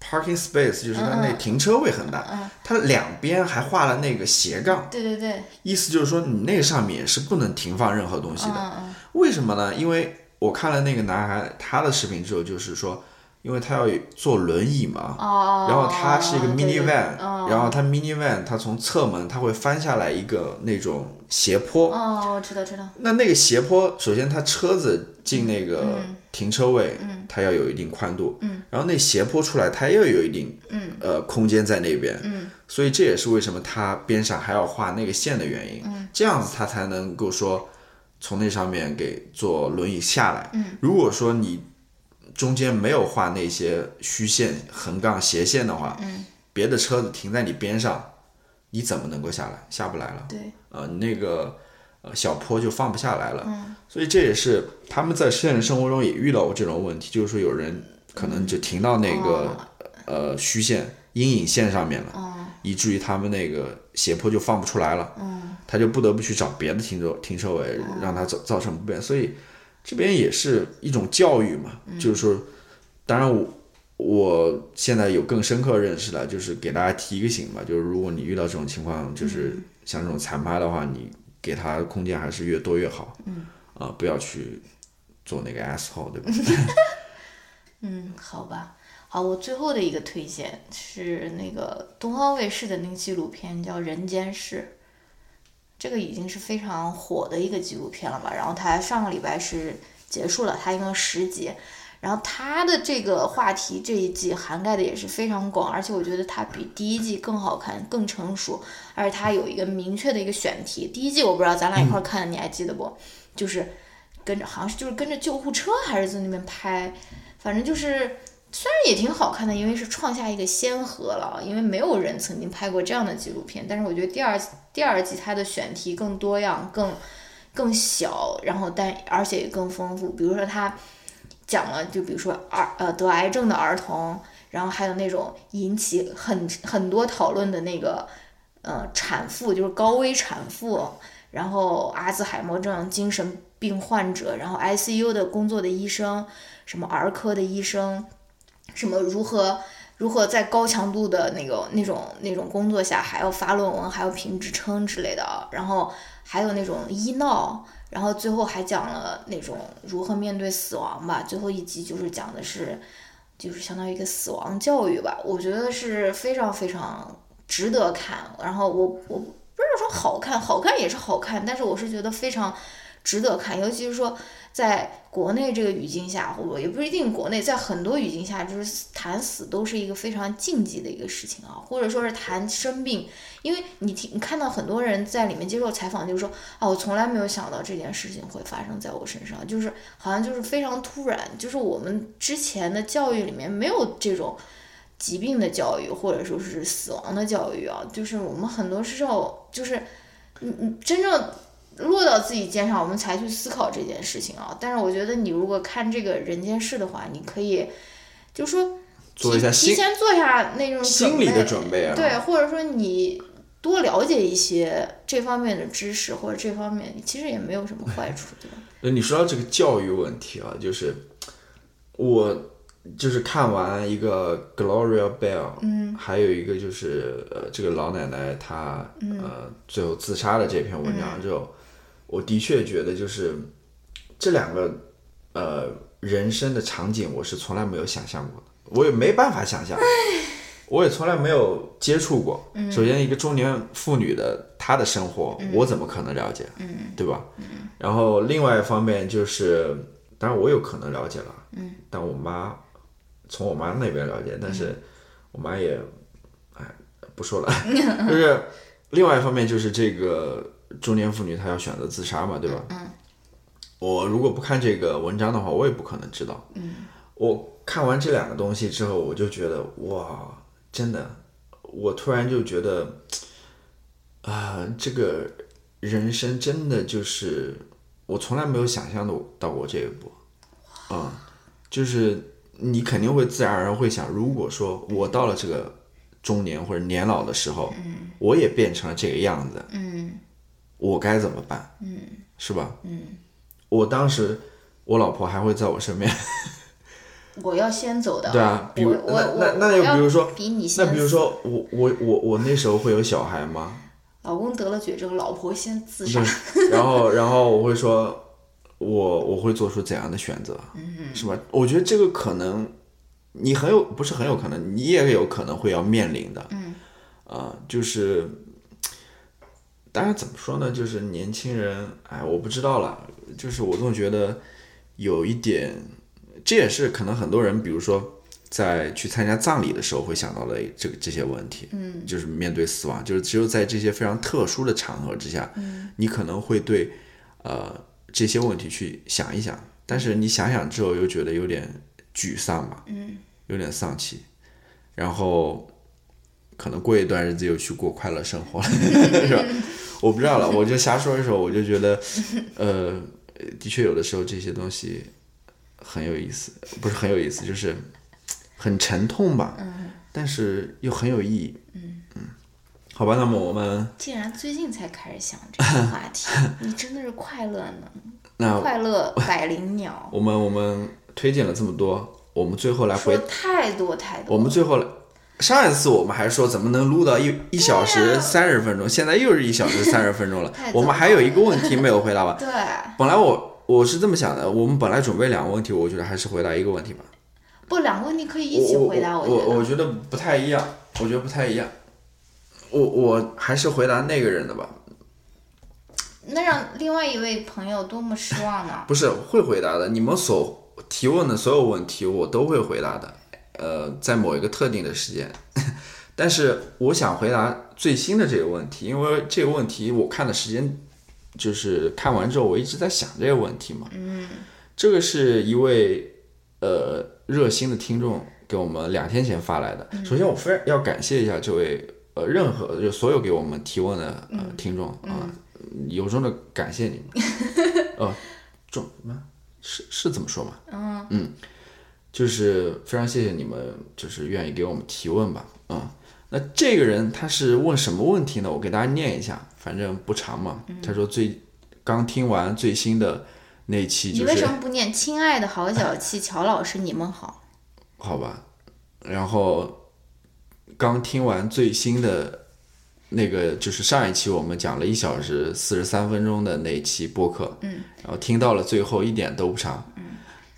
[SPEAKER 2] parking space，就是
[SPEAKER 3] 嗯
[SPEAKER 2] 它那停车位很大，它两边还画了那个斜杠，
[SPEAKER 3] 对对对，
[SPEAKER 2] 意思就是说你那上面也是不能停放任何东西
[SPEAKER 3] 嗯
[SPEAKER 2] 的。为什么呢？因为我看了那个男孩他的视频之后，就是说，因为他要坐轮椅嘛，
[SPEAKER 3] 哦，
[SPEAKER 2] 然后他是一个
[SPEAKER 3] 对对嗯
[SPEAKER 2] minivan，、然后他 minivan 他从侧门他会翻下来一个那种斜坡，
[SPEAKER 3] 哦，我知道知道，
[SPEAKER 2] 那那个斜坡，首先它车子进那个停车位，它要有一定宽度，然后那斜坡出来，它又有一定，呃，空间在那边，所以这也是为什么它边上还要画那个线的原因，这样子它才能够说从那上面给坐轮椅下来。如果说你中间没有画那些虚线、横杠、斜线的话，别的车子停在你边上，你怎么能够下来？下不来了。
[SPEAKER 3] 对，
[SPEAKER 2] 呃，你那个呃小坡就放不下来了。所以这也是他们在现实生活中也遇到过这种问题，就是说有人可能就停到那个、呃虚线、阴影线上面了，以至于他们那个斜坡就放不出来了。他就不得不去找别的停车停车位，让他造造成不便。所以这边也是一种教育嘛，就是说，当然我。我现在有更深刻认识了，就是给大家提一个醒吧，就是如果你遇到这种情况，就是像这种残拍的话，你给他空间还是越多越好，嗯，啊、不要去做那个 asshole，对吧？
[SPEAKER 3] 嗯，好吧，好，我最后的一个推荐是那个东方卫视的那个纪录片，叫《人间世》，这个已经是非常火的一个纪录片了吧？然后它上个礼拜是结束了，它一共十集。然后它的这个话题这一季涵盖的也是非常广，而且我觉得它比第一季更好看、更成熟，而且它有一个明确的一个选题。第一季我不知道咱俩一块儿看的，你还记得不？就是跟着好像是就是跟着救护车还是在那边拍，反正就是虽然也挺好看的，因为是创下一个先河了，因为没有人曾经拍过这样的纪录片。但是我觉得第二第二季它的选题更多样、更更小，然后但而且也更丰富。比如说它讲了，就比如说儿呃得癌症的儿童，然后还有那种引起很很多讨论的那个呃产妇，就是高危产妇，然后阿兹海默症、精神病患者，然后 ICU 的工作的医生，什么儿科的医生，什么如何如何在高强度的那个那种那种工作下还要发论文，还要评职称之类的啊，然后还有那种医闹，然后最后还讲了那种如何面对死亡吧，最后一集就是讲的是。就是相当于一个死亡教育吧，我觉得是非常非常值得看。然后我我不是说好看，好看也是好看，但是我是觉得非常值得看，尤其是说在国内这个语境下，我也不一定国内，在很多语境下，就是谈死都是一个非常禁忌的一个事情啊，或者说是谈生病，因为你听你看到很多人在里面接受采访，就是说啊，我从来没有想到这件事情会发生在我身上，就是好像就是非常突然，就是我们之前的教育里面没有这种。疾病的教育，或者说是死亡的教育啊，就是我们很多时候就是，嗯嗯，真正落到自己肩上，我们才去思考这件事情啊。但是我觉得你如果看这个人间世的话，你可以就说提
[SPEAKER 2] 做一下
[SPEAKER 3] 提
[SPEAKER 2] 心
[SPEAKER 3] 前做下那种
[SPEAKER 2] 心理的准备啊。
[SPEAKER 3] 对，或者说你多了解一些这方面的知识，或者这方面其实也没有什么坏处，对吧？
[SPEAKER 2] 那呃你说到这个教育问题啊，就是我就是看完一个 Gloria Bell，嗯，还有一个就是呃这个老奶奶她、呃最后自杀的这篇文章之后，我的确觉得就是这两个呃人生的场景，我是从来没有想象过的，我也没办法想象。我也从来没有接触过。首先，一个中年妇女的她的生活，我怎么可能了解？嗯，对吧？嗯。然后另外一方面就是，当然我有可能了解了，嗯，但我妈从我妈那边了解，但是我妈也，哎，不说了， 就是另外一方面就是这个中年妇女她要选择自杀嘛，对吧？嗯。我如果不看这个文章的话，我也不可能知道。嗯。我看完这两个东西之后，我就觉得哇，真的，我突然就觉得，啊、这个人生真的就是我从来没有想象的到过这一步，啊、就是你肯定会自然而然会想，如果说我到了这个中年或者年老的时候，我也变成了这个样子，
[SPEAKER 3] 嗯
[SPEAKER 2] 我该怎么办？
[SPEAKER 3] 嗯
[SPEAKER 2] 是吧？
[SPEAKER 3] 嗯，
[SPEAKER 2] 我当时，我老婆还会在我身边，
[SPEAKER 3] 我要先走的，
[SPEAKER 2] 对啊比如
[SPEAKER 3] 我我我
[SPEAKER 2] 那那那就
[SPEAKER 3] 我要
[SPEAKER 2] 比如说
[SPEAKER 3] 比你先
[SPEAKER 2] 那
[SPEAKER 3] 死，
[SPEAKER 2] 比如说我我我我那时候会有小孩吗？
[SPEAKER 3] 老公得了绝症，老婆先自杀
[SPEAKER 2] 就。是，然后然后我会说，我我会做出怎样的选择，
[SPEAKER 3] 嗯
[SPEAKER 2] 是吧？我觉得这个可能你很有不是很有可能，你也有可能会要面临的，嗯，啊、就是，当然怎么说呢，就是年轻人，哎，我不知道了，就是我总觉得有一点，这也是可能很多人，比如说。在去参加葬礼的时候，会想到的这个这些问题，嗯，就是面对死亡，就是只有在这些非常特殊的场合之下，你可能会对呃这些问题去想一想，但是你想想之后又觉得有点沮丧吧，嗯，有点丧气，然后可能过一段日子又去过快乐生活了， 是吧？我不知道了，我就瞎说一说，我就觉得，呃，的确有的时候这些东西很有意思，不是很有意思，就是很沉痛吧，嗯，但是又很有意义，嗯好吧，那么我们
[SPEAKER 3] 竟然最近才开始想这个话 题，你真的是快乐呢，
[SPEAKER 2] 那
[SPEAKER 3] 快乐百灵鸟，
[SPEAKER 2] 我们我们推荐了这么多，我们最后来
[SPEAKER 3] 说
[SPEAKER 2] 回，
[SPEAKER 3] 太多太多。
[SPEAKER 2] 我们最后来，上一次我们还说怎么能撸到一一小时三十分钟，现在又是一 小时三十分钟了
[SPEAKER 3] 太，糟
[SPEAKER 2] 我们还有一个问题没有回答吧？
[SPEAKER 3] 对，
[SPEAKER 2] 本来我我是这么想的，我们本来准备两个问题，我觉得还是回答一个问题吧。
[SPEAKER 3] 不，两个问题可以一起
[SPEAKER 2] 我
[SPEAKER 3] 回答，
[SPEAKER 2] 我
[SPEAKER 3] 觉
[SPEAKER 2] 我我
[SPEAKER 3] 得。
[SPEAKER 2] 觉得不太一样，我觉得不太一样。我我还是回答那个人的吧，
[SPEAKER 3] 那让另外一位朋友多么失望啊呢？
[SPEAKER 2] 不是会回答的。你们所提问的所有问题，我都会回答的。呃，在某一个特定的时间， 但是我想回答最新的这个问题，因为这个问题我看的时间就是看完之后，我一直在想这个问题嘛。嗯，这个是一位呃热心的听众给我们两天前发来的。首先，我非常要感谢一下这位呃任何就所有给我们提问的呃听众啊，由衷的感谢你们。 哦，中什么是是这么说吗？嗯就是非常谢谢你们，就是愿意给我们提问吧。嗯，那这个人他是问什么问题呢？我给大家念一下，反正不长嘛。
[SPEAKER 3] 嗯
[SPEAKER 2] 他说最刚听完最新的那期，
[SPEAKER 3] 你
[SPEAKER 2] 就
[SPEAKER 3] 为
[SPEAKER 2] 是
[SPEAKER 3] 什么不念“亲爱的好小气，乔老师，你们好
[SPEAKER 2] 好吧，然后刚听完最新的那个，就是上一期我们讲了一小时四十三分钟的那一期播客，嗯，然后听到了最后一点都不长，嗯，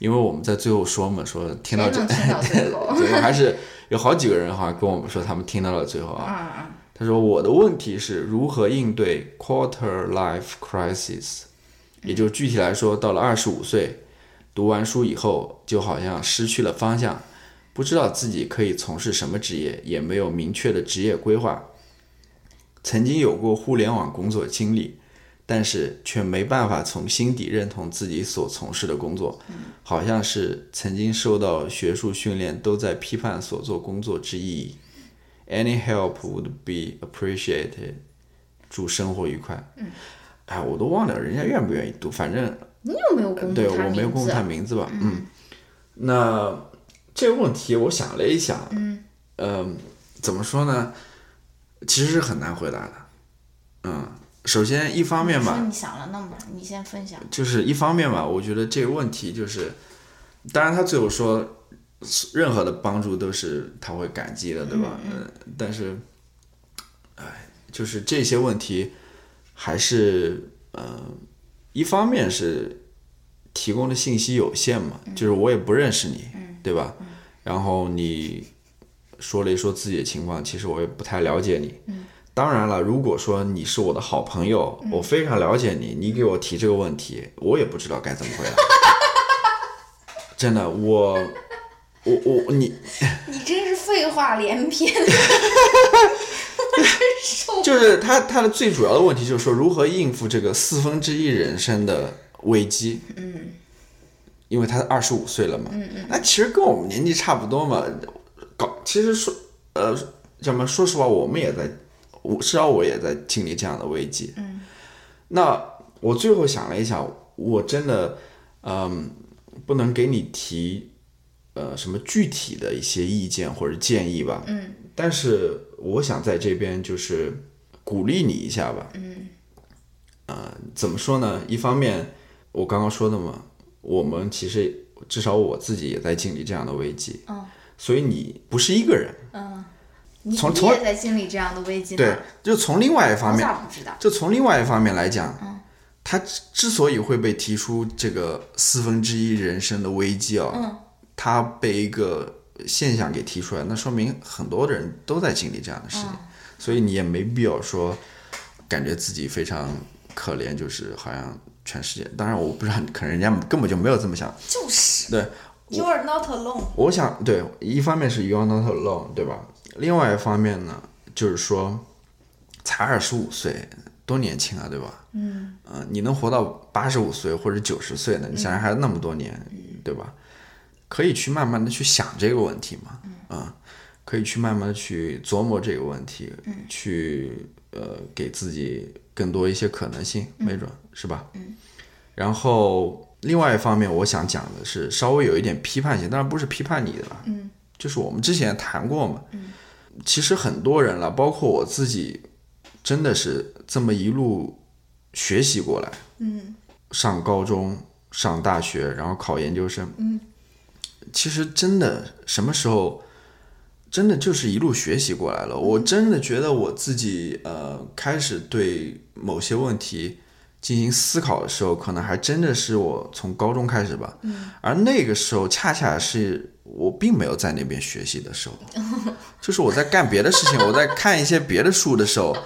[SPEAKER 2] 因为我们在最后说嘛，说听到
[SPEAKER 3] 谁
[SPEAKER 2] 这
[SPEAKER 3] 能听到最后
[SPEAKER 2] 对，还是有好几个人好像跟我们说他们听到了最后啊，
[SPEAKER 3] 啊
[SPEAKER 2] 他说我的问题是如何应对 quarter life crisis，也
[SPEAKER 3] 嗯
[SPEAKER 2] 就具体来说，到了二十五岁，读完书以后，就好像失去了方向，不知道自己可以从事什么职业，也没有明确的职业规划。曾经有过互联网工作经历，但是却没办法从心底认同自己所从事的工作，好像是曾经受到学术训练，都在批判所做工作之意义。Any help would be appreciated。祝生活愉快。嗯，哎，我都忘了人家愿不愿意读，反正
[SPEAKER 3] 你有没有公布
[SPEAKER 2] 对
[SPEAKER 3] 他
[SPEAKER 2] 我没有
[SPEAKER 3] 名
[SPEAKER 2] 公布
[SPEAKER 3] 字啊
[SPEAKER 2] 他名字吧？嗯，那这个问题我想了一想，嗯，呃，怎么说呢？其实是很难回答的。嗯，首先一方面吧
[SPEAKER 3] 说，你想了那么晚，你先分享。
[SPEAKER 2] 就是一方面吧，我觉得这个问题就是，当然他最后说，任何的帮助都是他会感激的，对吧？嗯，但是，哎，就是这些问题，还是呃，一方面是提供的信息有限嘛，就是我也不认识你，对吧？然后你说了一说自己的情况，其实我也不太了解你。当然了，如果说你是我的好朋友，我非常了解你，你给我提这个问题，我也不知道该怎么回答。 真的，我，我我你
[SPEAKER 3] 你真是废话连篇，
[SPEAKER 2] 就是他他的最主要的问题就是说如何应付这个四分之一人生的危机。嗯，因为他二十五岁了嘛，嗯嗯，那其实跟我们年纪差不多嘛。搞，其实说呃，怎么说实话，我们也在，我至少我也在经历这样的危机。嗯，那我最后想了一想，我真的嗯、不能给你提呃什么具体的一些意见或者建议吧。嗯，但是我想在这边就是鼓励你一下吧。嗯，呃，怎么说呢？一方面，我刚刚说的嘛，我们其实至少我自己也在经历这样的危机。嗯，所以你不是一个人。
[SPEAKER 3] 你
[SPEAKER 2] 从
[SPEAKER 3] 你
[SPEAKER 2] 从
[SPEAKER 3] 也在经历这样的危机呢？
[SPEAKER 2] 对，就从另外一方
[SPEAKER 3] 我
[SPEAKER 2] 面，
[SPEAKER 3] 咋不知道？
[SPEAKER 2] 就从另外一方面来讲，他之所以会被提出这个四分之一人生的危机啊、他被一个现象给提出来，那说明很多的人都在经历这样的事情，所以你也没必要说感觉自己非常可怜，就是好像全世界，当然我不知道，可能人家根本就没有这么想，
[SPEAKER 3] 就是
[SPEAKER 2] 对，
[SPEAKER 3] You are not alone。
[SPEAKER 2] 我想，对，一方面是 you are not alone，对吧？另外一方面呢，就是说，才二十五岁，多年轻啊，对吧？嗯。呃，你能活到八十五岁或者九十岁呢？你想想还有那么多年，对吧？可以去慢慢的去想这个问题嘛，嗯、可以去慢慢的去琢磨这个问题，去呃给自己更多一些可能性，没准是吧？然后另外一方面，我想讲的是稍微有一点批判性，当然不是批判你的啦，嗯，就是我们之前谈过嘛，嗯，其实很多人了，包括我自己，真的是这么一路学习过来，嗯，上高中、上大学，然后考研究生，嗯，其实真的什么时候。真的就是一路学习过来了，我真的觉得我自己呃开始对某些问题进行思考的时候，可能还真的是我从高中开始吧。嗯，而那个时候恰恰是我并没有在那边学习的时候，就是我在干别的事情，我在看一些别的书的时候，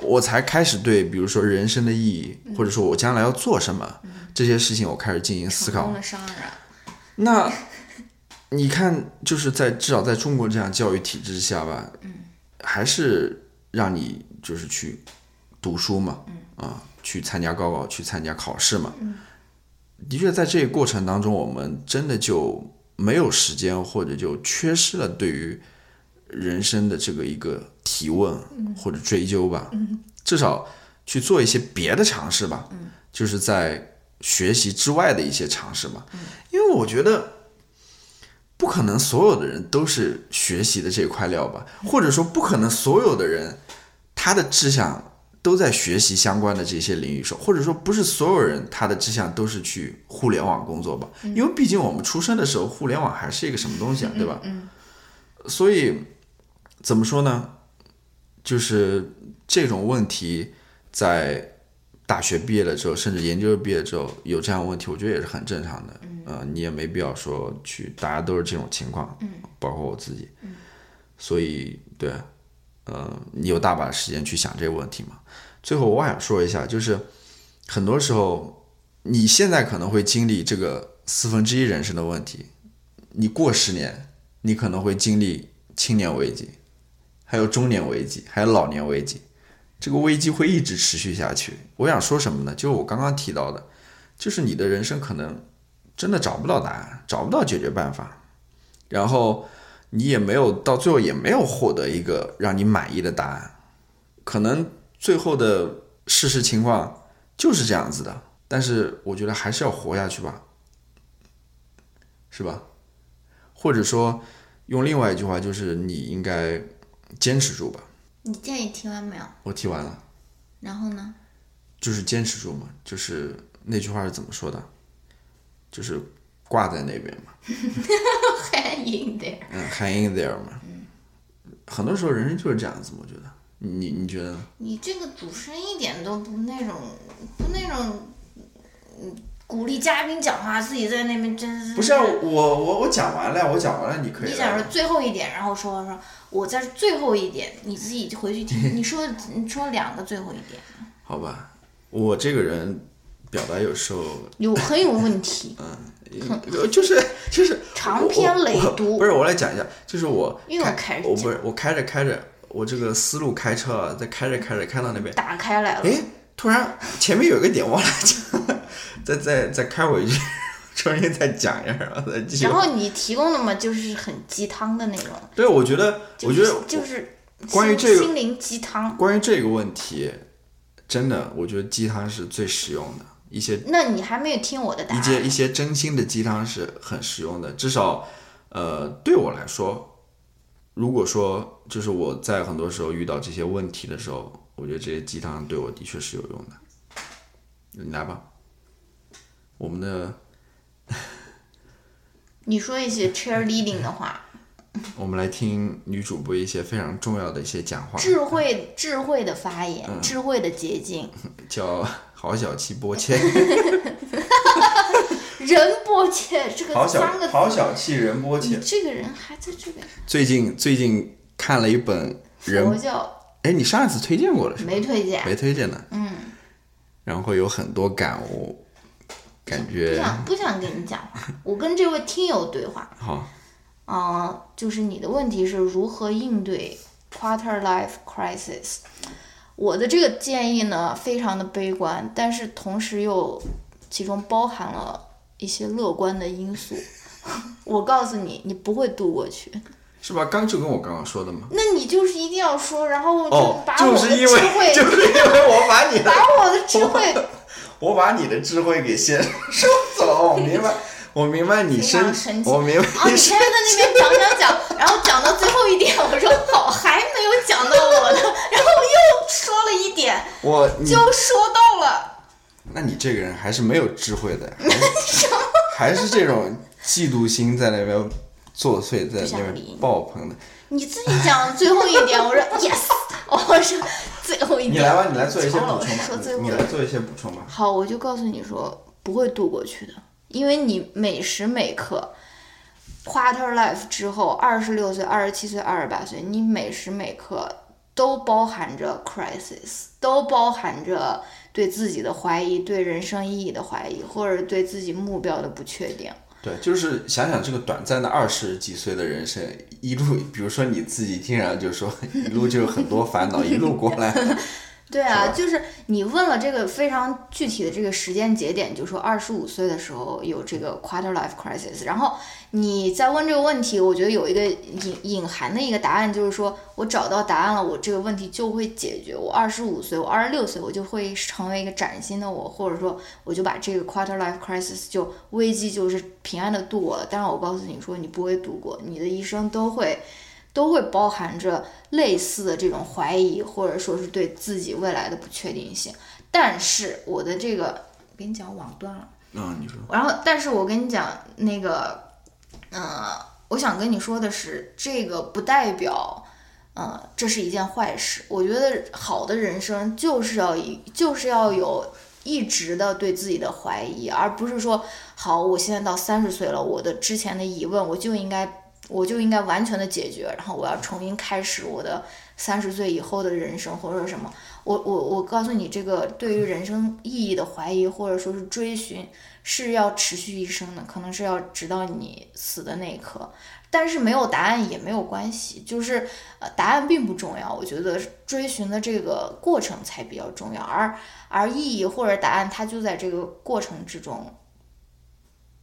[SPEAKER 2] 我才开始对比如说人生的意义，或者说我将来要做什么这些事情，我开始进行思考。
[SPEAKER 3] 成功的商人，
[SPEAKER 2] 那你看，就是在至少在中国这样教育体制下吧，还是让你就是去读书嘛，啊，去参加高考，去参加考试嘛。的确，在这个过程当中，我们真的就没有时间，或者就缺失了对于人生的这个一个提问或者追究吧。至少去做一些别的尝试吧，就是在学习之外的一些尝试吧。因为我觉得不可能所有的人都是学习的这块料吧，或者说不可能所有的人他的志向都在学习相关的这些领域上，或者说不是所有人他的志向都是去互联网工作吧，因为毕竟我们出生的时候，互联网还是一个什么东西啊，对吧？所以怎么说呢？就是这种问题在大学毕业了之后，甚至研究生毕业之后有这样的问题，我觉得也是很正常的。嗯、呃，你也没必要说去，大家都是这种情况，嗯、包括我自己。嗯、所以对，呃，你有大把时间去想这个问题嘛。最后我还想说一下，就是很多时候你现在可能会经历这个四分之一人生的问题，你过十年，你可能会经历青年危机，还有中年危机，还有老年危机，这个危机会一直持续下去。我想说什么呢？就是我刚刚提到的，就是你的人生可能真的找不到答案，找不到解决办法，然后你也没有到最后也没有获得一个让你满意的答案，可能最后的事实情况就是这样子的。但是我觉得还是要活下去吧，是吧？或者说，用另外一句话，就是你应该坚持住吧。
[SPEAKER 3] 你建议听完没有？
[SPEAKER 2] 我提完了，
[SPEAKER 3] 然后呢？
[SPEAKER 2] 就是坚持住嘛，就是那句话是怎么说的？就是挂在那边嘛。
[SPEAKER 3] 还赢的。
[SPEAKER 2] 嗯，hang in there 嘛。
[SPEAKER 3] 嗯
[SPEAKER 2] 很多时候人生就是这样子嘛，我觉得。你你觉得呢？
[SPEAKER 3] 你这个主持人一点都不那种，不那种，嗯，鼓励嘉宾讲话，自己在那边真是
[SPEAKER 2] 不是啊，我我我讲完了，我讲完了，你可以
[SPEAKER 3] 你
[SPEAKER 2] 了。
[SPEAKER 3] 想说最后一点，然后说说我在最后一点，你自己回去听。你说你说两个最后一点，
[SPEAKER 2] 好吧，我这个人表达 有时候
[SPEAKER 3] 有很有问题，
[SPEAKER 2] 嗯呃就是就是
[SPEAKER 3] 长篇累
[SPEAKER 2] 我我
[SPEAKER 3] 读
[SPEAKER 2] 不是，我来讲一下，就是我
[SPEAKER 3] 又要开
[SPEAKER 2] 开，
[SPEAKER 3] 始
[SPEAKER 2] 我不是我开着开着，我这个思路开车啊，在开着开着开到那边，
[SPEAKER 3] 打开来了。
[SPEAKER 2] 哎，突然前面有一个点忘了讲， 再再再开回去， 重新再讲一下，然后再继续
[SPEAKER 3] 然。后你提供的嘛，就是很鸡汤的那种，
[SPEAKER 2] 对，我觉得，
[SPEAKER 3] 就
[SPEAKER 2] 我
[SPEAKER 3] 是
[SPEAKER 2] 觉得
[SPEAKER 3] 就是
[SPEAKER 2] 关于
[SPEAKER 3] 心
[SPEAKER 2] 这个
[SPEAKER 3] 心灵鸡汤。
[SPEAKER 2] 关于这个问题，真的，我觉得鸡汤是最实用的，一些
[SPEAKER 3] 那你还没有听我的答
[SPEAKER 2] 一些一
[SPEAKER 3] 案，
[SPEAKER 2] 些真心的鸡汤是很实用的，至少，呃，对我来说，如果说就是我在很多时候遇到这些问题的时候，我觉得这些鸡汤对我的确是有用的。你来吧，我们的
[SPEAKER 3] 你说一 些 cheerleading 的话，
[SPEAKER 2] 嗯我们来听女主播一些非常重要的一些讲话，
[SPEAKER 3] 智慧智慧的发言，
[SPEAKER 2] 嗯
[SPEAKER 3] 智慧的捷径，
[SPEAKER 2] 叫郝小七波切，
[SPEAKER 3] 仁波切这个三个字，
[SPEAKER 2] 小气人波
[SPEAKER 3] 你。这个人还在这边。
[SPEAKER 2] 最近最近看了一本
[SPEAKER 3] 佛
[SPEAKER 2] 人，
[SPEAKER 3] 教
[SPEAKER 2] 哎，你上一次推荐过了是吧？
[SPEAKER 3] 没推荐，
[SPEAKER 2] 没推荐的，嗯，然后有很多感悟，感
[SPEAKER 3] 不
[SPEAKER 2] 觉
[SPEAKER 3] 想不想跟你讲话。我跟这位听友对话，
[SPEAKER 2] 好，
[SPEAKER 3] 嗯、就是你的问题是如何应对 quarter life crisis。我的这个建议呢，非常的悲观，但是同时又其中包含了一些乐观的因素。 我告诉你，你不会度过去。
[SPEAKER 2] 是吧？刚就跟我刚刚说的嘛，
[SPEAKER 3] 那你就是一定要说，然后
[SPEAKER 2] 哦
[SPEAKER 3] 就把，我
[SPEAKER 2] 就
[SPEAKER 3] 的智
[SPEAKER 2] 是因为
[SPEAKER 3] 慧，
[SPEAKER 2] 就是因为我把你的
[SPEAKER 3] 把我的智慧
[SPEAKER 2] 我把你的智慧给先收走，我 明白，我明白你
[SPEAKER 3] 非常
[SPEAKER 2] 生
[SPEAKER 3] 神，奇
[SPEAKER 2] 我明白
[SPEAKER 3] 啊，你
[SPEAKER 2] 你生
[SPEAKER 3] 现在在那边讲讲讲，然后讲到最后一点，我说好，还没有讲到我的，然后又说了一点，
[SPEAKER 2] 我你
[SPEAKER 3] 就说到了，
[SPEAKER 2] 那你这个人还是没有智慧的，还是还是这种嫉妒心在那边作祟，在
[SPEAKER 3] 想
[SPEAKER 2] 那
[SPEAKER 3] 理
[SPEAKER 2] 边
[SPEAKER 3] 你
[SPEAKER 2] 爆棚的。
[SPEAKER 3] 你自己讲最后一点，我说 yes，我说最后一
[SPEAKER 2] 你来
[SPEAKER 3] 点，
[SPEAKER 2] 吧，你来做一些补
[SPEAKER 3] 啊曹老
[SPEAKER 2] 充
[SPEAKER 3] 师说最
[SPEAKER 2] 吧，
[SPEAKER 3] 后
[SPEAKER 2] 你
[SPEAKER 3] 一
[SPEAKER 2] 来做一些补充吧。
[SPEAKER 3] 好，我就告诉你说不会度过去的，因为你每时每刻。quarter life 之后，二十六岁、二十七岁、二十八岁，你每时每刻都包含着 crisis，都包含着对自己的怀疑、对人生意义的怀疑，或者对自己目标的不确定。
[SPEAKER 2] 对，就是想想这个短暂的二十几岁的人生，一路，比如说你自己经常就说 一路就是很多烦恼，一路过 来，
[SPEAKER 3] 对啊，
[SPEAKER 2] 是吧
[SPEAKER 3] 就是你问了这个非常具体的这个时间节点，就说二十五岁的时候有这个 quarter life crisis，然后你再问这个问题，我觉得有一个隐隐含的一个答案，就是说我找到答案了，我这个问题就会解决。我二十五岁，我二十六岁，我就会成为一个崭新的我，或者说我就把这个 quarter life crisis 就危机就是平安的度过了。但是我告诉你说，你不会度过，你的一生都会。都会包含着类似的这种怀疑，或者说是对自己未来的不确定性。但是我的这个，给你讲网断了。
[SPEAKER 2] 嗯，你说
[SPEAKER 3] 然后，但是我跟你讲，那个，呃，我想跟你说的是，这个不代表，呃，这是一件坏事。我觉得好的人生就是要一，就是要有一直的对自己的怀疑，而不是说，好，我现在到三十岁了，我的之前的疑问我就应该，我就应该完全的解决，然后我要重新开始我的三十岁以后的人生或者什么。我我我告诉你，这个对于人生意义的怀疑或者说是追寻，是要持续一生的，可能是要直到你死的那一刻。但是没有答案也没有关系，就是呃，答案并不重要。我觉得追寻的这个过程才比较重要，而而意义或者答案，它就在这个过程之中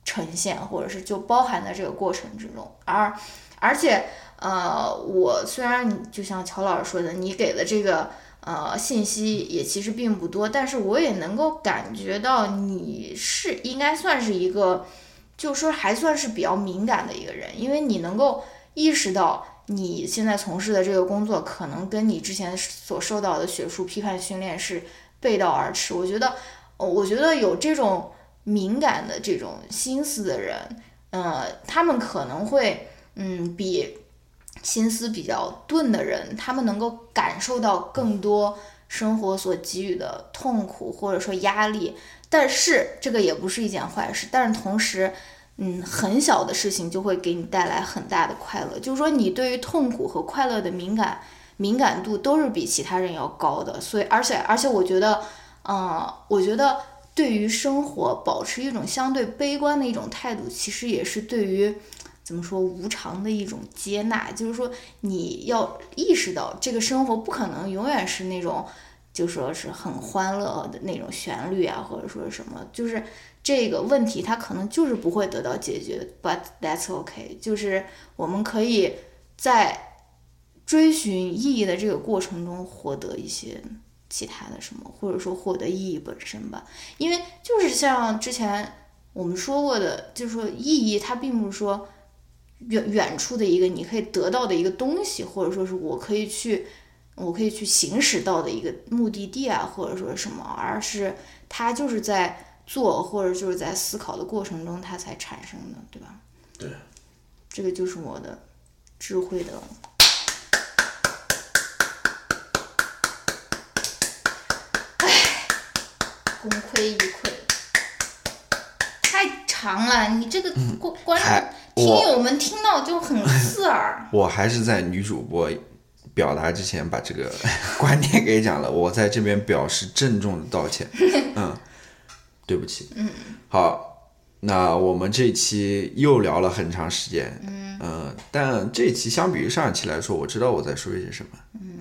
[SPEAKER 3] 呈现，或者是就包含在这个过程之中。而而且呃，我虽然就像乔老师说的，你给的这个呃信息也其实并不多，但是我也能够感觉到你是应该算是一个。就说还算是比较敏感的一个人，因为你能够意识到你现在从事的这个工作可能跟你之前所受到的学术批判训练是背道而驰。我觉得，呃我觉得有这种敏感的这种心思的人，呃，他们可能会，嗯，比心思比较钝的人，他们能够感受到更多生活所给予的痛苦或者说压力。但是这个也不是一件坏事，但是同时，嗯，很小的事情就会给你带来很大的快乐。就是说，你对于痛苦和快乐的敏感敏感度都是比其他人要高的。所以，而且而且，我觉得，呃，我觉得对于生活保持一种相对悲观的一种态度，其实也是对于怎么说无常的一种接纳。就是说，你要意识到这个生活不可能永远是那种。就说是很欢乐的那种旋律啊，或者说什么，就是这个问题它可能就是不会得到解决，but that's okay。就是我们可以在追寻意义的这个过程中获得一些其他的什么，或者说获得意义本身吧。因为就是像之前我们说过的，就是说意义它并不是说远远处的一个你可以得到的一个东西，或者说是我可以去。我可以去行驶到的一个目的地啊，或者说什么，而是它就是在做或者就是在思考的过程中，它才产生的，对吧？
[SPEAKER 2] 对，
[SPEAKER 3] 这个就是我的智慧的。唉，功亏一篑，太长了，你这个观观
[SPEAKER 2] 嗯还
[SPEAKER 3] 众听
[SPEAKER 2] 我。
[SPEAKER 3] 友们听到就很刺耳
[SPEAKER 2] 我还是在女主播表达之前把这个 观点给讲了，我在这边表示郑重的道 歉。嗯，对不起。嗯，好，那我们这一期又聊了很长时间。嗯、但这一期相比于上一期来说，我知道我在说一些什么。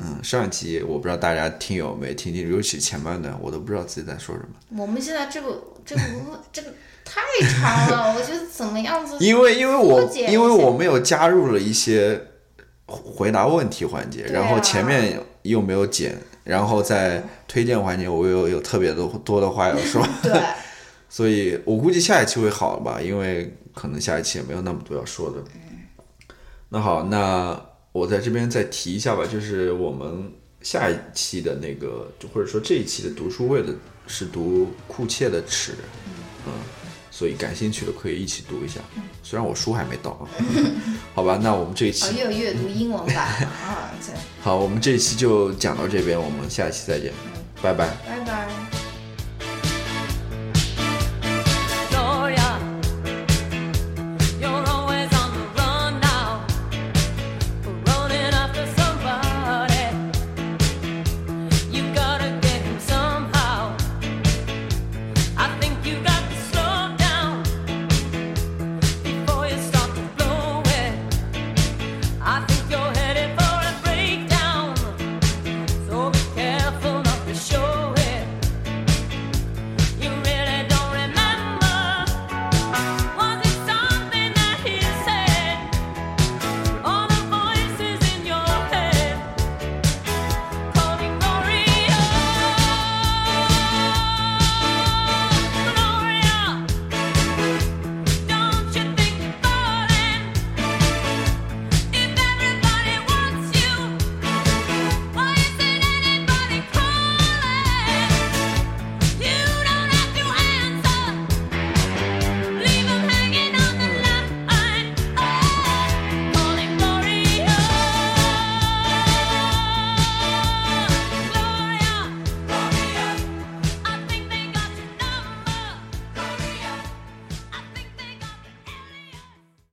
[SPEAKER 2] 嗯，上一期我不知道大家听友没听进，尤其前半段，我都不知道自己在说什么。
[SPEAKER 3] 我们现在这个 这个这个太长了，我觉得怎么样子？
[SPEAKER 2] 因为因为我
[SPEAKER 3] 缩减一
[SPEAKER 2] 因为
[SPEAKER 3] 下
[SPEAKER 2] 我没有加入了一些回答问题环节，
[SPEAKER 3] 对啊
[SPEAKER 2] 然后前面又没有剪，然后在推荐环节我又有特别的多的话要说，
[SPEAKER 3] 对，哦
[SPEAKER 2] 所以我估计下一期会好吧，因为可能下一期也没有那么多要说的。那好，那我在这边再提一下吧，就是我们下一期的那个，就或者说这一期的读书会的是读库切的《尺》，嗯，所以感兴趣的可以一起读一下。虽然我书还没到 啊，好吧，那我们这一
[SPEAKER 3] 哦，
[SPEAKER 2] 期
[SPEAKER 3] 又有阅读英文版了啊！对，
[SPEAKER 2] 嗯好，我们这一期就讲到这边，我们下一期再见，拜拜。
[SPEAKER 3] 拜拜。